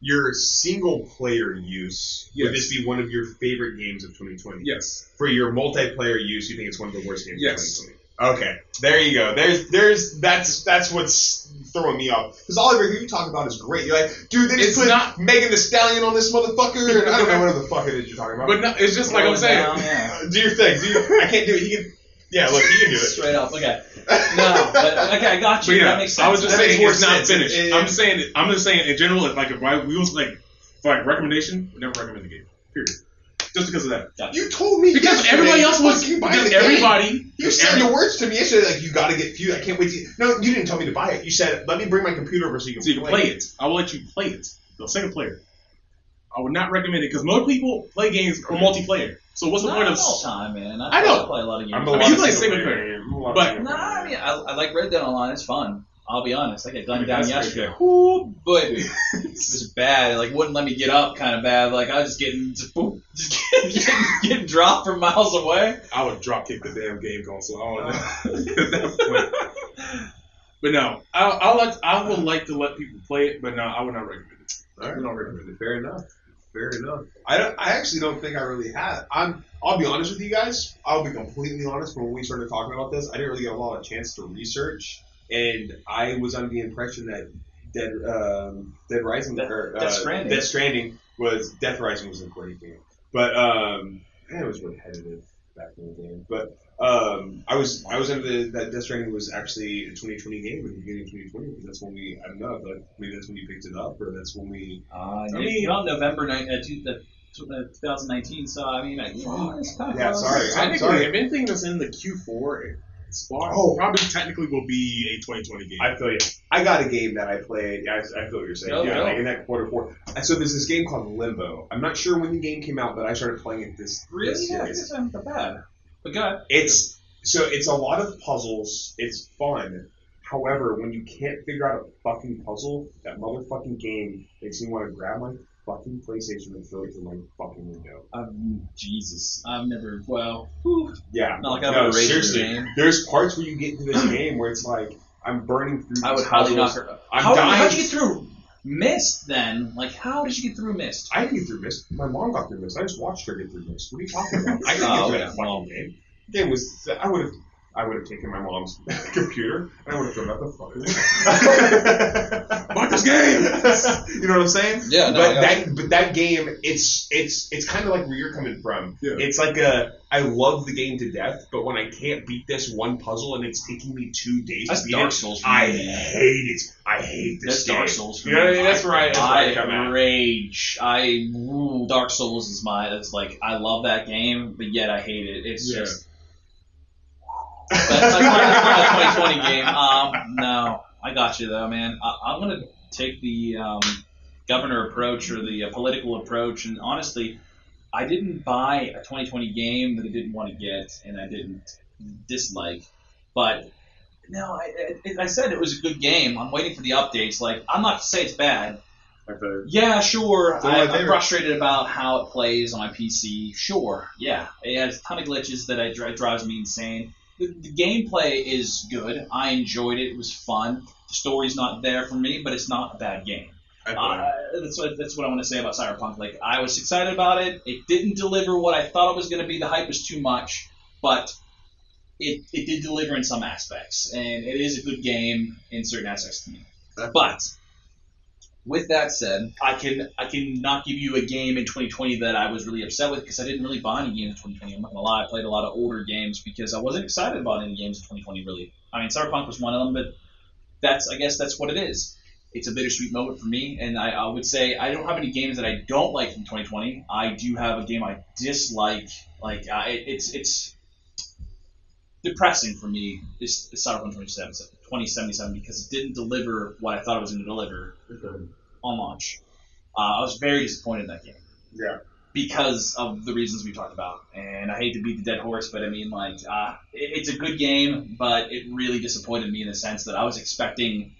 [SPEAKER 2] your single player use, would
[SPEAKER 3] Yes.
[SPEAKER 2] this be one of your favorite games of 2020?
[SPEAKER 3] yes.
[SPEAKER 2] For your multiplayer use, you think it's one of the worst games
[SPEAKER 3] Yes.
[SPEAKER 2] of 2020? Okay, there you go. There's there's that's that's what's throwing me off because all I ever hear you talk about is great. You're like, dude, they just
[SPEAKER 3] It's
[SPEAKER 2] put
[SPEAKER 3] not-
[SPEAKER 2] Megan the Stallion on this motherfucker, and I don't know what the fuck it is you're talking about.
[SPEAKER 3] But no, it's just like
[SPEAKER 4] Slow
[SPEAKER 3] I'm
[SPEAKER 4] it
[SPEAKER 3] saying.
[SPEAKER 4] down, yeah.
[SPEAKER 2] do your thing. Do your, I can't do it. You can, yeah, look, you can do it.
[SPEAKER 4] Straight up. Okay. No, but okay, I got
[SPEAKER 3] But
[SPEAKER 4] you.
[SPEAKER 3] yeah,
[SPEAKER 4] that makes sense.
[SPEAKER 3] I was just
[SPEAKER 2] That makes
[SPEAKER 3] saying
[SPEAKER 2] more
[SPEAKER 3] it's not
[SPEAKER 2] sense.
[SPEAKER 3] finished.
[SPEAKER 2] It- it-
[SPEAKER 3] I'm just saying. that- I'm just saying in general. If like if I, we was like for like recommendation, we never recommend the game. Period. Just because of that.
[SPEAKER 4] Gotcha.
[SPEAKER 2] You told me
[SPEAKER 3] Because
[SPEAKER 2] yesterday
[SPEAKER 3] everybody
[SPEAKER 2] you
[SPEAKER 3] else was.
[SPEAKER 2] fucking buy
[SPEAKER 3] Because
[SPEAKER 2] the game.
[SPEAKER 3] everybody.
[SPEAKER 2] You said
[SPEAKER 3] every-
[SPEAKER 2] your words to me yesterday, like you got to get few. I can't wait to. No, you didn't tell me to buy it. You said, "Let me bring my computer over so you can,
[SPEAKER 3] So you can play it. I will let you play it. The single player. I would not recommend it because most people play games for multiplayer. So what's the
[SPEAKER 4] Not
[SPEAKER 3] point of?
[SPEAKER 4] all time, man.
[SPEAKER 3] I know.
[SPEAKER 4] play a lot of games.
[SPEAKER 2] I'm
[SPEAKER 3] I
[SPEAKER 2] a
[SPEAKER 3] mean,
[SPEAKER 2] lot
[SPEAKER 3] you
[SPEAKER 2] of
[SPEAKER 3] play
[SPEAKER 2] single
[SPEAKER 3] single
[SPEAKER 2] player.
[SPEAKER 3] player.
[SPEAKER 2] I'm a lot of
[SPEAKER 3] but-
[SPEAKER 2] single
[SPEAKER 4] No,
[SPEAKER 2] player.
[SPEAKER 4] I mean, I, I like Red Dead Online. It's fun. I'll be honest. I got gunned
[SPEAKER 3] Dude,
[SPEAKER 4] down
[SPEAKER 3] that's pretty
[SPEAKER 4] yesterday. Whoo, but it was bad. Like, wouldn't let me get up kind of bad. Like, I was just getting, just, boom, just getting, getting, getting dropped from miles away.
[SPEAKER 3] I would drop kick the damn game console. I don't know. At that point. But no, I, I like I would like to let people play it, but no, I would not recommend it.
[SPEAKER 2] All
[SPEAKER 3] I
[SPEAKER 2] right.
[SPEAKER 3] don't recommend it.
[SPEAKER 2] Fair enough. Fair enough. I don't. I actually don't think I really have. I'm. I'll be honest with you guys. I'll be completely honest. When we started talking about this, I didn't really get a lot of chance to research, and I was under the impression that Dead um, Dead Rising
[SPEAKER 4] Death-
[SPEAKER 2] or uh,
[SPEAKER 4] Death Stranding.
[SPEAKER 2] Death Stranding was Death Rising was a great game, but um, man, it was repetitive back in the day. But um, I was I was under the that Death Stranding was actually a 2020 game in the beginning of 2020 because that's when we I don't know but maybe that's when you picked it up or that's when we
[SPEAKER 4] Uh,
[SPEAKER 3] I
[SPEAKER 4] I
[SPEAKER 3] mean-
[SPEAKER 4] mean, on November night, uh, two, the, tw- uh, 2019. So I mean, I, it's kind of
[SPEAKER 2] Yeah,
[SPEAKER 4] close.
[SPEAKER 2] sorry. I'm
[SPEAKER 3] Technically,
[SPEAKER 2] sorry.
[SPEAKER 3] if anything that's in the Q4 spot,
[SPEAKER 2] Oh.
[SPEAKER 3] probably technically will be a 2020 game.
[SPEAKER 2] I feel you. I got a game that I played. I, I feel what you're saying.
[SPEAKER 4] Go,
[SPEAKER 2] yeah,
[SPEAKER 4] go.
[SPEAKER 2] like in that quarter four. And so there's this game called Limbo. I'm not sure when the game came out, but I started playing it this.
[SPEAKER 4] Really?
[SPEAKER 2] This
[SPEAKER 4] Yeah, I
[SPEAKER 2] year.
[SPEAKER 4] guess I'm not bad. But God,
[SPEAKER 2] It's so it's a lot of puzzles. It's fun. However, when you can't figure out a fucking puzzle, that motherfucking game makes me want to grab my fucking PlayStation and throw it through my fucking window.
[SPEAKER 4] Um, Jesus, I've never. Well, whew,
[SPEAKER 2] Yeah.
[SPEAKER 4] not like I've
[SPEAKER 2] No,
[SPEAKER 4] ever raised
[SPEAKER 2] seriously.
[SPEAKER 4] your name.
[SPEAKER 2] There's parts where you get into this game where it's like I'm burning through.
[SPEAKER 4] I would
[SPEAKER 2] these
[SPEAKER 4] highly knock
[SPEAKER 2] puzzles.
[SPEAKER 4] her up.
[SPEAKER 2] I'm
[SPEAKER 4] how,
[SPEAKER 2] dying.
[SPEAKER 4] How'd you get through Mist then? Like, how did you get through Mist?
[SPEAKER 2] I didn't get through Mist. My mom got through Mist. I just watched her get through Mist. What are you talking about? I didn't
[SPEAKER 4] Oh,
[SPEAKER 2] get through
[SPEAKER 4] okay.
[SPEAKER 2] that fucking game. The game was. I would have. I would have taken my mom's computer and I would have thrown out the fucking.
[SPEAKER 3] Fuck this game!
[SPEAKER 2] you know what I'm saying?
[SPEAKER 4] Yeah,
[SPEAKER 2] but that but that game, it's it's it's kind of like where you're coming from.
[SPEAKER 3] Yeah.
[SPEAKER 2] It's like a I love the game to death, but when I can't beat this one puzzle and it's taking me two days
[SPEAKER 4] That's
[SPEAKER 2] to beat
[SPEAKER 4] Dark
[SPEAKER 2] it,
[SPEAKER 4] Souls for
[SPEAKER 2] I
[SPEAKER 4] me.
[SPEAKER 2] hate it. I hate this
[SPEAKER 4] That's
[SPEAKER 2] game.
[SPEAKER 4] Dark Souls. For
[SPEAKER 2] You know what I
[SPEAKER 4] me.
[SPEAKER 2] mean? That's where I- that's where I come
[SPEAKER 4] I
[SPEAKER 2] at.
[SPEAKER 4] rage. I ooh, Dark Souls is my. That's like I love that game, but yet I hate it. It's
[SPEAKER 3] Yeah.
[SPEAKER 4] just that's, that's, not- that's not a 2020 game. Um, no, I got you though, man. I, I'm gonna take the um, governor approach or the uh, political approach, and honestly, I didn't buy a 2020 game that I didn't want to get, and I didn't dislike, but no, I, I, I said it was a good game. I'm waiting for the updates. Like, I'm not to say it's bad.
[SPEAKER 3] Okay.
[SPEAKER 4] Yeah, sure.
[SPEAKER 2] It's one of my
[SPEAKER 4] I, I'm
[SPEAKER 2] favorites.
[SPEAKER 4] frustrated about how it plays on my PC. Sure, yeah, it has a ton of glitches that I dri- drives me insane. The, the gameplay is good. I enjoyed it. It was fun. The story's not there for me, but it's not a bad game.
[SPEAKER 3] I
[SPEAKER 4] Uh, that's what that's what I want to say about Cyberpunk. Like I was excited about it. It didn't deliver what I thought it was going to be. The hype was too much, but it it did deliver in some aspects, and it is a good game in certain aspects to me. But with that said, I can I can not give you a game in 2020 that I was really upset with because I didn't really buy any games in 2020. I'm not gonna lie, I played a lot of older games because I wasn't excited about any games in 2020. Really, I mean, Cyberpunk was one of them, but that's I guess that's what it is. It's a bittersweet moment for me, and I, I would say I don't have any games that I don't like from 2020. I do have a game I dislike. Like uh, it, it's it's depressing for me is is Cyberpunk 27 2077 because it didn't deliver what I thought it was going to deliver
[SPEAKER 3] Okay.
[SPEAKER 4] on launch. Uh, I was very disappointed in that game.
[SPEAKER 2] Yeah.
[SPEAKER 4] Because of the reasons we talked about, and I hate to beat the dead horse, but I mean, like, uh, it, it's a good game, but it really disappointed me in the sense that I was expecting,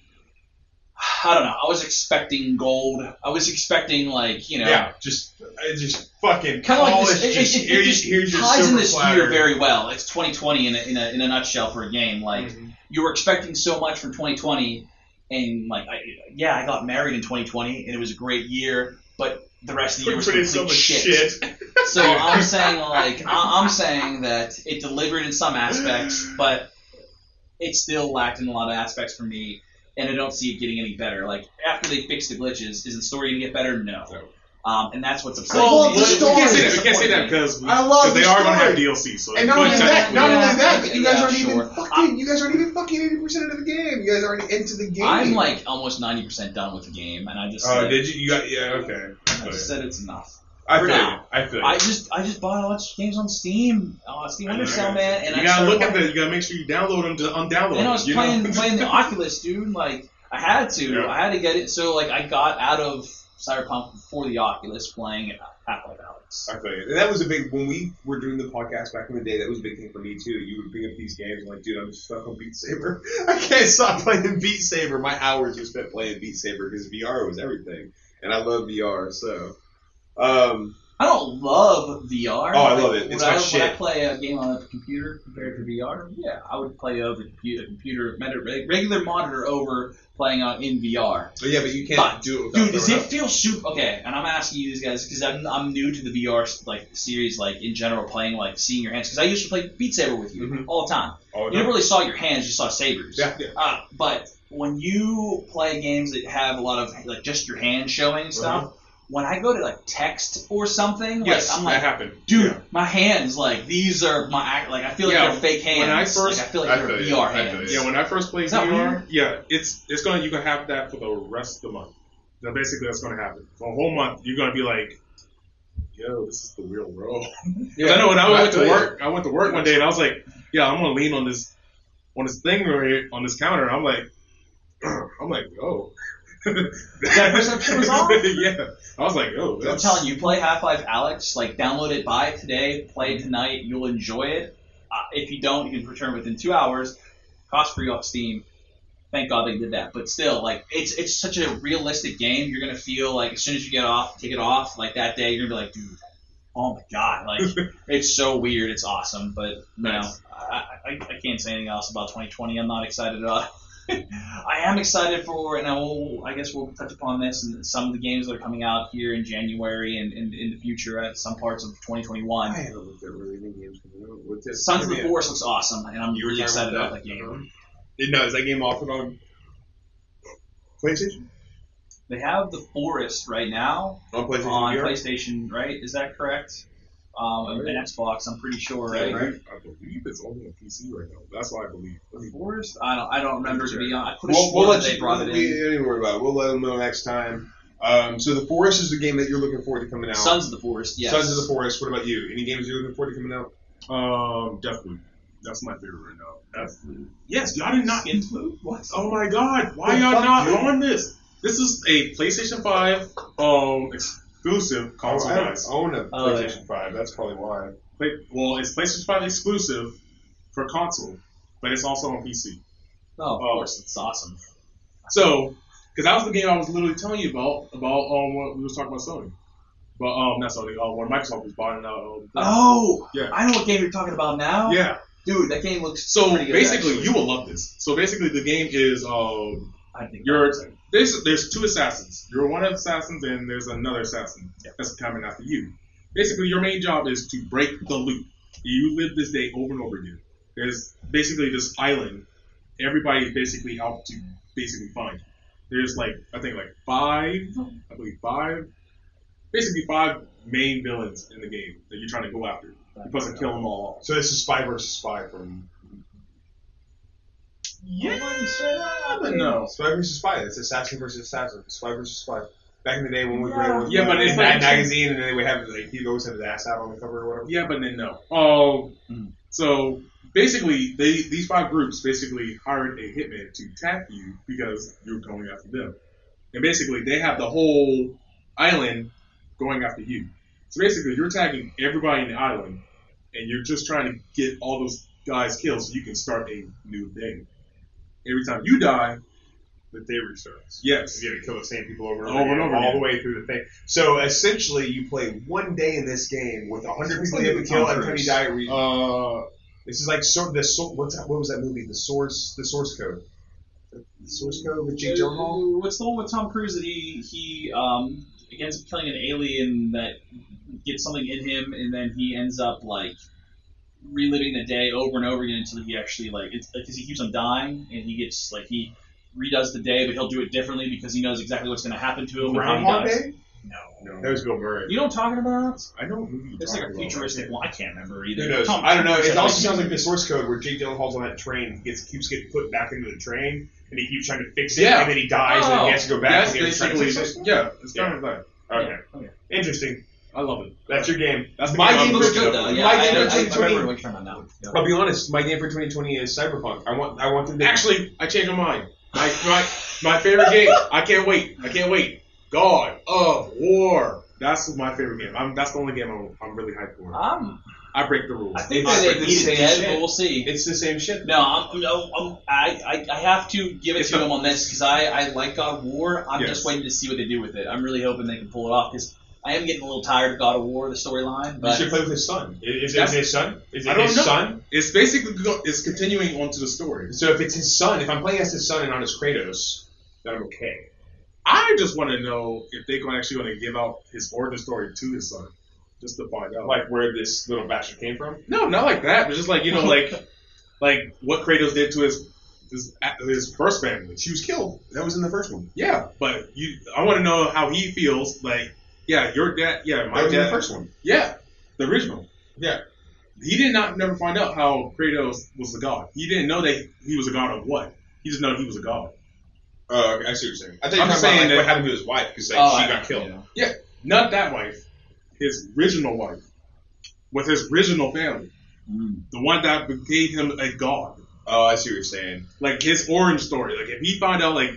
[SPEAKER 4] I don't know, I was expecting gold. I was expecting like, you know,
[SPEAKER 2] Yeah, just I just fucking
[SPEAKER 4] kind of like
[SPEAKER 2] polish,
[SPEAKER 4] this, it,
[SPEAKER 2] just,
[SPEAKER 4] it, it,
[SPEAKER 2] here-
[SPEAKER 4] it just
[SPEAKER 2] here's your
[SPEAKER 4] ties in
[SPEAKER 2] silver
[SPEAKER 4] this
[SPEAKER 2] platter.
[SPEAKER 4] year very well. It's 2020 in a, in a, in a nutshell for a game. Like
[SPEAKER 2] Mhm.
[SPEAKER 4] you were expecting so much from 2020, and like I, yeah, I got married in 2020, and it was a great year, but the rest of the year was
[SPEAKER 3] Put in
[SPEAKER 4] complete
[SPEAKER 3] so much
[SPEAKER 4] shit. So I'm saying like I- I'm saying that it delivered in some aspects, but it still lacked in a lot of aspects for me, and I don't see it getting any better. Like after they fix the glitches, is the story gonna get better? No.
[SPEAKER 3] No.
[SPEAKER 4] Um, and that's what's upsetting
[SPEAKER 2] Well,
[SPEAKER 4] me.
[SPEAKER 2] the
[SPEAKER 3] we,
[SPEAKER 2] story
[SPEAKER 3] can't say
[SPEAKER 2] is
[SPEAKER 3] that, we can't say that
[SPEAKER 4] disappointing.
[SPEAKER 3] because
[SPEAKER 2] I love
[SPEAKER 3] they
[SPEAKER 2] the
[SPEAKER 3] are going to have
[SPEAKER 2] story.
[SPEAKER 3] DLC. So
[SPEAKER 2] And not only
[SPEAKER 3] but
[SPEAKER 2] that, not
[SPEAKER 4] Yeah.
[SPEAKER 2] only that, but you guys
[SPEAKER 4] Yeah,
[SPEAKER 2] aren't
[SPEAKER 4] sure.
[SPEAKER 2] even fucking. you guys aren't even fucking eighty percent of the game. You guys aren't into the game.
[SPEAKER 4] I'm like almost 90% done with the game, and I just
[SPEAKER 2] Oh,
[SPEAKER 4] said,
[SPEAKER 2] did you? You got yeah. Okay.
[SPEAKER 4] I just said it's enough.
[SPEAKER 2] I
[SPEAKER 4] For
[SPEAKER 2] feel
[SPEAKER 4] now.
[SPEAKER 2] you. I feel you.
[SPEAKER 4] I just I just bought a bunch of games on Steam, uh, Steam
[SPEAKER 3] I know,
[SPEAKER 4] Undersell,
[SPEAKER 3] I
[SPEAKER 4] man, and
[SPEAKER 3] you
[SPEAKER 4] I
[SPEAKER 3] gotta
[SPEAKER 4] started
[SPEAKER 3] look at
[SPEAKER 4] playing-
[SPEAKER 3] that. You gotta make sure you download them to
[SPEAKER 4] And
[SPEAKER 3] undownload
[SPEAKER 4] I
[SPEAKER 3] them,
[SPEAKER 4] was
[SPEAKER 3] you
[SPEAKER 4] playing
[SPEAKER 3] know?
[SPEAKER 4] playing the Oculus, dude. Like I had to,
[SPEAKER 3] Yeah.
[SPEAKER 4] I had to get it. So like I got out of Cyberpunk before the Oculus, playing uh, Half-Life Alex.
[SPEAKER 2] I feel you. And that was a big when we were doing the podcast back in the day. That was a big thing for me too. You would bring up these games and like, dude, I'm stuck on Beat Saber. I can't stop playing Beat Saber. My hours were spent playing Beat Saber because VR was everything, and I love VR. So, um,
[SPEAKER 4] I don't love VR.
[SPEAKER 2] Oh, I love
[SPEAKER 4] but
[SPEAKER 2] it. It's
[SPEAKER 4] would
[SPEAKER 2] my
[SPEAKER 4] I, would
[SPEAKER 2] shit.
[SPEAKER 4] I play a game on a computer compared to VR? Yeah, I would play over computer, computer med- reg- regular monitor over playing on in VR.
[SPEAKER 2] but yeah, but you can't
[SPEAKER 4] But,
[SPEAKER 2] do it. Without
[SPEAKER 4] Dude, does
[SPEAKER 2] throwing
[SPEAKER 4] it
[SPEAKER 2] up.
[SPEAKER 4] feel super? Okay, and I'm asking you these guys because I'm, I'm new to the VR like series, like in general, playing like seeing your hands. Because I used to play Beat Saber with you
[SPEAKER 2] Mhm.
[SPEAKER 4] all the time.
[SPEAKER 2] Oh,
[SPEAKER 4] You never really saw your hands; you saw sabers.
[SPEAKER 2] Yeah, yeah.
[SPEAKER 4] Uh, but when you play games that have a lot of like just your hand
[SPEAKER 2] Mm-hmm.
[SPEAKER 4] showing stuff, when I go to like text or something,
[SPEAKER 3] yes,
[SPEAKER 4] like, I'm like,
[SPEAKER 3] that happened.
[SPEAKER 4] dude,
[SPEAKER 3] Yeah.
[SPEAKER 4] my hands like these are my act like I feel like
[SPEAKER 3] Yeah,
[SPEAKER 4] they're fake hands.
[SPEAKER 3] when I first-
[SPEAKER 4] like, I feel
[SPEAKER 2] I
[SPEAKER 4] like they're
[SPEAKER 2] feel you,
[SPEAKER 4] VR
[SPEAKER 2] I feel
[SPEAKER 4] hands.
[SPEAKER 2] you.
[SPEAKER 3] Yeah, when I first played
[SPEAKER 4] Is that
[SPEAKER 3] VR,
[SPEAKER 4] weird?
[SPEAKER 3] yeah, it's it's gonna you can have that for the rest of the month. That basically that's gonna happen for a whole month. You're gonna be like, yo, this is the real world. 'Cause I know when I went
[SPEAKER 2] feel
[SPEAKER 3] to
[SPEAKER 2] you.
[SPEAKER 3] work, I went to work one day and I was like, yeah, I'm gonna lean on this on this thing right here on this counter. I'm like, I'm like, oh.
[SPEAKER 4] That perception was off?
[SPEAKER 3] yeah, I was like, oh,
[SPEAKER 4] I'm
[SPEAKER 3] that's-
[SPEAKER 4] telling you, play Half Life Alex. Like, download it, buy it today, play it tonight. You'll enjoy it. Uh, if you don't, you can return within two hours. Cost free off Steam. Thank God they did that. But still, like it's it's such a realistic game. You're gonna feel like as soon as you get off, take it off, like that day, you're gonna be like, dude, oh my god, like it's so weird. It's awesome. But no,
[SPEAKER 3] Nice.
[SPEAKER 4] I, I, I can't say anything else about 2020. I'm not excited about. I am excited for, and I will. I guess we'll touch upon this and some of the games that are coming out here in January and in, in the future at some parts of 2021.
[SPEAKER 2] I haven't looked at really any games coming out. What's it?
[SPEAKER 4] Sons of the
[SPEAKER 2] Yeah.
[SPEAKER 4] Forest looks awesome, and I'm really
[SPEAKER 2] Sorry
[SPEAKER 4] excited about
[SPEAKER 2] that.
[SPEAKER 4] that game.
[SPEAKER 2] It- No, is that game offered on PlayStation?
[SPEAKER 4] They have the Forest right now
[SPEAKER 2] On PlayStation
[SPEAKER 4] on
[SPEAKER 2] VR?
[SPEAKER 4] PlayStation, right? Is that correct? Um, and Xbox, I'm pretty sure,
[SPEAKER 3] I
[SPEAKER 4] right?
[SPEAKER 3] believe- I believe it's only on PC right now. That's why I believe. Let me-
[SPEAKER 4] Forest? I don't, I don't remember to be honest. I could have
[SPEAKER 2] We'll, we'll
[SPEAKER 4] sworn
[SPEAKER 2] let
[SPEAKER 4] that they
[SPEAKER 2] you.
[SPEAKER 4] brought it
[SPEAKER 2] we,
[SPEAKER 4] in.
[SPEAKER 2] Don't even worry about it. We'll let them know next time. Um, so the Forest is the game that you're looking forward to coming out.
[SPEAKER 4] Sons of the Forest, yes.
[SPEAKER 2] Sons of the Forest. What about you? Any games you're looking forward to coming out?
[SPEAKER 3] Um, definitely. That's my favorite right now. That's, yes, y'all did not.
[SPEAKER 4] Skin Flute? What?
[SPEAKER 3] Oh my God! Why
[SPEAKER 2] The
[SPEAKER 3] y'all
[SPEAKER 2] fuck,
[SPEAKER 3] not
[SPEAKER 2] dude?
[SPEAKER 3] on this? This is a PlayStation Five um exclusive console.
[SPEAKER 2] I don't
[SPEAKER 3] guys.
[SPEAKER 2] own a
[SPEAKER 4] Oh, yeah.
[SPEAKER 2] PlayStation 5. That's probably why.
[SPEAKER 3] Play, well, it's PlayStation Five exclusive for console, but it's also on PC.
[SPEAKER 4] Oh, of
[SPEAKER 3] Oh.
[SPEAKER 4] course. It's awesome.
[SPEAKER 3] So, because that was the game I was literally telling you about about um what we was talking about Sony, but um not Sony. Uh, when Microsoft was buying out. Um,
[SPEAKER 4] Oh!
[SPEAKER 3] Yeah.
[SPEAKER 4] I know what game you're talking about now.
[SPEAKER 3] Yeah.
[SPEAKER 4] Dude, that game looks
[SPEAKER 3] So
[SPEAKER 4] Oh. pretty good,
[SPEAKER 3] basically,
[SPEAKER 4] actually.
[SPEAKER 3] you will love this. So basically, the game is um,
[SPEAKER 4] I think
[SPEAKER 3] you're there's there's two assassins. You're one of the assassins, and there's another assassin that's coming after you. Basically, your main job is to break the loop. You live this day over and over again. There's basically this island. Everybody's basically out to basically find you. There's like I think like five, I believe five, basically five main villains in the game that you're trying to go after. You're supposed to kill them all.
[SPEAKER 2] So this is Spy versus Spy from.
[SPEAKER 3] Yeah,
[SPEAKER 2] but no. Spy versus Spy. It's Assassin versus Assassin. Spy versus Spy. Back in the day when we
[SPEAKER 4] Yeah.
[SPEAKER 2] were
[SPEAKER 3] Yeah, but it's
[SPEAKER 2] Mad
[SPEAKER 3] like-
[SPEAKER 2] magazine, and then they would have like he always had his ass out on the cover or whatever.
[SPEAKER 3] Yeah, but then no. Oh,
[SPEAKER 2] Hmm.
[SPEAKER 4] Mm.
[SPEAKER 3] so basically, they these five groups basically hired a hitman to attack you because you're going after them, and basically they have the whole island going after you. So basically, you're attacking everybody in the island, and you're just trying to get all those guys killed so you can start a new day. Every time you die,
[SPEAKER 2] But they restarts.
[SPEAKER 3] yes,
[SPEAKER 2] You got to kill the same people over and over,
[SPEAKER 3] Over and
[SPEAKER 2] again,
[SPEAKER 3] over
[SPEAKER 2] all
[SPEAKER 3] again.
[SPEAKER 2] the way through the thing. So essentially, you play one day in this game with hundred people you have to kill, and time you die, it
[SPEAKER 4] Oh,
[SPEAKER 2] restarts.
[SPEAKER 3] uh,
[SPEAKER 2] This is like so, the so, what's that, what was that movie? The source, the source code, the source code with Jake Gyllenhaal.
[SPEAKER 4] Uh, What's the one with Tom Cruise that he he um he ends up killing an alien that gets something in him and then he ends up like reliving the day over and over again until he actually like it's because he keeps on dying and he gets like he redoes the day but he'll do it differently because he knows exactly what's going to happen to him and how he
[SPEAKER 2] Groundhog
[SPEAKER 4] dies.
[SPEAKER 2] Day?
[SPEAKER 4] No.
[SPEAKER 2] That was Bill Murray.
[SPEAKER 4] You know what I'm talking about?
[SPEAKER 3] I don't. Who you're
[SPEAKER 4] It's like a
[SPEAKER 3] talking about.
[SPEAKER 4] futuristic one. I can't remember either.
[SPEAKER 2] Who knows?
[SPEAKER 4] Tom
[SPEAKER 2] I don't know.
[SPEAKER 4] Cruise,
[SPEAKER 2] It
[SPEAKER 4] I
[SPEAKER 2] also
[SPEAKER 4] think.
[SPEAKER 2] sounds like the source code where Jake Gyllenhaal's on that train, he gets keeps getting put back into the train, and he keeps trying to fix it,
[SPEAKER 3] Yeah.
[SPEAKER 2] and then he dies, and then
[SPEAKER 4] Oh,
[SPEAKER 2] he has to go back
[SPEAKER 3] That's
[SPEAKER 2] and get trying to
[SPEAKER 3] basically
[SPEAKER 2] fix it.
[SPEAKER 3] yeah. It's kind of like
[SPEAKER 2] Okay,
[SPEAKER 4] okay.
[SPEAKER 2] interesting.
[SPEAKER 3] I love it.
[SPEAKER 2] That's your game.
[SPEAKER 3] That's the
[SPEAKER 2] my
[SPEAKER 3] game I'm
[SPEAKER 2] game.
[SPEAKER 4] Looks
[SPEAKER 2] For,
[SPEAKER 3] looking
[SPEAKER 4] good
[SPEAKER 3] up.
[SPEAKER 4] though. Yeah,
[SPEAKER 2] my game
[SPEAKER 4] I, I,
[SPEAKER 2] for
[SPEAKER 4] I, I
[SPEAKER 2] 2020
[SPEAKER 4] remember what you're talking about now.
[SPEAKER 2] I'll be honest. My game for 2020 is Cyberpunk. I want. I want them to
[SPEAKER 3] Actually, I changed my mind. My, my, my favorite game. I can't wait. I can't wait. God of War. That's my favorite game. I'm, that's the only game I'm, I'm really hyped for.
[SPEAKER 4] Um,
[SPEAKER 3] I break the rules.
[SPEAKER 4] I think
[SPEAKER 2] It's
[SPEAKER 4] they
[SPEAKER 2] the
[SPEAKER 4] beat
[SPEAKER 2] same
[SPEAKER 4] it dead,
[SPEAKER 2] shit.
[SPEAKER 4] but we'll see.
[SPEAKER 2] It's the same shit.
[SPEAKER 4] No, I'm, no, I'm, I, I, I have to give it
[SPEAKER 3] It's
[SPEAKER 4] to
[SPEAKER 3] the-
[SPEAKER 4] them on this because I, I like God of War. I'm
[SPEAKER 3] Yes.
[SPEAKER 4] just waiting to see what they do with it. I'm really hoping they can pull it off because I am getting a little tired of God of War, the storyline.
[SPEAKER 2] You
[SPEAKER 4] But
[SPEAKER 2] should play with his son. Is, is it
[SPEAKER 3] That's-
[SPEAKER 2] his son? Is
[SPEAKER 3] I
[SPEAKER 2] it
[SPEAKER 3] don't
[SPEAKER 2] his
[SPEAKER 3] know.
[SPEAKER 2] son?
[SPEAKER 3] It's basically go- it's continuing on to the story.
[SPEAKER 2] So if it's his son, if I'm playing as his son and on his Kratos, then I'm okay.
[SPEAKER 3] I just want to know if they're gonna actually going to give out his origin story to his son, just to find out.
[SPEAKER 2] Like where this little bastard came from.
[SPEAKER 3] no, not like that, but just like you know, like like what Kratos did to his his, his first family.
[SPEAKER 2] She was killed. That was in the first one.
[SPEAKER 3] Yeah, but you, I want to know how he feels. Like, yeah, your dad, yeah,
[SPEAKER 2] that
[SPEAKER 3] my
[SPEAKER 2] was in the
[SPEAKER 3] dad,
[SPEAKER 2] first one.
[SPEAKER 3] yeah, the original.
[SPEAKER 2] Yeah.
[SPEAKER 3] He did not never find out how Kratos was a god. He didn't know that he was a god of what. He just know he was a god.
[SPEAKER 2] Oh, okay, I see what you're saying. I thought
[SPEAKER 3] you were talking about, like, what
[SPEAKER 2] happened to his wife because
[SPEAKER 4] Oh, I- yeah.
[SPEAKER 3] Not that wife, his original wife, with his original family,
[SPEAKER 4] Mm.
[SPEAKER 3] the one that gave him a god.
[SPEAKER 2] Oh, I see what you're saying.
[SPEAKER 3] Like his orange story. Like if he found out, like,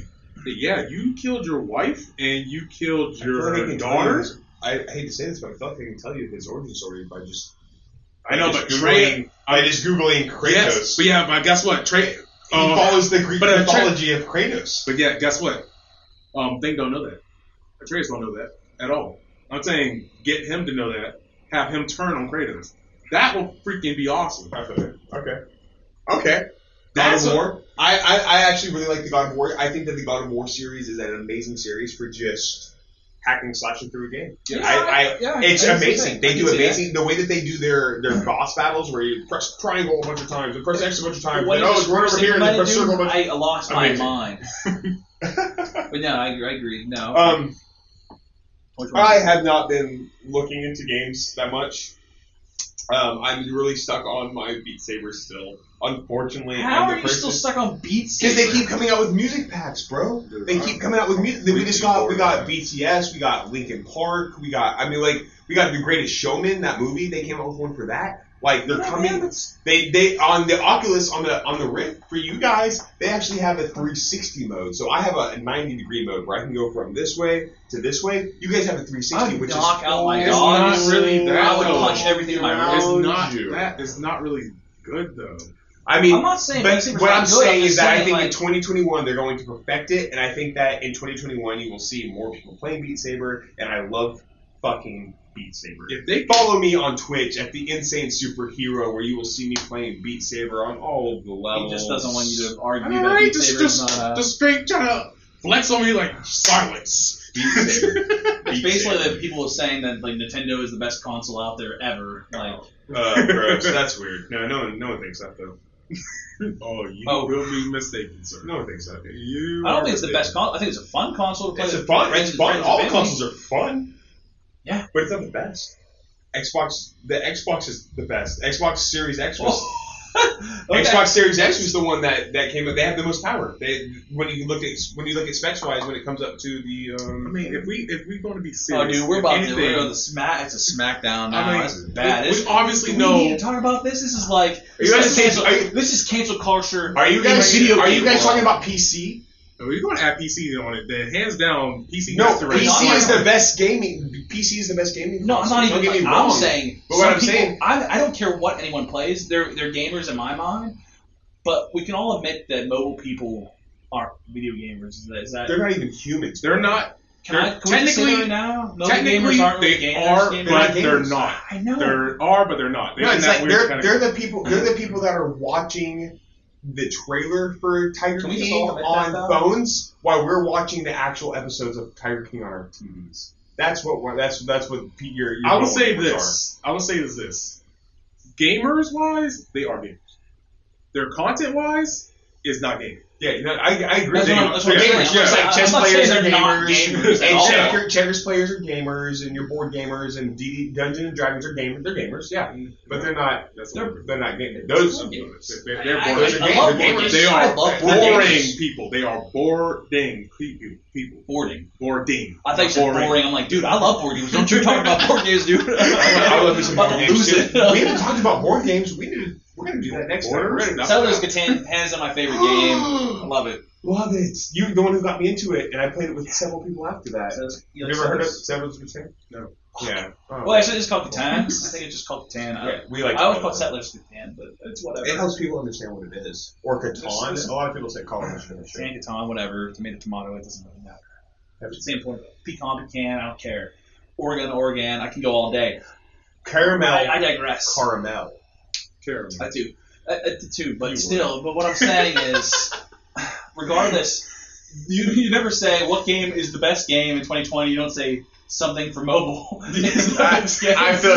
[SPEAKER 3] yeah, you killed your wife and you killed
[SPEAKER 2] I feel like I
[SPEAKER 3] your
[SPEAKER 2] can
[SPEAKER 3] daughter.
[SPEAKER 2] tell you- I, I hate to say this, but I feel like I can tell you his origin story by just
[SPEAKER 3] I know,
[SPEAKER 2] just
[SPEAKER 3] but Trey,
[SPEAKER 2] Googling- by just googling Kratos.
[SPEAKER 3] Yes, but yeah, but guess what? Trey,
[SPEAKER 2] He
[SPEAKER 3] Oh.
[SPEAKER 2] follows the Greek
[SPEAKER 3] But a tra-
[SPEAKER 2] mythology of Kratos.
[SPEAKER 3] But yeah, guess what? Um, Thing don't know that. Atreus don't know that at all. I'm saying get him to know that. Have him turn on Kratos. That will freaking be awesome.
[SPEAKER 2] I feel it. Okay. Okay. God
[SPEAKER 3] That's
[SPEAKER 2] of
[SPEAKER 3] a-
[SPEAKER 2] War. I I, I actually really like the God of War. I think that the God of War series is an amazing series for just hacking and slashing through a game.
[SPEAKER 3] Yeah.
[SPEAKER 2] I, I,
[SPEAKER 4] yeah,
[SPEAKER 2] It's
[SPEAKER 4] I can see
[SPEAKER 2] amazing.
[SPEAKER 4] that. I
[SPEAKER 2] They
[SPEAKER 4] can
[SPEAKER 2] do
[SPEAKER 4] see that.
[SPEAKER 2] amazing. The way that they do their, their boss battles, where you press triangle a bunch of times, and press X a bunch of times,
[SPEAKER 4] What
[SPEAKER 2] and then,
[SPEAKER 4] is
[SPEAKER 2] oh,
[SPEAKER 4] this
[SPEAKER 2] it's run over
[SPEAKER 4] person
[SPEAKER 2] here, and
[SPEAKER 4] might
[SPEAKER 2] then press
[SPEAKER 4] do?
[SPEAKER 2] circle. a bunch-
[SPEAKER 4] I lost my
[SPEAKER 2] Amazing.
[SPEAKER 4] mind. But no, I, I agree. No.
[SPEAKER 2] Um,
[SPEAKER 4] Which one?
[SPEAKER 2] I have not been looking into games that much. Um, I'm really stuck on my Beat Saber still. Unfortunately, I'm
[SPEAKER 4] How are
[SPEAKER 2] the
[SPEAKER 4] you
[SPEAKER 2] person-
[SPEAKER 4] still stuck on beats?
[SPEAKER 2] Because they keep coming out with music packs, bro. They keep coming out with music. We just got we got BTS, we got Linkin Park, we got I mean like we got The Greatest Showman that movie. They came out with one for that. Like they're coming. They they on the Oculus on the on the Rift for you guys. They actually have a 360 mode. So I have a 90 degree mode where I can go from this way to this way. You guys have a 360,
[SPEAKER 4] I would
[SPEAKER 2] which
[SPEAKER 4] knock
[SPEAKER 2] is oh,
[SPEAKER 4] out my
[SPEAKER 2] full-
[SPEAKER 4] dog.
[SPEAKER 3] It's not really that.
[SPEAKER 4] I would
[SPEAKER 3] though.
[SPEAKER 4] punch everything in my room.
[SPEAKER 3] It's not
[SPEAKER 2] You.
[SPEAKER 3] that. It's not really good though.
[SPEAKER 2] I mean,
[SPEAKER 4] I'm not saying
[SPEAKER 2] But
[SPEAKER 4] Beat Saber's
[SPEAKER 2] what
[SPEAKER 4] not
[SPEAKER 2] I'm
[SPEAKER 4] good,
[SPEAKER 2] saying is
[SPEAKER 4] just
[SPEAKER 2] that I
[SPEAKER 4] saying,
[SPEAKER 2] think in
[SPEAKER 4] like,
[SPEAKER 2] 2021 they're going to perfect it, and I think that in 2021 you will see more people playing Beat Saber, and I love fucking Beat Saber.
[SPEAKER 3] If they
[SPEAKER 2] Follow me on Twitch at the Insane Superhero, where you will see me playing Beat Saber on all of the
[SPEAKER 4] he
[SPEAKER 2] levels.
[SPEAKER 4] just doesn't want you to
[SPEAKER 3] I
[SPEAKER 4] argue
[SPEAKER 3] mean,
[SPEAKER 4] that
[SPEAKER 3] right,
[SPEAKER 4] Beat
[SPEAKER 3] just,
[SPEAKER 4] Saber
[SPEAKER 3] just,
[SPEAKER 4] is not. Uh,
[SPEAKER 3] just straight trying to flex on me like silence.
[SPEAKER 2] Beat Saber.
[SPEAKER 4] it's
[SPEAKER 2] Beat
[SPEAKER 4] basically
[SPEAKER 2] Saber.
[SPEAKER 4] that people are saying that like Nintendo is the best console out there ever. Like,
[SPEAKER 2] Uh, gross. That's weird. No, no one, no one thinks that though.
[SPEAKER 3] Oh, you
[SPEAKER 4] Oh.
[SPEAKER 3] will be mistaken, sir.
[SPEAKER 2] No one thinks that.
[SPEAKER 3] You
[SPEAKER 4] I don't
[SPEAKER 3] are
[SPEAKER 4] think it's the
[SPEAKER 3] mistaken.
[SPEAKER 4] best console. I think it's a fun console to play.
[SPEAKER 2] It's
[SPEAKER 4] with
[SPEAKER 2] fun. It's
[SPEAKER 4] friends and
[SPEAKER 2] fun.
[SPEAKER 4] friends and
[SPEAKER 2] All
[SPEAKER 4] family.
[SPEAKER 2] consoles are fun.
[SPEAKER 4] Yeah.
[SPEAKER 2] but it's not the best. Xbox, the Xbox is the best. Xbox Series X was
[SPEAKER 4] Oh. okay.
[SPEAKER 2] Xbox Series X was the one that, that came up. They have the most power. They when you look at when you look at specs wise when it comes up to the.
[SPEAKER 3] I
[SPEAKER 2] Um,
[SPEAKER 3] mean, if we if we're going to be
[SPEAKER 4] Oh,
[SPEAKER 3] serious,
[SPEAKER 4] dude, we're
[SPEAKER 3] if
[SPEAKER 4] about to
[SPEAKER 3] anything,
[SPEAKER 4] we're on the smack. It's a smackdown now.
[SPEAKER 3] I mean,
[SPEAKER 4] That's bad.
[SPEAKER 3] we-
[SPEAKER 4] It's-
[SPEAKER 3] we obviously
[SPEAKER 4] do
[SPEAKER 3] know-
[SPEAKER 4] We need to talk about this. This is like
[SPEAKER 2] you
[SPEAKER 4] this
[SPEAKER 2] guys
[SPEAKER 4] is
[SPEAKER 2] can't-
[SPEAKER 4] cancel.
[SPEAKER 2] are you-
[SPEAKER 4] This is cancel culture.
[SPEAKER 2] are you
[SPEAKER 4] in
[SPEAKER 2] guys
[SPEAKER 4] video
[SPEAKER 2] are you
[SPEAKER 4] game
[SPEAKER 2] guys
[SPEAKER 4] world.
[SPEAKER 2] talking about PC?
[SPEAKER 3] if we're going to add PC on it, then hands down, PC
[SPEAKER 2] No,
[SPEAKER 3] has to reign.
[SPEAKER 4] not
[SPEAKER 2] PC is
[SPEAKER 4] like-
[SPEAKER 2] the best gaming. PC is the best gaming.
[SPEAKER 4] No, I'm
[SPEAKER 2] console.
[SPEAKER 4] not
[SPEAKER 2] Don't
[SPEAKER 4] even.
[SPEAKER 2] get me
[SPEAKER 4] I'm
[SPEAKER 2] wrong.
[SPEAKER 4] saying.
[SPEAKER 2] But what
[SPEAKER 4] some
[SPEAKER 2] I'm
[SPEAKER 4] people-
[SPEAKER 2] saying-
[SPEAKER 4] I, I don't care what anyone plays. They're they're gamers in my mind. But we can all admit that mobile people aren't video gamers. Is that, is that
[SPEAKER 2] they're not even humans.
[SPEAKER 3] They're not,
[SPEAKER 4] can I,
[SPEAKER 3] they're-
[SPEAKER 4] can we just say that
[SPEAKER 3] technically-
[SPEAKER 4] right now? Mobile
[SPEAKER 3] technically,
[SPEAKER 4] gamers aren't really
[SPEAKER 3] they
[SPEAKER 4] gamers.
[SPEAKER 3] are,
[SPEAKER 4] gamers.
[SPEAKER 3] but
[SPEAKER 2] Gamers.
[SPEAKER 3] they're not.
[SPEAKER 4] I know.
[SPEAKER 3] They are, but they're not. They're
[SPEAKER 2] No,
[SPEAKER 3] in
[SPEAKER 2] it's
[SPEAKER 3] that
[SPEAKER 2] like
[SPEAKER 3] weird
[SPEAKER 2] they're
[SPEAKER 3] category.
[SPEAKER 2] they're the people they're the people that are watching the trailer for Tiger
[SPEAKER 4] Can we just
[SPEAKER 2] King
[SPEAKER 4] all admit
[SPEAKER 2] on
[SPEAKER 4] that, though?
[SPEAKER 2] phones while we're watching the actual episodes of Tiger King on our TVs. That's what we're- that's that's what Pete, your, your
[SPEAKER 3] I will
[SPEAKER 2] goals
[SPEAKER 3] say
[SPEAKER 2] are.
[SPEAKER 3] this. I will say is this. Gamers wise, they are gamers. Their content wise is not gaming.
[SPEAKER 2] Yeah, no, I, I agree.
[SPEAKER 4] That's
[SPEAKER 2] with
[SPEAKER 4] what
[SPEAKER 2] you.
[SPEAKER 4] I'm- that's what
[SPEAKER 2] They're gamers,
[SPEAKER 4] I'm saying.
[SPEAKER 2] yeah.
[SPEAKER 4] I'm not saying-
[SPEAKER 2] Like chess
[SPEAKER 4] I'm not
[SPEAKER 2] players are
[SPEAKER 4] saying they're not
[SPEAKER 2] gamers,
[SPEAKER 4] gamers at
[SPEAKER 2] and
[SPEAKER 4] all.
[SPEAKER 2] checker, checkers players are gamers, and your board gamers and DD Dungeon and Dragons are gamers. They're gamers, yeah, but they're not.
[SPEAKER 3] That's
[SPEAKER 2] They're,
[SPEAKER 3] what
[SPEAKER 2] they're not gamers.
[SPEAKER 3] we're-
[SPEAKER 2] Those.
[SPEAKER 3] They're, they're
[SPEAKER 4] I- I-
[SPEAKER 3] boring.
[SPEAKER 2] I love board
[SPEAKER 3] They're boring. They
[SPEAKER 4] games. I
[SPEAKER 3] are
[SPEAKER 4] love board
[SPEAKER 3] boring
[SPEAKER 4] games.
[SPEAKER 3] people. They are boring people. People.
[SPEAKER 4] boarding.
[SPEAKER 3] Boarding.
[SPEAKER 4] I think it's boring.
[SPEAKER 3] Boring.
[SPEAKER 4] boring. I'm like, dude, I love board games. Don't you talk about board games, dude?
[SPEAKER 2] I love me some
[SPEAKER 4] About
[SPEAKER 2] board
[SPEAKER 4] to
[SPEAKER 2] games.
[SPEAKER 4] lose
[SPEAKER 2] Too.
[SPEAKER 4] it.
[SPEAKER 2] We haven't talked about board games. We need. to- We're gonna do that next time. We're gonna-
[SPEAKER 4] Settlers Catan hands on my favorite game. I love it.
[SPEAKER 2] Love it. You're the one who got me into it, and I played it with several people after that.
[SPEAKER 4] Settlers-
[SPEAKER 2] You
[SPEAKER 4] you like
[SPEAKER 2] ever heard of
[SPEAKER 4] Settlers?
[SPEAKER 2] Settlers Catan?
[SPEAKER 3] No.
[SPEAKER 2] Yeah. Oh.
[SPEAKER 4] Well, actually, it's called Catan. I think it's just called Catan. I,
[SPEAKER 2] Yeah, we like.
[SPEAKER 4] I always call it Settlers Catan, but it's whatever.
[SPEAKER 2] It helps people understand what it is. Or Catan.
[SPEAKER 4] It's-
[SPEAKER 2] a lot of people say call it Catan.
[SPEAKER 4] Catan, Catan, whatever. Tomato, tomato. It doesn't really matter. It's the same point. Pecan, pecan. I don't care. Oregon, Oregon. I can go all day.
[SPEAKER 2] Caramel.
[SPEAKER 4] I, I digress.
[SPEAKER 2] caramel.
[SPEAKER 3] Terrible.
[SPEAKER 4] I do. I, I do too, but
[SPEAKER 2] You
[SPEAKER 4] still. But what I'm saying is, regardless, you, you never say what game is the best game in 2020. You don't say something for mobile. is the best game.
[SPEAKER 2] I
[SPEAKER 4] feel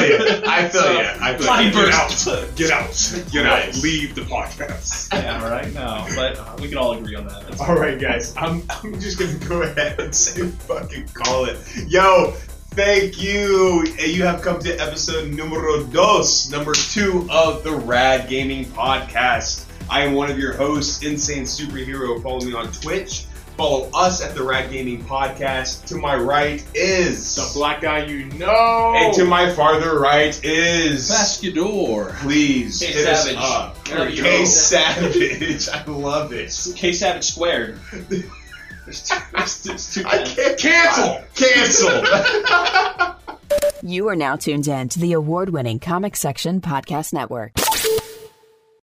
[SPEAKER 4] So, ya.
[SPEAKER 2] I
[SPEAKER 4] Body burst.
[SPEAKER 2] Get out.
[SPEAKER 3] You know, leave the podcast.
[SPEAKER 4] yeah, right. No, but uh, we can all agree on that. That's
[SPEAKER 2] All right, guys. I'm, I'm just gonna go ahead and say fucking call it. Yo, thank you. You have come to episode numero dos, number two of the Rad Gaming Podcast. I am one of your hosts, Insane Superhero. Follow me on Twitch. Follow us at the Rad Gaming Podcast. To my right is
[SPEAKER 3] The black guy you know.
[SPEAKER 2] and to
[SPEAKER 4] Oh.
[SPEAKER 2] my farther right is
[SPEAKER 4] Baskador.
[SPEAKER 2] please
[SPEAKER 4] K
[SPEAKER 2] hit us
[SPEAKER 4] Savage.
[SPEAKER 2] up.
[SPEAKER 4] There you
[SPEAKER 2] K
[SPEAKER 4] go.
[SPEAKER 2] Savage. I love it.
[SPEAKER 4] K Savage squared. There's two. There's two, there's two
[SPEAKER 2] I
[SPEAKER 4] Ks.
[SPEAKER 2] can't
[SPEAKER 3] Cancel.
[SPEAKER 2] Cancel.
[SPEAKER 1] You are now tuned in to the award winning Comic Section Podcast Network.